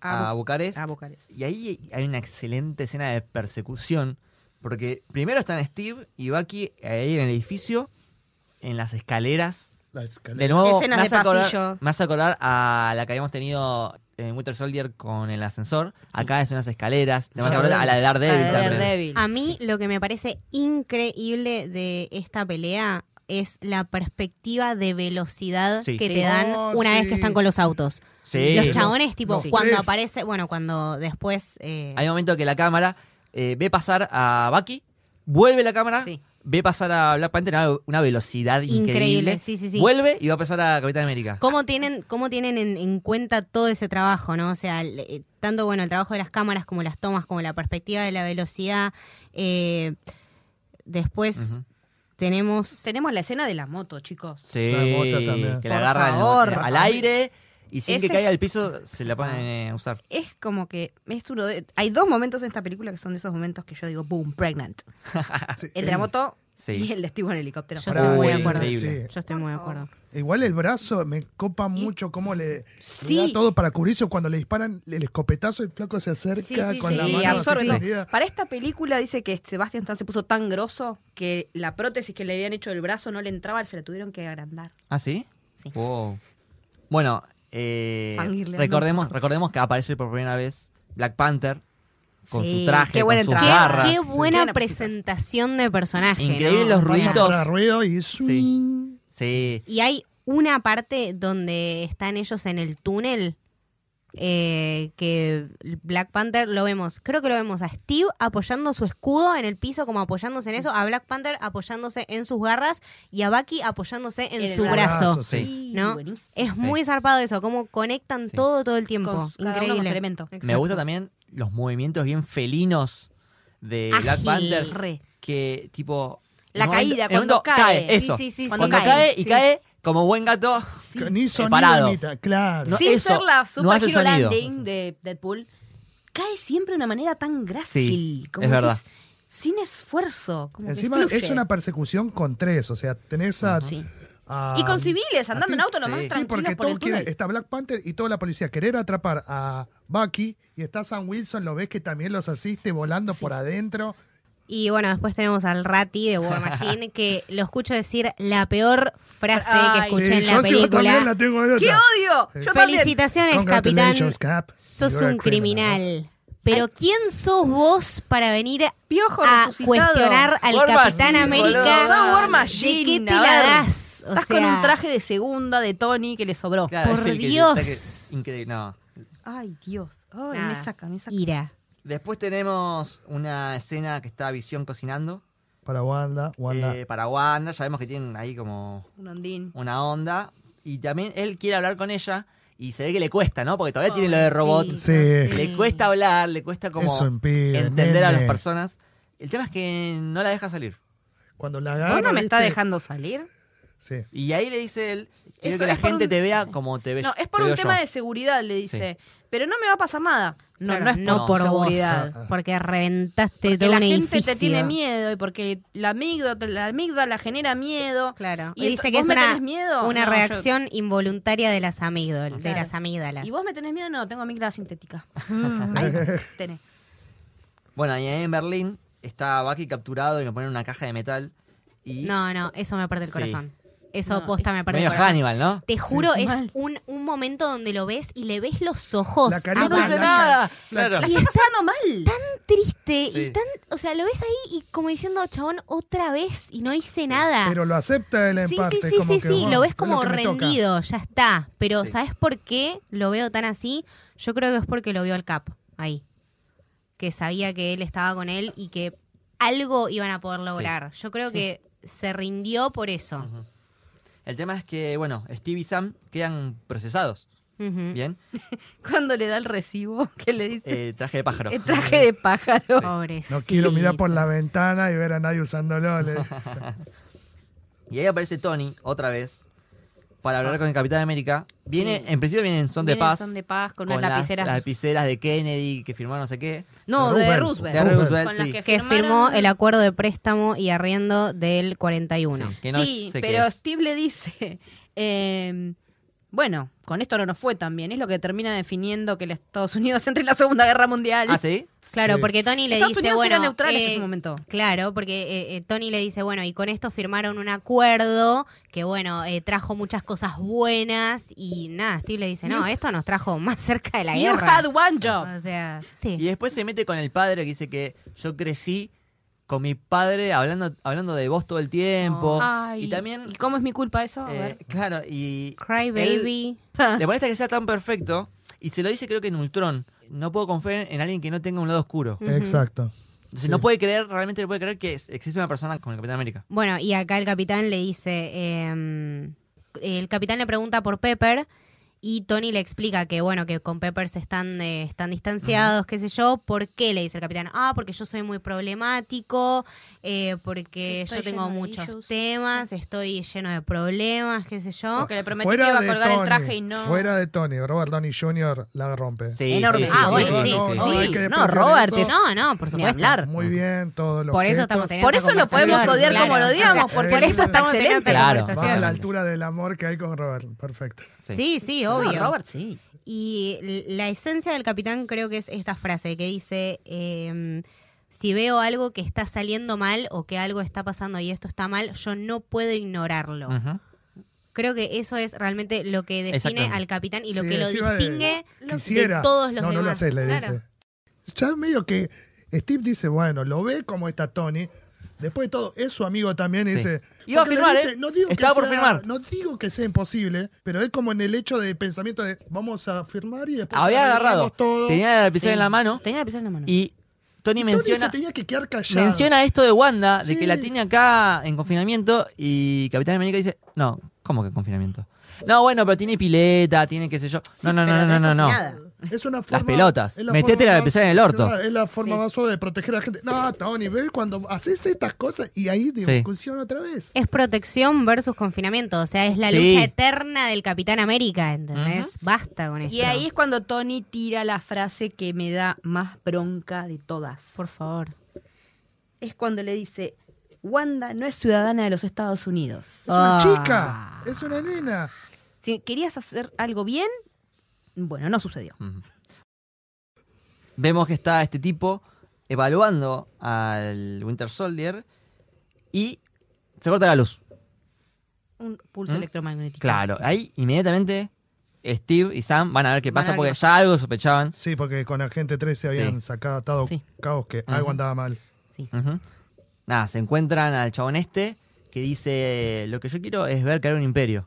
A: a,
D: A Bu-
A: Bucarest.
D: a Bucarest.
A: Y ahí hay una excelente escena de persecución. Porque primero están Steve y Bucky ahí en el edificio, en las escaleras.
C: La escalera.
A: De nuevo,
D: Escenas
A: me
D: de
A: hace, acordar,
D: pasillo.
A: me hace acordar a la que habíamos tenido en Winter Soldier con el ascensor. Acá es unas escaleras. Te vas a acordar a la de Daredevil
D: A
A: también.
D: Daredevil.
B: A mí lo que me parece increíble de esta pelea es la perspectiva de velocidad
A: Sí.
B: que
D: Sí.
B: te dan
C: Oh,
B: una vez
C: sí.
B: que están con los autos.
A: Sí.
B: Los chabones, tipo,
C: Los
B: cuando
C: tres.
B: aparece, bueno, cuando después... eh,
A: Hay un momento que la cámara eh, ve pasar a Bucky, vuelve la cámara,
D: Sí.
A: ve pasar a Black Panther a una velocidad increíble.
B: Increíble, sí, sí, sí.
A: Vuelve y va a pasar a Capitán América.
B: ¿Cómo tienen, cómo tienen en, en cuenta todo ese trabajo, no? O sea, el- eh, tanto bueno el trabajo de las cámaras como las tomas, como la perspectiva de la velocidad. eh, después
A: Ujú.
B: tenemos
D: Tenemos la escena de la moto, chicos.
A: Sí,
C: La bota también.
A: que la
D: Por
A: agarra al-
D: favor.
A: al aire y sin que
D: Ese- Ah.
A: caiga al piso se la ponen a usar.
D: Es como que es uno de- hay dos momentos en esta película que son de esos momentos que yo digo boom, pregnant.
C: [LAUGHS] Sí,
D: El de la moto
A: Sí.
D: y el de Steve en helicóptero.
B: Yo
C: Pará,
B: estoy muy de
C: el-
B: acuerdo.
A: Increíble.
B: Yo estoy muy de acuerdo.
C: Igual el brazo me copa mucho cómo le,
D: Sí.
C: le da todo para cubrirse. Cuando le disparan el escopetazo, el flaco se acerca
D: Sí, sí,
C: con
D: sí,
C: la
D: sí,
C: mano.
D: absorbe
C: así
D: todo.
C: sostenida.
D: Para esta película dice que Sebastián Stan se puso tan grosso que la prótesis que le habían hecho del brazo no le entraba, se la tuvieron que agrandar.
A: ¿Ah, sí?
D: Sí.
A: Wow. Bueno, eh,
D: Fangirleando.
A: recordemos, recordemos que aparece por primera vez Black Panther con
D: Sí,
A: su traje,
D: qué
A: con
D: buena
A: sus
D: entrada.
A: garras.
B: Qué
D: Qué
B: buena
D: buena
B: presentación de personaje. ¿no?
A: Increíble los
C: Pasa
A: ruiditos.
C: para ruido y swing.
A: Sí.
B: Y hay una parte donde están ellos en el túnel. eh, que Black Panther lo vemos, creo que lo vemos a Steve apoyando su escudo en el piso, como apoyándose en eso, a Black Panther apoyándose en sus garras y a Bucky apoyándose en
D: En el
B: su
C: brazo,
B: brazo.
A: Sí.
B: ¿no?
D: buenísimo.
B: Es muy zarpado eso, cómo conectan
A: Sí.
B: todo todo el tiempo.
D: Con su- cada uno con su
B: Increíble.
D: elemento.
A: Me gusta también los movimientos bien felinos de Black
B: Ágil.
A: Panther.
D: Re.
A: Que tipo.
D: La
A: en un
D: caída,
A: en un
D: cuando cae.
B: Sí,
A: Eso.
B: sí, sí, sí.
A: cuando
D: Sí.
A: cae y
D: Sí.
A: cae como buen gato. [LAUGHS]
C: Que Ni sonido
A: Separado.
C: ni ta- Claro.
A: No,
D: Sin
A: eso,
D: ser la
A: no
D: super
A: hace
D: hero
A: sonido.
D: landing de Deadpool, cae siempre de una manera tan grácil.
A: Sí,
D: como
A: es
D: decís,
A: verdad.
D: Sin esfuerzo. como que
C: Encima
D: fluye.
C: es una persecución con tres. O sea, tenés a.
D: Sí.
C: a-
D: Y con civiles, andando
C: a ti-
D: en auto nomás
A: Sí.
C: Sí,
D: tranquilos
C: porque
D: por el
C: todos quieren,
D: túnel.
C: está Black Panther y toda la policía querer atrapar a Bucky y está Sam Wilson, lo ves que también los asiste volando por adentro.
B: Y bueno, después tenemos al Rati de War Machine, que lo escucho decir la peor frase que
D: Ay.
B: escuché
C: Sí,
B: en la
C: yo, sí, yo
B: película.
C: también la tengo en
D: [LAUGHS] ¡Qué
C: otra.
D: odio! Yo también.
B: Felicitaciones, capitán.
C: Congratulations, Cap.
B: Sos
C: You're a
B: un criminal. Pero ¿quién sos vos para venir
D: Piojo
B: a
D: resucitado.
B: cuestionar al
A: War
B: Capitán
A: Machine,
B: América?
A: boludo. Sos War
B: ¿De
D: Machine,
B: qué te
D: a
B: la
D: ver.
B: das? O
D: Estás
B: sea,
D: con un traje de segunda de Tony que le sobró.
A: Claro,
B: Por
A: es el que-
B: Dios.
A: está que- increíble. No.
D: Ay, Dios. Ay,
B: nada,
D: me saca, me saca.
B: Ira.
A: Después tenemos una escena que está Visión cocinando
C: Para Wanda, Wanda.
A: eh, para Wanda. Sabemos que tienen ahí como
D: Un ondín.
A: una onda. Y también él quiere hablar con ella y se ve que le cuesta, ¿no? Porque todavía tiene lo de robot.
C: Sí. Sí.
B: [LAUGHS]
A: Le cuesta hablar, le cuesta como
C: Es un pibe,
A: entender a
C: nene.
A: las personas. El tema es que no la deja salir.
C: Cuando la
D: ¿Vos
C: gana.
D: no me está
C: Ah, ¿viste?
D: dejando salir?
C: Sí.
A: Y ahí le dice él, quiero
D: Eso
A: que la
D: es por
A: gente
D: un-
A: te vea como te ve
D: No, es por
A: te
D: un
A: veo
D: tema
A: yo.
D: de seguridad, le dice. Pero no me va a pasar nada. No,
B: Claro,
D: no es por,
A: no
B: por
D: seguridad.
B: vos, porque reventaste
D: Porque
B: todo
D: la
B: un
D: gente
B: edificio.
D: te tiene miedo y porque la amígdala, la amígdala genera miedo.
B: Claro.
D: Y
B: Y dice que
D: ento- ¿vos
B: es
D: me
B: una,
D: tenés miedo?
B: una
D: No, yo-
B: reacción involuntaria de las amígdalas. De
D: Claro.
B: las amígdalas.
D: ¿Y vos me tenés miedo? No, tengo amígdala sintética. Ahí
B: [LAUGHS]
D: tenés.
A: Bueno, y ahí en Berlín está Bucky capturado y lo ponen en una caja de metal. Y
B: No, no, eso me parte el
A: Sí.
B: corazón. Eso
D: No,
B: posta me parte el
A: medio
B: corazón.
A: Hannibal, ¿no?
B: Te juro,
D: Sí.
B: es
D: Mal.
B: un, un momento donde lo ves y le ves los ojos. Ah,
C: La
A: No,
C: carita,
B: a
A: no
C: la-
A: dice
B: Batman.
A: nada.
C: la-
A: Claro.
D: La está pasando mal.
B: Tan triste
A: Sí.
B: y tan. O sea, lo ves ahí y como diciendo, chabón, otra vez y no hice nada.
C: Pero lo acepta él en
B: Ah. sí,
C: parte.
B: sí, sí,
C: como
B: sí,
C: que,
B: sí,
C: bueno,
B: lo ves
C: es
B: como
C: que me toca.
B: rendido, ya está. Pero
A: Sí.
B: ¿sabes por qué lo veo tan así? Yo creo que es porque lo vio el Cap ahí. Que sabía que él estaba con él y que algo iban a poder lograr. Yo creo que se rindió por eso.
A: Ujú. El tema es que, bueno, Steve y Sam quedan procesados.
D: Mm.
B: Ujú.
A: Bien.
D: Cuando le da el recibo, [LAUGHS] que le dice
A: Eh, traje de pájaro.
D: [LAUGHS] el traje de pájaro.
B: Pobrecito.
C: No quiero mirar por la ventana y ver a nadie usándolo. le-
A: Y ahí aparece Tony otra vez para hablar con el Capitán América. Viene, en principio viene en son de
D: Ah. Viene en
A: paz.
D: son de paz, con unas
A: las-
D: lapiceras.
A: Las, lapiceras de Kennedy que firmaron no sé qué.
C: [LAUGHS]
D: No, de
C: Roosevelt.
D: Roosevelt.
A: De Roosevelt,
D: Con las
A: sí.
D: que,
B: Que firmó
D: firmaron-
B: el acuerdo de préstamo y arriendo del 41.
A: Sí, que no
D: sí,
A: sé qué
D: pero
A: es.
D: Steve le dice, [LAUGHS] eh, bueno, con esto no nos fue tan bien, es lo que termina definiendo que los Estados Unidos [LAUGHS] entre en la Segunda Guerra Mundial.
A: Ah, sí.
B: Claro,
C: Sí.
B: porque Tony le
D: Estados
B: dice,
D: Unidos
B: bueno,
D: era neutral en
B: eh,
D: ese momento.
B: Claro, porque eh, eh, Tony le dice, bueno, y con esto firmaron un acuerdo que, bueno, eh, trajo muchas cosas buenas y nada, Steve le dice, no, esto nos trajo más cerca de la
D: You
B: guerra.
D: had one job.
B: O sea,
A: Y
D: Este.
A: después se mete con el padre que dice que yo crecí con mi padre hablando, hablando de vos todo el tiempo.
D: Ay,
A: Oh, y también,
D: Oh. ¿y cómo es mi culpa eso? A
A: eh,
D: ver.
A: claro, y...
B: Cry
A: él-
B: Baby.
A: Le molesta que sea tan perfecto y se lo dice creo que en Ultron. No puedo confiar en alguien que no tenga un lado oscuro.
C: Exacto.
A: Entonces, no puede creer, realmente no puede creer que es- existe una persona como el Capitán América.
B: Bueno, y acá el capitán le dice, eh, el capitán le pregunta por Pepper y Tony le explica que, bueno, que con Pepper se están, eh, están distanciados, qué sé yo, ¿por qué? Le dice el capitán, ah, porque yo soy muy problemático, eh, porque
D: Estoy
B: yo tengo
D: lleno de
B: muchos
D: issues".
B: temas, estoy lleno de problemas, qué sé yo.
D: Porque le prometí
C: Fuera
D: que iba a
C: de
D: colgar el
C: Tony,
D: traje y no.
C: Fuera de Tony. Robert Downey Jr. la rompe.
A: Sí,
D: Enorme.
A: sí,
B: Ah,
A: sí,
B: bueno,
A: sí,
B: sí,
A: sí,
B: sí.
A: sí.
C: hay que
D: No,
C: despreciar
D: Robert,
C: eso.
B: No, no, por
D: Ni
B: supuesto.
D: hablar.
C: Muy bien, todos los
B: Por eso
C: gestos.
B: estamos teniendo
D: Por eso lo podemos
B: Conversación,
D: odiar como
B: claro.
D: lo odiamos,
C: Claro.
D: porque por eso está
B: Estamos teniendo
D: excelente.
B: esta
A: Claro.
B: conversación.
C: Va a la altura del amor que hay con Robert. Perfecto.
A: Sí.
B: Sí, sí,
D: No,
B: obvio.
D: Robert, sí.
B: Y l- la esencia del capitán creo que es esta frase que dice, eh, si veo algo que está saliendo mal o que algo está pasando y esto está mal, yo no puedo ignorarlo.
A: Ujú.
B: Creo que eso es realmente lo que define
A: Exactamente.
B: al capitán y lo
C: Sí,
B: que lo
C: encima de-
B: distingue de,
C: Quisiera.
B: todos los
C: no,
B: demás.
C: no lo haces, le
B: Claro.
C: dice. Ya medio que Steve dice, bueno, lo ve como está Tony. Después de todo, es su amigo también y
A: Sí.
C: dice...
A: Iba a
C: porque le
A: firmar, ¿eh?
C: No digo, que
A: Estaba por
C: sea-
A: firmar.
C: no digo que sea imposible, pero es como en el hecho de pensamiento de vamos a firmar y después...
A: Había
C: arreglamos
A: agarrado,
C: Todo.
A: tenía la lapicera
D: Sí.
A: en la mano
D: Tenía la pisar en la mano.
A: y Tony
C: Tony se
A: menciona,
C: tenía que quedar callado.
A: menciona esto de Wanda, de
C: Sí.
A: que la tiene acá en confinamiento y Capitán América dice, no, ¿cómo que confinamiento? No, bueno, pero tiene pileta, tiene qué sé yo. No, no,
D: pero
A: no, no,
D: no
A: no,
D: es
A: no.
D: confinada.
C: Es una forma,
A: pelotas.
C: es la
A: Metete
C: forma
A: la
C: más-
A: lapicera en el orto.
C: claro, es la forma
D: Sí.
C: más suave de proteger a la gente. No, Tony, ves cuando haces estas cosas y ahí discusión otra vez.
B: Es protección versus confinamiento, o sea, es la
A: Sí.
B: lucha eterna del Capitán América, ¿entendés? Basta con esto.
D: Y ahí es cuando Tony tira la frase que me da más bronca de todas.
B: por favor.
D: Es cuando le dice, Wanda no es ciudadana de los Estados Unidos.
C: Es una
B: Ah.
C: chica, es una nena.
D: Si querías hacer algo bien, bueno, no sucedió.
A: Ujú. Vemos que está este tipo evaluando al Winter Soldier y se corta la luz.
D: Un pulso
A: ¿Mm?
D: electromagnético.
A: Claro, ahí inmediatamente Steve y Sam van a ver qué
D: Van a
A: pasa
D: ver
A: porque
D: qué
A: ya algo sospechaban.
C: Sí, porque con Agente 13 habían
A: Sí.
C: sacado atado
D: Sí.
C: cabos que
A: Ujú.
C: algo andaba mal.
D: Sí.
A: Ujú. Nada, se encuentran al chabón este que dice, lo que yo quiero es ver caer un imperio.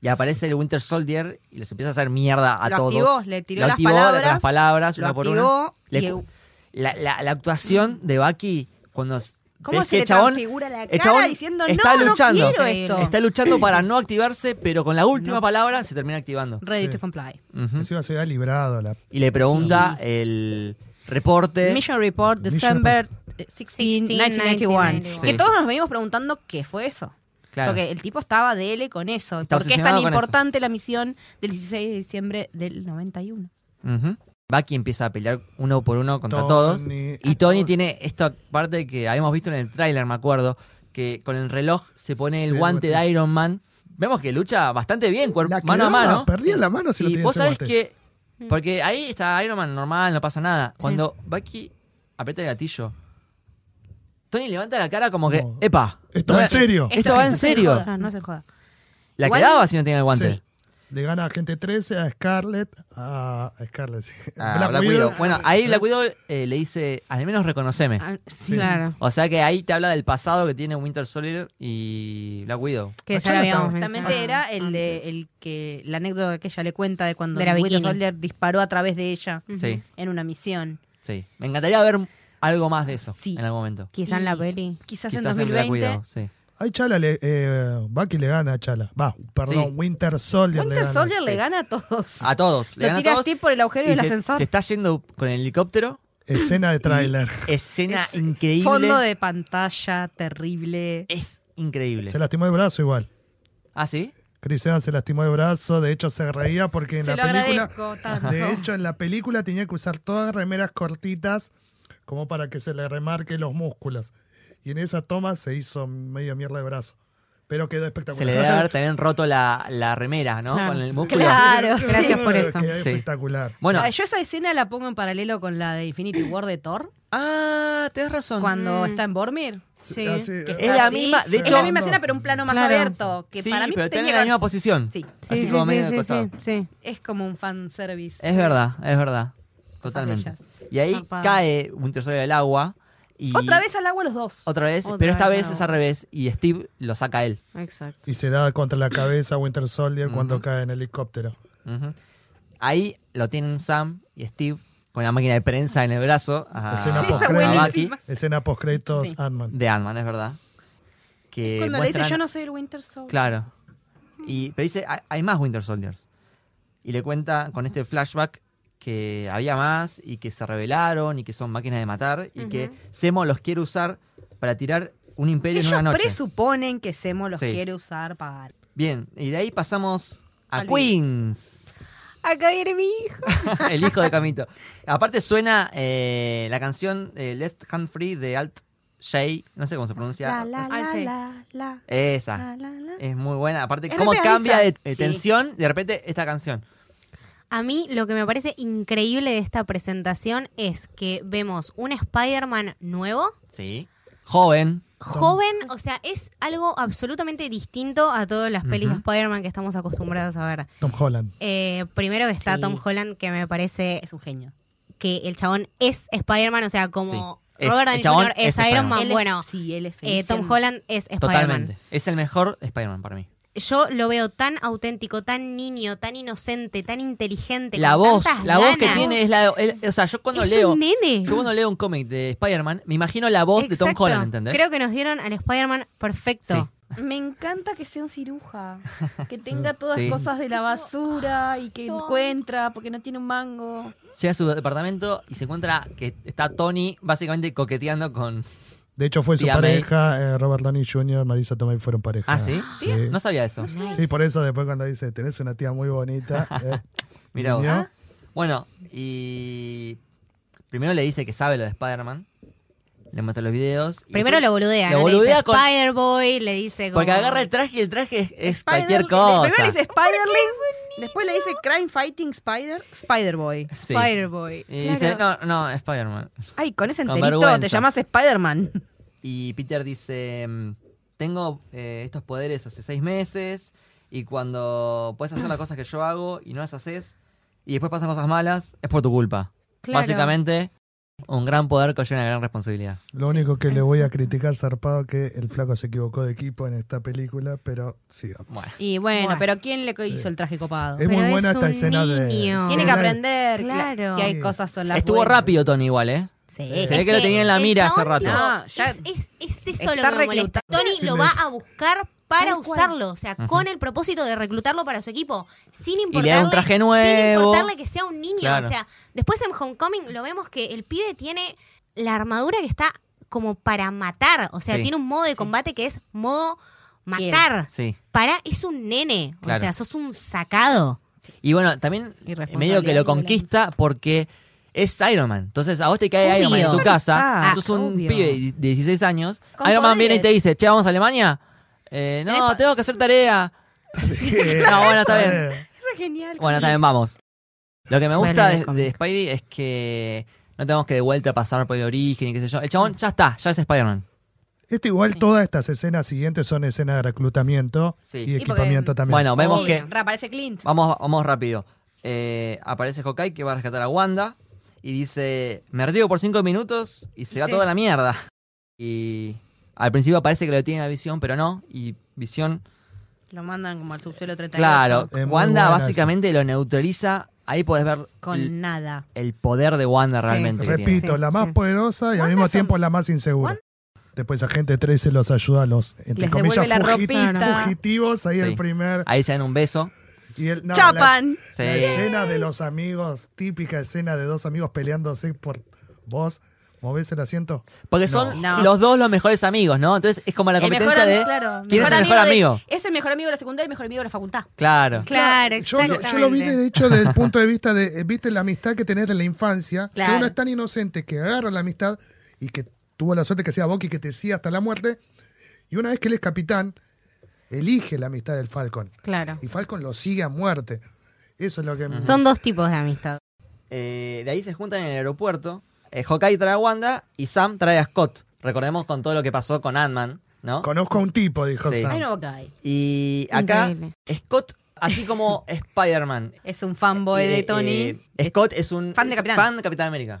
A: Y aparece el Winter Soldier y les empieza a hacer mierda a
D: Lo
A: todos.
D: activó, le tiró
A: Lo
D: las
A: activó, le tiró
D: palabras,
A: las palabras,
D: lo
A: una por
D: activó
A: una. Le
D: y
A: cu-
D: el-
A: la, la- la actuación de Bucky cuando s-
D: ¿Cómo
A: ves
D: se
A: que
D: le
A: el chabón,
D: transfigura la
A: el
D: cara
A: chabón
D: diciendo,
A: está
D: "No, no
A: luchando,
D: quiero esto"?
A: está luchando
D: [LAUGHS]
A: para no activarse, pero con la última palabra se termina activando.
D: Ready
C: Sí.
D: to comply.
A: Ujú.
C: Encima se ha librado la
A: Y le pregunta el reporte.
D: Mission Report,
C: Mission
D: December eh, 16,
B: 16,
D: 1991.
A: Sí.
D: Que todos nos venimos preguntando qué fue eso.
A: Claro.
D: Porque el tipo estaba de L con eso.
A: Está
D: ¿Por qué es tan
A: obsesionado con
D: importante la misión del 16 de diciembre del 91?
A: Ujú. Bucky empieza a pelear uno por uno contra
C: Tony.
A: todos.
C: Ah, [LAUGHS]
A: Y Tony
C: Tony.
A: tiene esta parte que habíamos visto en el tráiler, me acuerdo, que con el reloj se pone el
C: Sí,
A: guante
C: guante.
A: de Iron Man. Vemos que lucha bastante bien, cuer-
C: La que
A: mano a
C: daba,
A: mano.
C: perdía la mano si lo
A: y
C: tenía
A: vos
C: ese
A: sabés
C: guante.
A: que...
D: Mm.
A: Porque ahí está Iron Man normal, no pasa nada. Cuando Bucky aprieta el gatillo, Tony levanta la cara como que...
C: No.
A: ¡Epa!
C: Esto
A: No
C: va en
A: es-
C: serio.
A: Esto, va en
D: se
A: serio.
D: joda, no se joda.
A: La
D: Igual-
A: quedaba si no tenía el guante.
C: Sí. Le gana a Gente 13, a Scarlett, a, a Scarlett, sí.
A: Ah,
C: Black
A: Black
C: Widow.
A: Widow. Bueno, ahí Black Widow eh, le dice, al menos reconoceme.
D: Ah,
C: Sí.
B: Claro.
A: O sea que ahí te habla del pasado que tiene Winter Soldier y Black Widow.
B: Que
C: Acá
B: ya lo
C: no
B: habíamos
C: estaba.
B: mencionado.
D: Justamente era el de el que la anécdota que ella le cuenta de cuando
B: De la
D: Winter
B: bikini.
D: Soldier disparó a través de ella
A: Sí,
D: en una misión.
A: sí. Me encantaría ver algo más de eso
D: Sí.
A: en algún momento.
B: Quizá en la
D: Y
B: peli.
D: Quizás, en
A: Quizás en Black
D: 2020.
A: Widow, sí.
C: Ahí Chala le. Eh, Bucky le gana a Chala. Va, perdón,
A: Sí.
C: Winter Soldier. le
D: Winter
C: gana.
D: Soldier le
A: Sí.
D: gana a todos.
A: A todos. Le
D: Lo
A: dan a
D: tira
A: todos.
D: así por el agujero
A: y
D: del
A: se-
D: ascensor.
A: Se está yendo con el helicóptero.
C: Escena de tráiler.
A: Escena
D: Es-
A: increíble.
D: Fondo de pantalla terrible.
A: Es increíble.
C: Se lastimó el brazo igual.
A: ¿Ah, sí?
C: Chris Evans se lastimó el brazo, de hecho se reía porque en
D: Se
C: la
D: lo
C: película.
D: agradezco tanto.
C: De hecho, en la película tenía que usar todas remeras cortitas como para que se le remarque los músculos. Y en esa toma se hizo medio mierda de brazo. Pero quedó
A: Se
C: espectacular.
A: le debe haber
C: [LAUGHS]
A: también roto la, la remera, ¿no?
B: Claro.
A: Con el músculo.
D: Claro, sí.
B: Gracias por eso.
C: Quedó
A: Sí.
C: espectacular.
A: [LAUGHS] Bueno,
D: Ah, Yo esa escena la pongo en paralelo con la de Infinity War de Thor,
A: ah, tenés razón.
D: cuando
B: Mm.
D: está en Bormir.
B: Sí.
C: Ah, sí.
D: que
A: Es
D: está
A: la
D: así.
A: misma- de
D: es la
A: hecho-
D: misma escena, pero un plano más
B: Claro.
D: abierto. Que
A: sí,
D: para mí
A: pero está en
D: tenía
A: la
D: que-
A: misma posición.
D: Sí,
A: Así
B: Sí, sí,
A: como
B: sí,
A: medio de
B: sí,
A: costado.
B: sí, sí.
D: es como un fanservice.
A: Es verdad, es verdad. Totalmente. Y ahí
B: Zarpado.
A: cae Winter Soldier del agua. Y
D: Otra vez al agua los dos.
A: Otra vez,
B: Otra
A: pero esta
B: vez
A: vez
B: al
A: es
B: agua.
A: al revés y Steve lo saca a él.
B: Exacto.
C: Y se da contra la cabeza Winter Soldier cuando cae en helicóptero.
A: Ujú. Ahí lo tienen Sam y Steve con la máquina de prensa en el brazo a,
C: Escena
A: a
C: postcréditos.
A: Bucky
C: Escena post créditos
D: Sí.
C: Ant-Man.
A: de Ant-Man, es verdad. Que
D: Cuando le dice
A: muestran-
D: yo no soy el Winter Soldier.
A: Claro. Y, pero dice, "Hay- hay más Winter Soldiers. Y le cuenta con este flashback que había más y que se rebelaron y que son máquinas de matar y que Zemo los quiere usar para tirar un imperio en
D: Ellos
A: una noche.
D: presuponen que Semo los
A: Sí.
D: quiere usar para...
A: Bien, y de ahí pasamos a
D: Al
A: Queens,
B: Acá viene mi hijo.
A: [LAUGHS] el hijo
D: [LAUGHS]
A: de Camito. Aparte suena eh, la canción eh, Left Hand Free de Alt Shay, no sé cómo se pronuncia.
D: Ah,
A: Esa. Es muy buena. Aparte,
D: Es
A: cómo
D: re
A: cambia de
D: pegadiza.
A: eh,
D: Sí.
A: tensión de repente esta canción.
B: A mí lo que me parece increíble de esta presentación es que vemos un Spider-Man nuevo,
A: Sí. Joven.
B: joven, o sea, es algo absolutamente distinto a todas las pelis de
A: Ujú.
B: Spider-Man que estamos acostumbrados a ver.
C: Tom Holland.
B: Eh, primero que está
D: Sí.
B: Tom Holland, que me parece
D: Es un genio.
B: que el chabón es Spider-Man, o sea, como
A: Sí. Es-
B: Robert
A: el
B: Downey
A: chabón
B: Jr. es,
A: es
B: Iron
A: Spider-Man.
B: Man,
D: Él es-
B: bueno,
D: sí, él es feliz
B: eh, Tom
D: siendo-
B: Holland es Spider-Man.
A: Totalmente. Es el mejor Spider-Man para mí.
B: yo lo veo tan auténtico, tan niño, tan inocente, tan inteligente.
A: La
B: con
A: voz,
B: tantas
A: la voz que
B: ganas.
A: tiene es la. el- o sea, yo cuando
B: Es
A: leo.
B: un nene.
A: Yo cuando leo un cómic de Spider-Man, me imagino la voz de Tom
B: Exacto.
A: Holland, ¿entendés?
B: Creo que nos dieron al Spider-Man perfecto.
A: Sí.
D: Me encanta que sea un ciruja,
A: [LAUGHS]
D: que tenga todas
A: Sí.
D: cosas de la basura y que encuentra porque no tiene un mango.
A: Llega a su departamento y se encuentra que está Tony básicamente coqueteando con.
C: De hecho, fue su
A: Tía May.
C: pareja, eh, Robert Downey Jr., Marisa Tomei fueron pareja.
A: Ah, ¿sí?
C: Sí.
A: No sabía eso.
C: Sí, por eso después cuando dice, tenés una tía
A: [LAUGHS]
C: muy bonita. eh,
A: Mirá vos.
C: niño,
A: Bueno, y. Primero le dice que sabe lo de Spider-Man. Le muestra los videos. y
B: Primero
A: después
B: lo boludea,
A: Lo
B: ¿no? Le
A: boludea
B: dice
A: con-
B: Spider-Boy, le dice como...
A: Porque agarra el traje y el traje es, es cualquier
D: Spider-
A: cosa.
D: Primero le dice Spiderling, después le dice Crime Fighting Spider, Spider-Boy.
A: Sí.
B: Spider-Boy.
A: Y dice, no, no, Spider-Man.
D: Ay, con ese
A: Con
D: enterito te
A: vergüenza. [LAUGHS]
D: llamas Spider-Man.
A: Y Peter dice, mm, tengo eh, estos poderes hace seis meses y cuando puedes hacer las cosas que yo hago y no las haces y después pasan cosas malas, es por tu culpa.
B: Claro.
A: Básicamente, un gran poder conlleva una gran responsabilidad.
C: Lo único que le voy a criticar, zarpado, que el flaco se equivocó de equipo en esta película, pero sigamos.
A: Bueno.
D: Y bueno,
B: Bueno.
D: pero ¿quién le hizo
C: Sí.
D: el traje copado?
C: Es
B: Pero
C: muy
B: es
C: buena esta
B: un
C: escena de...
B: niño.
D: Tiene que
C: [LAUGHS] escena de-
D: aprender
B: Claro.
D: que hay cosas son las
A: Estuvo
D: buenas.
A: rápido Tony igual, ¿eh?
D: Sí.
A: Se ve que lo tenía en la
B: el
A: mira hace
B: chabón,
A: rato.
B: tipo,
D: No, ya-
B: es, es- es eso
D: está
B: lo que me molesta.
D: reclutado.
B: Tony
C: Sí,
B: lo
C: sí.
B: va a buscar para
D: Tal cual.
B: usarlo, o sea, con el propósito de reclutarlo para su equipo, sin importarle,
A: da un traje
B: sin
A: nuevo.
B: importarle que sea un niño.
A: Claro.
B: O sea, después en Homecoming lo vemos que el pibe tiene la armadura que está como para matar. O sea,
A: Sí.
B: tiene un modo de combate que es modo matar.
A: Sí.
B: Para, es un nene. O
A: Claro.
B: sea, sos un sacado.
A: Y bueno, también
D: Irresponsabilidad
A: medio que lo
D: y
A: conquista porque es Iron Man. Entonces a vos te cae Iron Man en
B: Obvio.
A: tu casa,
D: Ah,
A: sos un
D: obvio.
A: pibe de 16 años.
D: Con
A: Iron Man viene y te
D: poderes.
A: dice, che, vamos a Alemania. Eh,
D: Tenés
A: no,
D: po-
A: tengo que hacer tarea.
D: [LAUGHS]
A: No, bueno, está bien.
D: Eso es genial.
A: Bueno, también vamos. Lo que me
D: Bueno,
A: gusta
D: el
A: de,
D: cómic.
A: de Spidey es que no tenemos que de vuelta pasar por el origen y qué sé yo. El
D: Mm.
A: chabón ya está, ya es Spider-Man.
C: Este igual todas estas escenas siguientes son escenas de reclutamiento
A: Sí.
C: y
A: Y
D: porque-
C: equipamiento también.
A: Bueno, vemos
D: Sí,
A: que
D: Reaparece Clint.
A: Vamos, vamos rápido. Eh, aparece Hawkeye que va a rescatar a Wanda y dice, me retiro por cinco minutos y se
D: Y
A: va
D: sí.
A: toda la mierda. Y al principio parece que lo tiene a Visión, pero no. Y Visión,
D: Lo mandan como al subsuelo 38.
A: claro,
C: Es muy
A: Wanda
C: buena
A: básicamente lo neutraliza. Ahí podés ver l-
D: Con nada.
A: el poder de Wanda
B: Sí,
A: realmente. que tiene.
C: Repito,
B: sí,
C: la
B: sí.
C: más poderosa y al
D: ¿Cuántas
C: mismo
D: son?
C: tiempo la más insegura. Después Agente 13 los ayuda a los, entre
D: Les
C: comillas,
D: devuelve la
C: fugi-
D: ropita.
C: fugitivos. Ahí
A: Sí.
C: el primer...
A: Ahí se dan un beso.
C: Y el, no,
D: Chapan.
A: Sí.
C: La, la escena de los amigos, típica escena de dos amigos peleándose por vos. ¿Movés el asiento?
A: Porque son
D: No.
A: los dos los mejores amigos, ¿no? Entonces es como la
D: El mejor
A: competencia
D: ami-
A: de
D: claro,
A: quién es el mejor
D: de-
A: amigo.
D: es el mejor amigo de la secundaria y el mejor amigo de la facultad.
A: Claro.
B: Claro,
C: Yo, lo- yo lo vi de hecho desde el punto de vista de, eh, viste, la amistad que tenés de la infancia, que
D: Claro.
C: uno es tan inocente que agarra la amistad y que tuvo la suerte que sea Bucky que te siga hasta la muerte. Y una vez que él es capitán, elige la amistad del Falcon.
B: Claro.
C: Y Falcon lo sigue a muerte. Eso es lo que me-
B: Son dos tipos de amistad.
A: Eh, de ahí se juntan en el aeropuerto. Eh, Hawkeye trae a Wanda y Sam trae a Scott. Recordemos con todo lo que pasó con Ant-Man, ¿no?
C: Conozco a un tipo, dijo
A: Sí.
C: Sam.
D: Ay, no, cae.
A: Y acá,
B: Increíble.
A: Scott, así como Spider-Man.
D: Es un fanboy de
A: eh,
D: Tony.
A: eh, Scott es un
D: Fan de Capitán.
A: fan de Capitán América.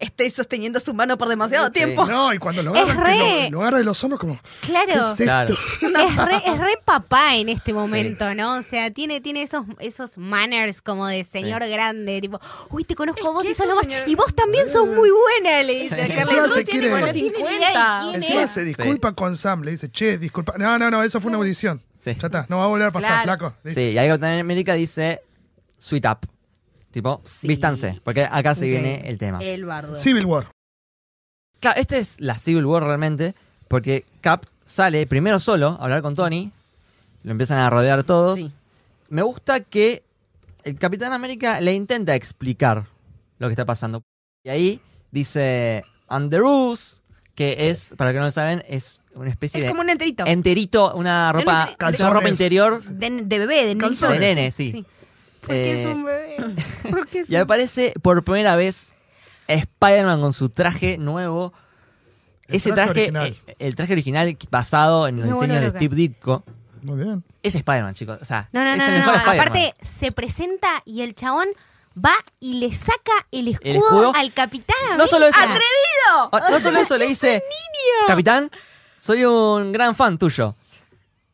D: Estoy sosteniendo su mano por demasiado tiempo.
C: No, y cuando lo
B: Es
C: agarra, que
B: re.
C: lo, lo agarra de los hombros como... ¿Qué
B: Claro.
C: es esto?
A: Claro. [LAUGHS]
B: es, re, es re papá en este momento, ¿no? O sea, tiene, tiene esos, esos manners como de señor
A: Sí.
B: grande, tipo, uy, te conozco a vos
D: que
B: y sos
D: es
B: lo
D: un
B: más.
D: señor-
B: Y vos también sos
C: Mm.
B: muy buena, le dice.
A: Sí.
B: Carla
C: Encima
B: Cruz
C: se
B: tiene
C: quiere-
B: como
D: 50.
B: 50.
C: Encima se disculpa con Sam, le dice, che, disculpa. No, no, no, eso fue una audición.
A: Sí.
C: Ya está, no va a volver a pasar,
D: Claro.
C: flaco.
A: Sí, y ahí Capitán América dice, sweet up. Tipo,
D: Sí. Eh,
A: vístanse, porque acá se viene
D: Increíble.
A: el tema.
D: El bardo.
C: Civil War.
A: Claro, esta este es la Civil War realmente, porque Cap sale primero solo a hablar con Tony, lo empiezan a rodear todos.
D: Sí.
A: Me gusta que el Capitán América le intenta explicar lo que está pasando. Y ahí dice And the Rules, que es, para los que no lo saben, es una especie
D: Es
A: de
D: como un enterito.
A: enterito, una ropa,
D: enteri-
A: una ropa
C: Calzones.
A: interior
D: de, de bebé, de niño.
A: de nene, sí.
D: Sí.
A: Eh, [LAUGHS]
B: bebé.
A: y aparece por primera vez Spider-Man con su traje nuevo.
C: El
A: Ese
C: traje
A: traje,
C: original.
A: eh, el traje original basado en los
B: Me vuelvo
A: diseños de
B: loca.
A: Steve Ditko.
C: Muy bien.
A: Es Spider-Man, chicos. O sea,
B: No, no,
A: es
B: no,
A: el
B: no,
A: mejor
B: no.
A: Spider-Man.
B: Aparte, se presenta y el chabón va y le saca el escudo,
A: escudo?
B: al capitán.
A: No solo eso.
B: América.
D: ¡Atrevido!
A: Ah, No solo eso, le dice, Capitán, soy un gran fan tuyo.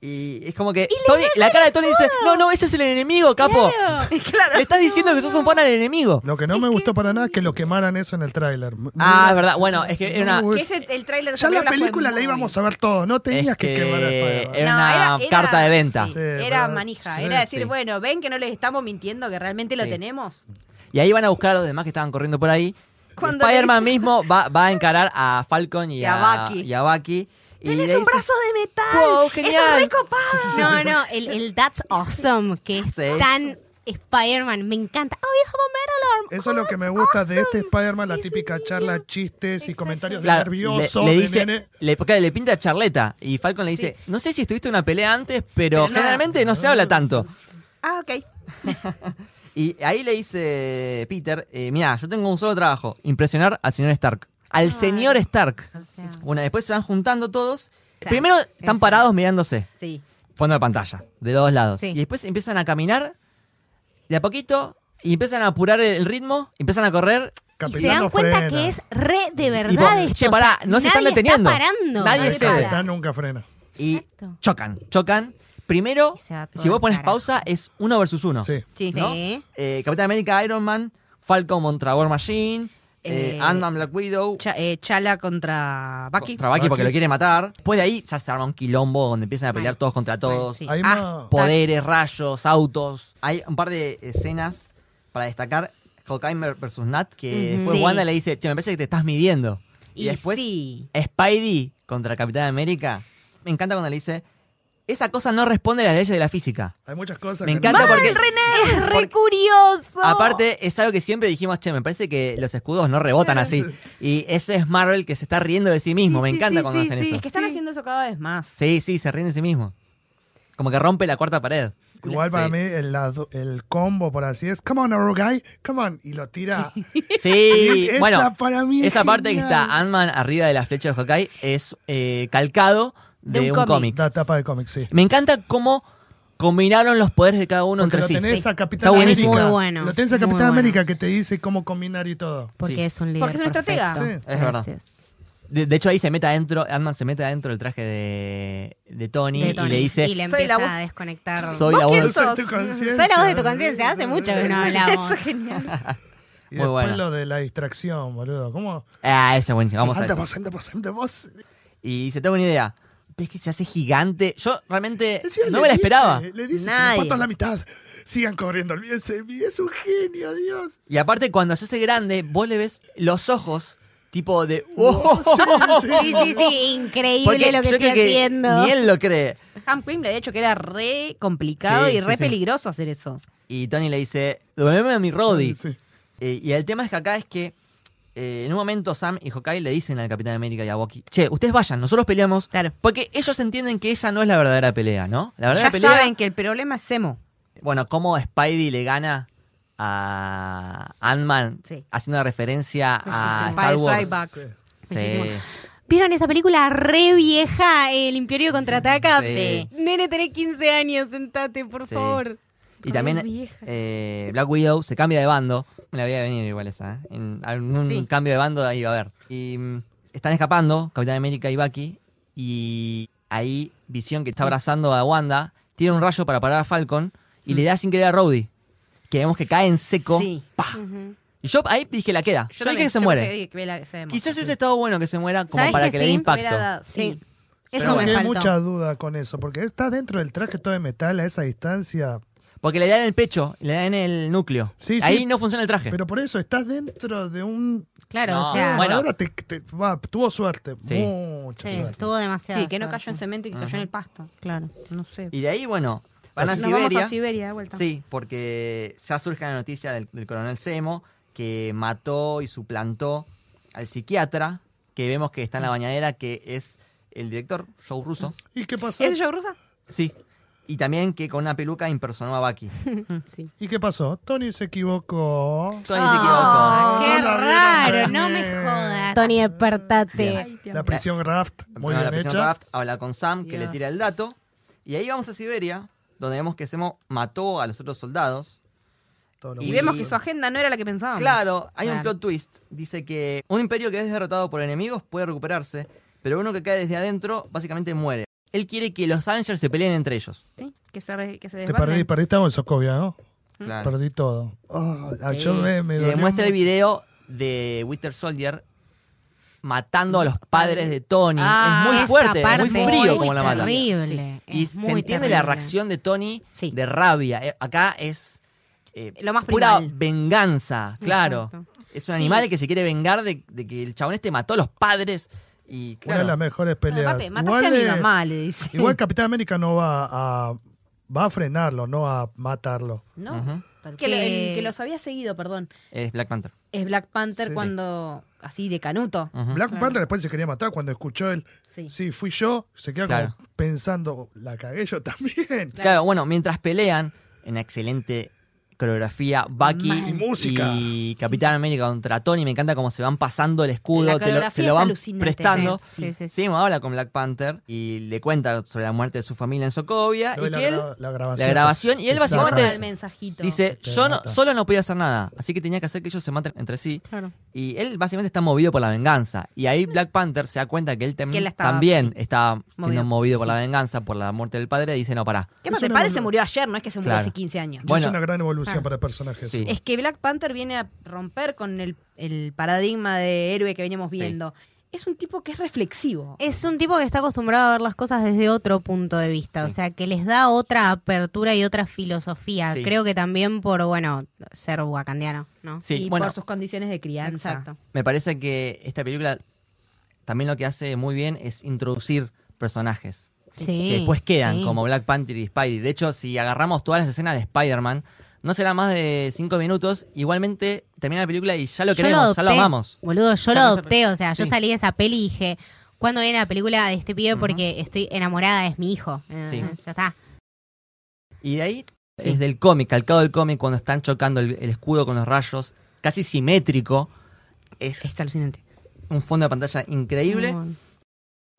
A: Y es como que Tony- la cara de Tony dice, no, no, ese es el enemigo, capo.
D: [LAUGHS] claro.
A: Le estás diciendo que sos un fan al enemigo.
C: Lo que no me gustó para nada es que lo quemaran eso en el tráiler. M-
A: Ah,
C: mira,
A: es verdad. Bueno, es que era una,
C: Uy,
D: Que ese- el tráiler de
C: Ya
D: esa
C: la
D: fue
C: película la
D: muy
C: íbamos a ver todo, no tenías
A: es
C: que, quemar a Spider-Man.
A: era una
D: No, era-
A: carta de
D: era-
A: venta.
D: sí,
C: Sí,
D: era
C: ¿verdad?
D: manija.
C: Sí,
D: era decir,
A: sí.
D: bueno, ven que no les estamos mintiendo, que realmente lo
A: Sí.
D: tenemos.
A: Y ahí van a buscar a los demás que estaban corriendo por ahí. Y
D: Cuando le
A: Spider-Man
D: dice-
A: mismo va, va a encarar a Falcon y,
D: Y a
A: a,
D: Bucky.
A: y a Bucky. Y
D: Tenés
A: le
D: un
A: dice,
D: brazo de metal.
A: pues, Wow,
D: Eso es
A: genial.
D: recopado.
B: No, no, el, el That's Awesome, que es
A: Sí.
B: tan Spider-Man, me encanta. Oh, you have a metal arm.
C: Eso es lo que me gusta de este Spider-Man, la típica charla, chistes y comentarios de
A: Claro,
C: nervioso,
A: le, le
C: de
A: dice,
C: nene.
A: le, porque le pinta charleta y Falcon le dice, no sé si estuviste en una pelea antes, pero,
D: Pero no.
A: generalmente no, se habla
C: [LAUGHS]
A: tanto.
D: Ah, ok.
A: Y ahí le dice Peter, mira, yo tengo un solo trabajo, impresionar al señor Stark. Al señor Stark.
B: sea.
A: Bueno, después se van juntando todos.
B: Claro,
A: Primero están
B: eso.
A: parados mirándose,
D: Sí.
A: fondo de pantalla, de los dos lados.
B: Sí.
A: Y después empiezan a caminar de a poquito y empiezan a apurar el ritmo, empiezan a correr.
B: Y se
C: Capitán
B: dan
C: no
B: cuenta
C: frena.
B: que es re de verdad
A: tipo,
B: esto.
A: che, pará, no se están
B: nadie
A: deteniendo.
B: Está parando.
A: Nadie
B: Nadie
A: se
B: para.
A: detiene.
C: Capitán nunca frena.
A: y
B: Exacto.
A: chocan, chocan. Primero,
B: Y se va todo
A: si vos
B: al
A: pones
B: carajo.
A: pausa, es uno versus uno.
C: Sí.
B: Sí.
A: ¿no?
B: Sí.
A: Eh, Capitán América, Iron Man, Falcon contra War Machine, Eh,
D: eh,
A: Ant-Man Black Widow.
D: Cha- eh, Chala contra Bucky.
A: Contra Bucky porque
C: Bucky.
A: lo quiere matar. Después de ahí ya se arma un quilombo donde empiezan a pelear
B: Mal.
A: todos contra todos.
B: sí.
C: Hay
D: Ah,
C: más-
A: Poderes, rayos, autos. Hay un par de escenas para destacar. Hawkeye versus Nat, que
D: Ujú.
A: después
D: Sí.
A: Wanda le dice, che, me parece que te estás midiendo. Y,
D: Y
A: después
D: sí.
A: Spidey contra Capitán América. Me encanta cuando le dice, esa cosa no responde a las leyes de la física.
C: Hay muchas cosas
A: Me
C: que
A: encanta
C: no-
A: porque...
D: Es re curioso.
A: Aparte, es algo que siempre dijimos, che, me parece que los escudos no rebotan así. Y ese es Marvel que se está riendo de sí mismo.
D: Sí,
A: me
D: sí,
A: encanta
D: sí,
A: cuando
D: sí,
A: hacen
D: sí.
A: eso.
D: Es que están haciendo eso cada vez más.
A: Sí, sí, se ríen de sí mismo. Como que rompe la cuarta pared.
C: Igual para
A: Sí.
C: mí el, lado- el combo, por así es, come on, our guy, come on, y lo tira.
A: Sí,
C: [LAUGHS] Esa
A: bueno,
C: para mí es
A: esa parte que
C: genial.
A: está Ant-Man arriba de la flecha de Hawkeye es eh, calcado de,
D: De un
A: un
D: cómic.
A: cómic.
C: Da tapa de cómic, sí.
A: Me encanta cómo combinaron los poderes de cada uno
C: Porque
A: entre
C: lo
A: sí.
C: tenés a
A: Está
C: Capitán América.
A: buenísimo.
B: Muy bueno,
C: Lo tenés a
B: muy
C: Capitán
B: bueno.
C: América que te dice cómo combinar y todo.
B: Porque
A: Sí.
B: es un líder.
D: Porque es un estratega.
B: perfecto.
A: Sí, es verdad.
B: Gracias.
A: De, de hecho, ahí se mete adentro, Ant-Man se mete adentro del traje de, de Tony,
B: De Tony.
A: y le dice,
D: "Soy la
B: empieza
D: voz-
B: a desconectar.
A: Soy la
D: ¿Vos
A: voz
D: quién
A: de-
D: sos?
C: tu conciencia.
B: Soy la voz de tu conciencia. Hace mucho que no hablamos.
D: [LAUGHS] Eso es genial.
C: Y
A: Muy
C: después
A: bueno.
C: lo de la distracción, boludo. ¿Cómo?
A: Ah, ese es buenísimo. Vamos a
C: anda
A: eso.
C: vos, anda vos, anda vos.
A: Y dice, tengo una idea. ¿Ves que se hace gigante? Yo realmente
C: Encima
A: no
C: le
A: me la
C: dice,
A: esperaba.
C: Le dice, si
D: Nadie.
C: me parto a la mitad, sigan corriendo, olvídense de mí. Es un genio, Dios.
A: Y aparte, cuando se hace grande, vos le ves los ojos, tipo
C: [LAUGHS]
A: de.
B: Sí, sí,
A: [LAUGHS]
B: sí. Increíble
A: Porque
B: lo que
A: yo
B: estoy
A: creo que
B: haciendo.
A: Ni él lo cree.
D: Hank Pym le había dicho que era re complicado
A: Sí,
D: y re
A: sí, sí.
D: peligroso hacer eso.
A: Y Tony le dice, devuélveme a mi Roddy.
C: Sí.
A: Eh, y el tema es que acá es que. eh, en un momento Sam y Hawkeye le dicen al Capitán América y a Bucky, che, ustedes vayan, nosotros peleamos.
D: Claro.
A: Porque ellos entienden que esa no es la verdadera pelea, ¿no? La verdadera
D: Ya
A: pelea.
D: saben que el problema es Semo.
A: Bueno, cómo Spidey le gana a Ant-Man
D: Sí.
A: haciendo referencia a
D: Bellísimo.
A: Star
D: By
A: Wars.
D: Strikeback.
C: Sí.
A: Sí.
D: Bellísimo.
B: ¿Vieron esa película re vieja? El Imperio contraataca.
A: Sí.
B: Nene, tenés 15 años. Sentate, por
A: Sí.
B: favor.
A: Y también eh, Black Widow se cambia de bando. Me la voy a venir igual esa. ¿eh? En algún
D: Sí.
A: cambio de bando ahí va a haber. Y mm, están escapando, Capitán América y Bucky. Y ahí Visión, que está abrazando a Wanda, tiene un rayo para parar a Falcon y
B: Mm.
A: le da sin querer a Rhodey. Que vemos que cae en seco.
D: Sí.
A: ¡Pah! Y yo ahí dije la queda. Yo, dije que se muere. Quizás hubiese estado bueno que se muera como
B: ¿Sabes
A: para
B: que
A: que, le dé
B: sí?
A: impacto.
D: Sí.
B: Eso
C: Pero
B: me
C: hay
B: faltó.
C: mucha duda con eso, porque está dentro del traje todo de metal a esa distancia.
A: Porque le dan en el pecho, le dan en el núcleo.
C: Sí, sí.
A: Ahí no funciona el traje.
C: Pero por eso, estás dentro de un...
B: Claro,
A: No,
B: o sea.
A: Ah. bueno.
C: Ahora te, te- va, tuvo suerte,
A: Sí.
C: mucha
B: sí,
C: suerte.
B: estuvo demasiado.
D: Sí, que no
B: suerte.
D: cayó en cemento y que cayó en el pasto.
B: Claro.
D: No sé.
A: Y de ahí, bueno, van a
D: Nos
A: Siberia.
D: vamos a Siberia de vuelta.
A: Sí, porque ya surge la noticia del, del coronel Semo que mató y suplantó al psiquiatra que vemos que está en la bañadera, que es el director, Joe Russo.
C: ¿Y qué pasó?
D: ¿Es yo rusa?
A: Sí. Y también que con una peluca impersonó a Bucky.
B: Mm, Sí.
C: ¿Y qué pasó? Tony se equivocó.
A: Tony se equivocó.
B: Ah,
C: equivocó.
B: ¡Qué
C: No la vieron
B: raro!
C: venir.
B: No me jodas. Tony, despertate.
C: La prisión Raft, muy
A: Bueno, la
C: bien
A: prisión
C: hecha.
A: Raft habla con Sam, que le
D: Dios.
A: tira el dato. Y ahí vamos a Siberia, donde vemos que Semo mató a los otros soldados.
C: Todo lo
A: Y
D: Y
C: bueno.
D: vemos que su agenda no era la que pensábamos.
A: Claro, hay un
D: Claro.
A: plot twist. Dice que un imperio que es derrotado por enemigos puede recuperarse, pero uno que cae desde adentro básicamente muere. Él quiere que los Avengers se peleen entre ellos.
D: Sí, que se, re- que se
C: Te
D: desbanden.
C: perdí, perdí, estaba en Socovia, ¿no?
A: Claro.
C: Perdí todo. Ah, yo me, me
A: Y
C: dolió
A: demuestra el
C: mucho.
A: video de Winter Soldier matando a los padres de Tony.
D: Ah,
A: es muy
B: Esa
A: fuerte,
B: parte
A: muy frío
B: es
A: como la mata.
B: Terrible.
A: Y
B: es
A: se
B: muy
A: entiende la
B: terrible.
A: reacción de Tony
D: Sí.
A: de rabia. Eh, acá es eh,
D: Lo más
A: pura
D: primal.
A: venganza, claro.
D: Exacto.
A: Es un
D: Sí.
A: animal que se quiere vengar de, de que el chabón este mató a los padres. Y
C: Una de
A: claro,
C: las mejores peleas.
D: Papi, mataste a
C: Igual,
D: mi
C: eh,
D: mamá, le dice.
C: Igual Capitán América no va a va a frenarlo, no a matarlo.
D: ¿No?
A: Ujú.
D: que, lo- el
B: Que-
D: que los había seguido, perdón,
A: es Black Panther.
D: es Black Panther
C: Sí.
D: cuando, así de canuto.
A: Ujú.
C: Black Panther después se quería matar cuando escuchó él. Sí,
D: Sí.
C: fui yo. Se queda
A: Claro.
C: como pensando, la cagué yo [LAUGHS] también.
A: Claro. bueno, mientras pelean, una excelente coreografía, Bucky
C: Y música.
A: y Capitán América contra Tony, me encanta cómo se van pasando el escudo, te lo-
D: La
A: se
D: coreografía
A: lo
D: es
A: van
D: alucinante.
A: prestando.
B: Sí, sí, sí, sí.
A: Simo habla con Black Panther y le cuenta sobre la muerte de su familia en
D: Ah,
A: Sokovia
C: Lo de
A: y que él
C: gra- grabación.
A: la grabación, y él
C: Exacto.
D: Corta el
A: básicamente-
D: mensajito.
A: dice,
C: Te
A: yo no-
C: mata.
A: solo no podía hacer nada, así que tenía que hacer que ellos se maten entre sí.
D: Claro.
A: Y él básicamente está movido por la venganza. Y ahí Black Panther se da cuenta que él tam-
D: Que él estaba-
A: también está siendo
D: Movido,
A: movido por
D: sí.
A: la venganza, por la muerte del padre. Y dice, no, pará.
D: ¿Qué
C: Es
D: pasa? El
C: una
D: padre
C: bol-
D: se murió ayer, no es que se murió
A: Claro.
D: hace 15 años.
A: Bueno.
C: es una gran evolución
D: Ah.
C: para el personaje.
A: Sí.
C: seguro.
D: Es que Black Panther viene a romper con el, el paradigma de héroe que veníamos viendo. Es un tipo que es reflexivo.
B: Es un tipo que está acostumbrado a ver las cosas desde otro punto de vista,
A: Sí.
B: o sea, que les da otra apertura y otra filosofía.
A: Sí.
B: Creo que también por, bueno, ser wakandiano, ¿no?
A: Sí,
D: y
A: bueno,
D: por sus condiciones de crianza.
B: Exacto.
A: me parece que esta película también lo que hace muy bien es introducir personajes.
B: Sí,
A: que después quedan
B: sí.
A: como Black Panther y Spidey. De hecho, si agarramos todas las escenas de Spider-Man, no será más de cinco minutos. Igualmente termina la película y ya lo
B: Yo
A: queremos, ya lo
B: adopté,
A: amamos.
B: Boludo, yo
A: Ya
B: lo
A: lo
B: adopté,
A: acepté.
B: o sea, yo
A: Sí.
B: salí de esa peli y dije, ¿cuándo viene la película de este pibe? Porque estoy enamorada, es mi hijo. Eh,
A: Sí.
B: Ya está.
A: Y de ahí es del cómic, calcado del cómic, cuando están chocando el, el escudo con los rayos, casi simétrico. Es
D: Está alucinante.
A: un fondo de pantalla increíble.
B: Muy bueno.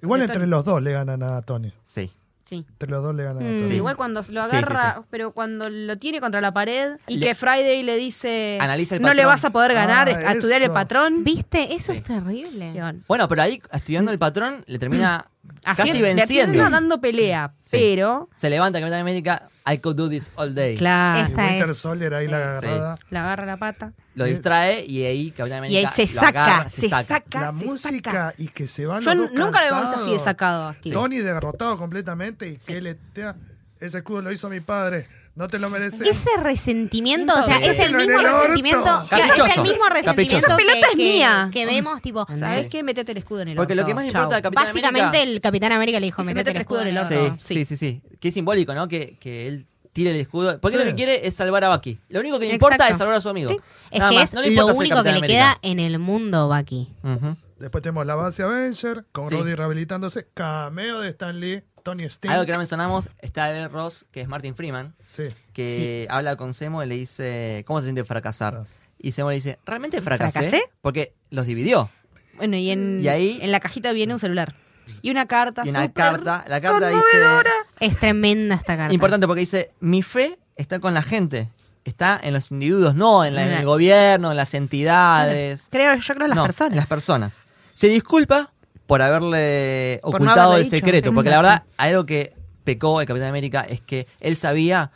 C: Igual
D: de
C: entre
D: Tony.
C: los dos le ganan a Tony.
A: Sí.
D: Sí.
C: Entre los dos le ganan
B: Mm.
C: a Tony.
B: Sí.
D: Igual cuando lo
A: Sí, sí,
D: agarra, pero cuando lo tiene contra la pared y
A: Le-
D: que Friday le dice
A: Analiza el
D: no le
A: patrón".
D: vas a poder ganar
C: Ah,
D: a estudiar el
C: eso.
D: patrón.
B: ¿Viste? Eso
A: Sí.
B: es terrible.
D: León.
A: Bueno, pero ahí, estudiando el patrón, le termina
D: Así
A: casi
D: es, le
A: venciendo.
D: termina dando pelea,
A: Sí.
D: pero
A: Se levanta Capitán América, I could do this all day.
D: claro,
C: Y
B: Esta
C: Winter
B: es-
C: Soldier ahí la
A: Sí.
C: agarrada.
D: la agarra la pata.
A: Lo distrae y ahí Capitán
D: Y
A: América
D: ahí se
A: lo
D: saca,
A: agarra,
D: se, saca,
C: La
D: se
C: música
D: saca.
C: y que se van
D: Yo
C: los dos
D: nunca lo había visto
C: cansados.
D: así de sacado aquí.
C: Tony derrotado completamente y que le tea- ese escudo lo hizo mi padre. No te lo mereces.
B: Ese resentimiento, o sea,
A: Sí.
B: es el
C: Mételo en
B: mismo
C: el orto.
B: resentimiento. que- Es
A: Caprichoso.
B: el mismo resentimiento.
A: Caprichoso.
B: que-
D: Esa pelota es
B: que-
D: mía.
B: Que vemos, tipo.
D: ¿Sabes
A: Sí.
D: qué? Métete el escudo en el
A: Porque
D: orto.
A: lo que más
D: Chao.
A: importa de Capitán
B: Básicamente,
A: América...
B: el Capitán América le dijo:
D: Y se
B: metete el escudo en el
D: orto".
B: orto.
A: Sí, sí, sí, sí. Que es simbólico, ¿no? Que, que él tire el escudo. Porque
C: Sí.
A: lo que quiere es salvar a Bucky. Lo único que le importa
B: Exacto.
A: es salvar a su amigo.
B: Es
A: Nada
B: que
A: más.
B: es
A: No le
B: lo
A: importa ser
B: único que
A: Capitán
B: le queda
A: América.
B: en el mundo, Bucky.
A: Ujú.
C: Después tenemos la base Avenger con
A: Sí.
C: Rudy rehabilitándose. Cameo de Stan Lee, Tony Sting.
A: Algo que no mencionamos está Ben Ross, que es Martin Freeman,
C: Sí.
A: que habla con Semo y le dice, ¿cómo se siente fracasar?
C: Ah.
A: Y Semo le dice, ¿realmente fracasé?
D: ¿Fracasé?
A: Porque los dividió.
D: Bueno, y en,
A: Y ahí-
D: en la cajita viene un celular. Y una carta.
A: Y una
D: súper
A: carta, la carta
D: conmovedora.
A: dice,
B: Es tremenda esta carta.
A: importante porque dice, mi fe está con la gente, está en los individuos, no en, la- en
D: Mira.
A: el gobierno, en las entidades.
D: Creo, yo creo en las
A: No,
D: personas.
A: en las personas. Se disculpa por haberle
D: Por no
A: ocultado
D: haberle
A: el
D: dicho.
A: secreto, porque la verdad,
D: Exacto.
A: algo que pecó el Capitán América es que él sabía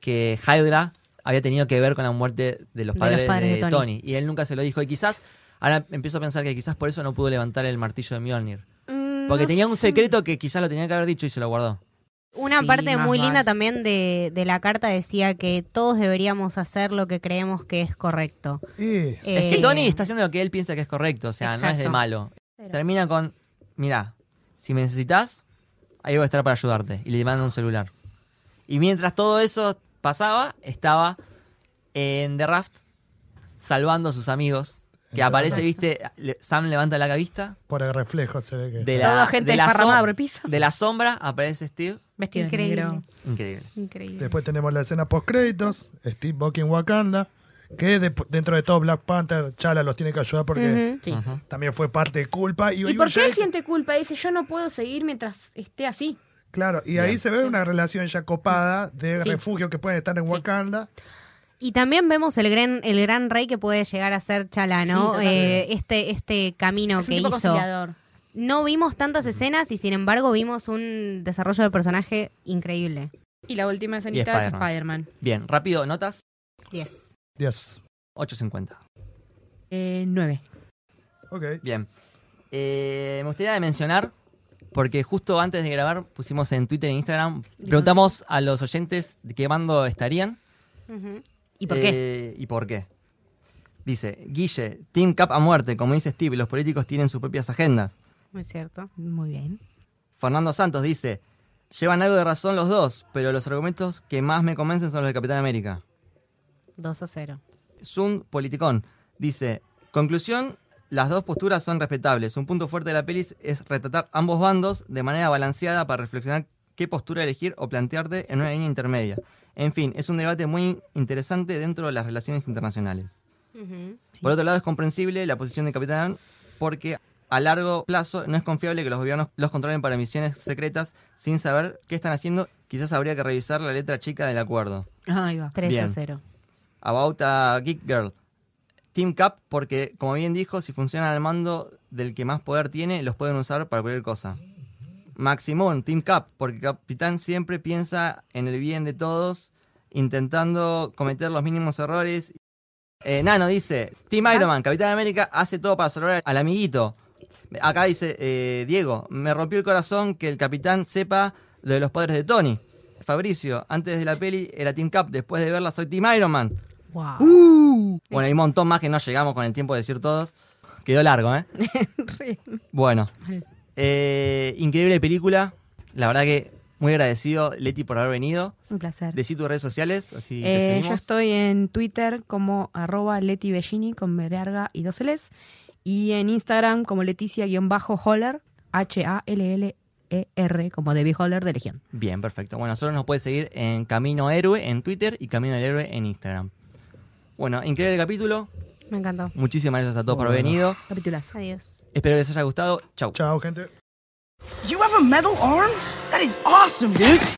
A: que Hydra había tenido que ver con la muerte de los
B: De los
A: padres de,
B: padres de
A: Tony.
B: Tony.
A: y él nunca se lo dijo. Y quizás, ahora empiezo a pensar que quizás por eso no pudo levantar el martillo de Mjolnir.
D: Mm,
A: Porque
D: no
A: tenía un
D: sé.
A: secreto que quizás lo tenía que haber dicho y se lo guardó.
B: Una
D: Sí,
B: parte
D: más
B: muy
D: vale.
B: linda también de, de la carta decía que todos deberíamos hacer lo que creemos que es correcto.
C: Y
A: Es
B: Eh,
A: que Tony está haciendo lo que él piensa que es correcto, o sea, no es de
B: Exacto.
A: malo. Termina con, mira, si me necesitas, ahí voy a estar para ayudarte. Y le manda un celular. Y mientras todo eso pasaba, estaba eh, en The Raft salvando a sus amigos. Que aparece, viste, le- Sam levanta la cabista.
C: por el reflejo se ve que.
A: De la,
D: Toda gente
A: de la,
D: desparramada
A: som-
D: por el piso.
A: de la sombra aparece Steve.
D: Vestido de
B: Increíble.
D: negro.
A: Increíble.
B: Increíble.
C: Después tenemos la escena post créditos, Steve Bucky en Wakanda, que de- dentro de todo Black Panther, Chala los tiene que ayudar porque
D: Sí.
C: también fue parte de culpa. Y,
E: ¿Y
C: hay un
E: por qué él
C: Jake-
E: siente culpa? Dice, yo no puedo seguir mientras esté así.
C: Claro, y ahí se ve una relación ya copada de refugio que pueden estar en Wakanda.
B: Y también vemos el gran, el gran rey que puede llegar a ser Chala, ¿no? Eh, este, este camino
E: Es un
B: que
E: tipo
B: hizo.
E: conciliador.
B: No vimos tantas escenas y sin embargo vimos un desarrollo de personaje increíble.
E: Y la última
A: Y
E: escenita es
A: Spider-Man.
E: Spider-Man.
A: Bien, rápido, notas.
B: 10.
C: Yes.
A: 8.50.
D: Eh, nueve.
C: Ok.
A: Bien. Eh, me gustaría mencionar, porque justo antes de grabar pusimos en Twitter e Instagram, preguntamos a los oyentes de qué bando estarían.
D: ¿Y por qué?
A: Eh, ¿Y por qué? Dice, Guille, Team Cap a muerte, como dice Steve, los políticos tienen sus propias agendas.
B: Muy cierto.
D: Muy bien.
A: Fernando Santos dice, llevan algo de razón los dos, pero los argumentos que más me convencen son los de Capitán América.
B: 2 a 0.
A: Sun Politicón dice, conclusión, las dos posturas son respetables. Un punto fuerte de la pelis es retratar ambos bandos de manera balanceada para reflexionar qué postura elegir o plantearte en una línea intermedia. En fin, es un debate muy interesante dentro de las relaciones internacionales. Por otro lado, es comprensible la posición de Capitán porque a largo plazo no es confiable que los gobiernos los controlen para misiones secretas sin saber qué están haciendo. Quizás habría que revisar la letra chica del acuerdo.
D: Ah, Ahí va.
B: 3 a
A: Bien.
B: 0.
A: About a Geek Girl. Team Cap porque, como bien dijo, si funcionan al mando del que más poder tiene, los pueden usar para cualquier cosa. Maximón, Team Cap, porque Capitán siempre piensa en el bien de todos, intentando cometer los mínimos errores. Eh, Nano dice, Team Iron Man, Capitán América hace todo para salvar al amiguito. Acá dice eh, Diego, me rompió el corazón que el capitán sepa lo de los padres de Tony. Fabricio, antes de la peli era Team Cap, después de verla soy Team Iron Man.
B: Wow.
A: Bueno, hay un montón más que no llegamos con el tiempo de decir todos. Quedó largo, ¿eh?
F: Re-
A: Bueno. Eh, increíble película. La verdad que muy agradecido, Leti, por haber venido.
D: Un placer.
A: Decí tus redes sociales, así te
D: Eh, yo
A: seguimos.
D: estoy en Twitter como arroba Leti Bellini con B larga y dos L's. Y en Instagram como Leticia-Holler, H-A-L-L-E-R, E como Debbie Holler de Legión.
A: Bien, perfecto. Bueno, solo nos puedes seguir en Camino Héroe en Twitter y Camino del Héroe en Instagram. Bueno, increíble capítulo.
B: Me encantó.
A: Muchísimas gracias a todos por haber venido.
D: Capitulazo.
B: Adiós.
A: Espero que les haya gustado. Chau.
G: Chao, gente.
H: You have a metal arm? That is awesome, dude.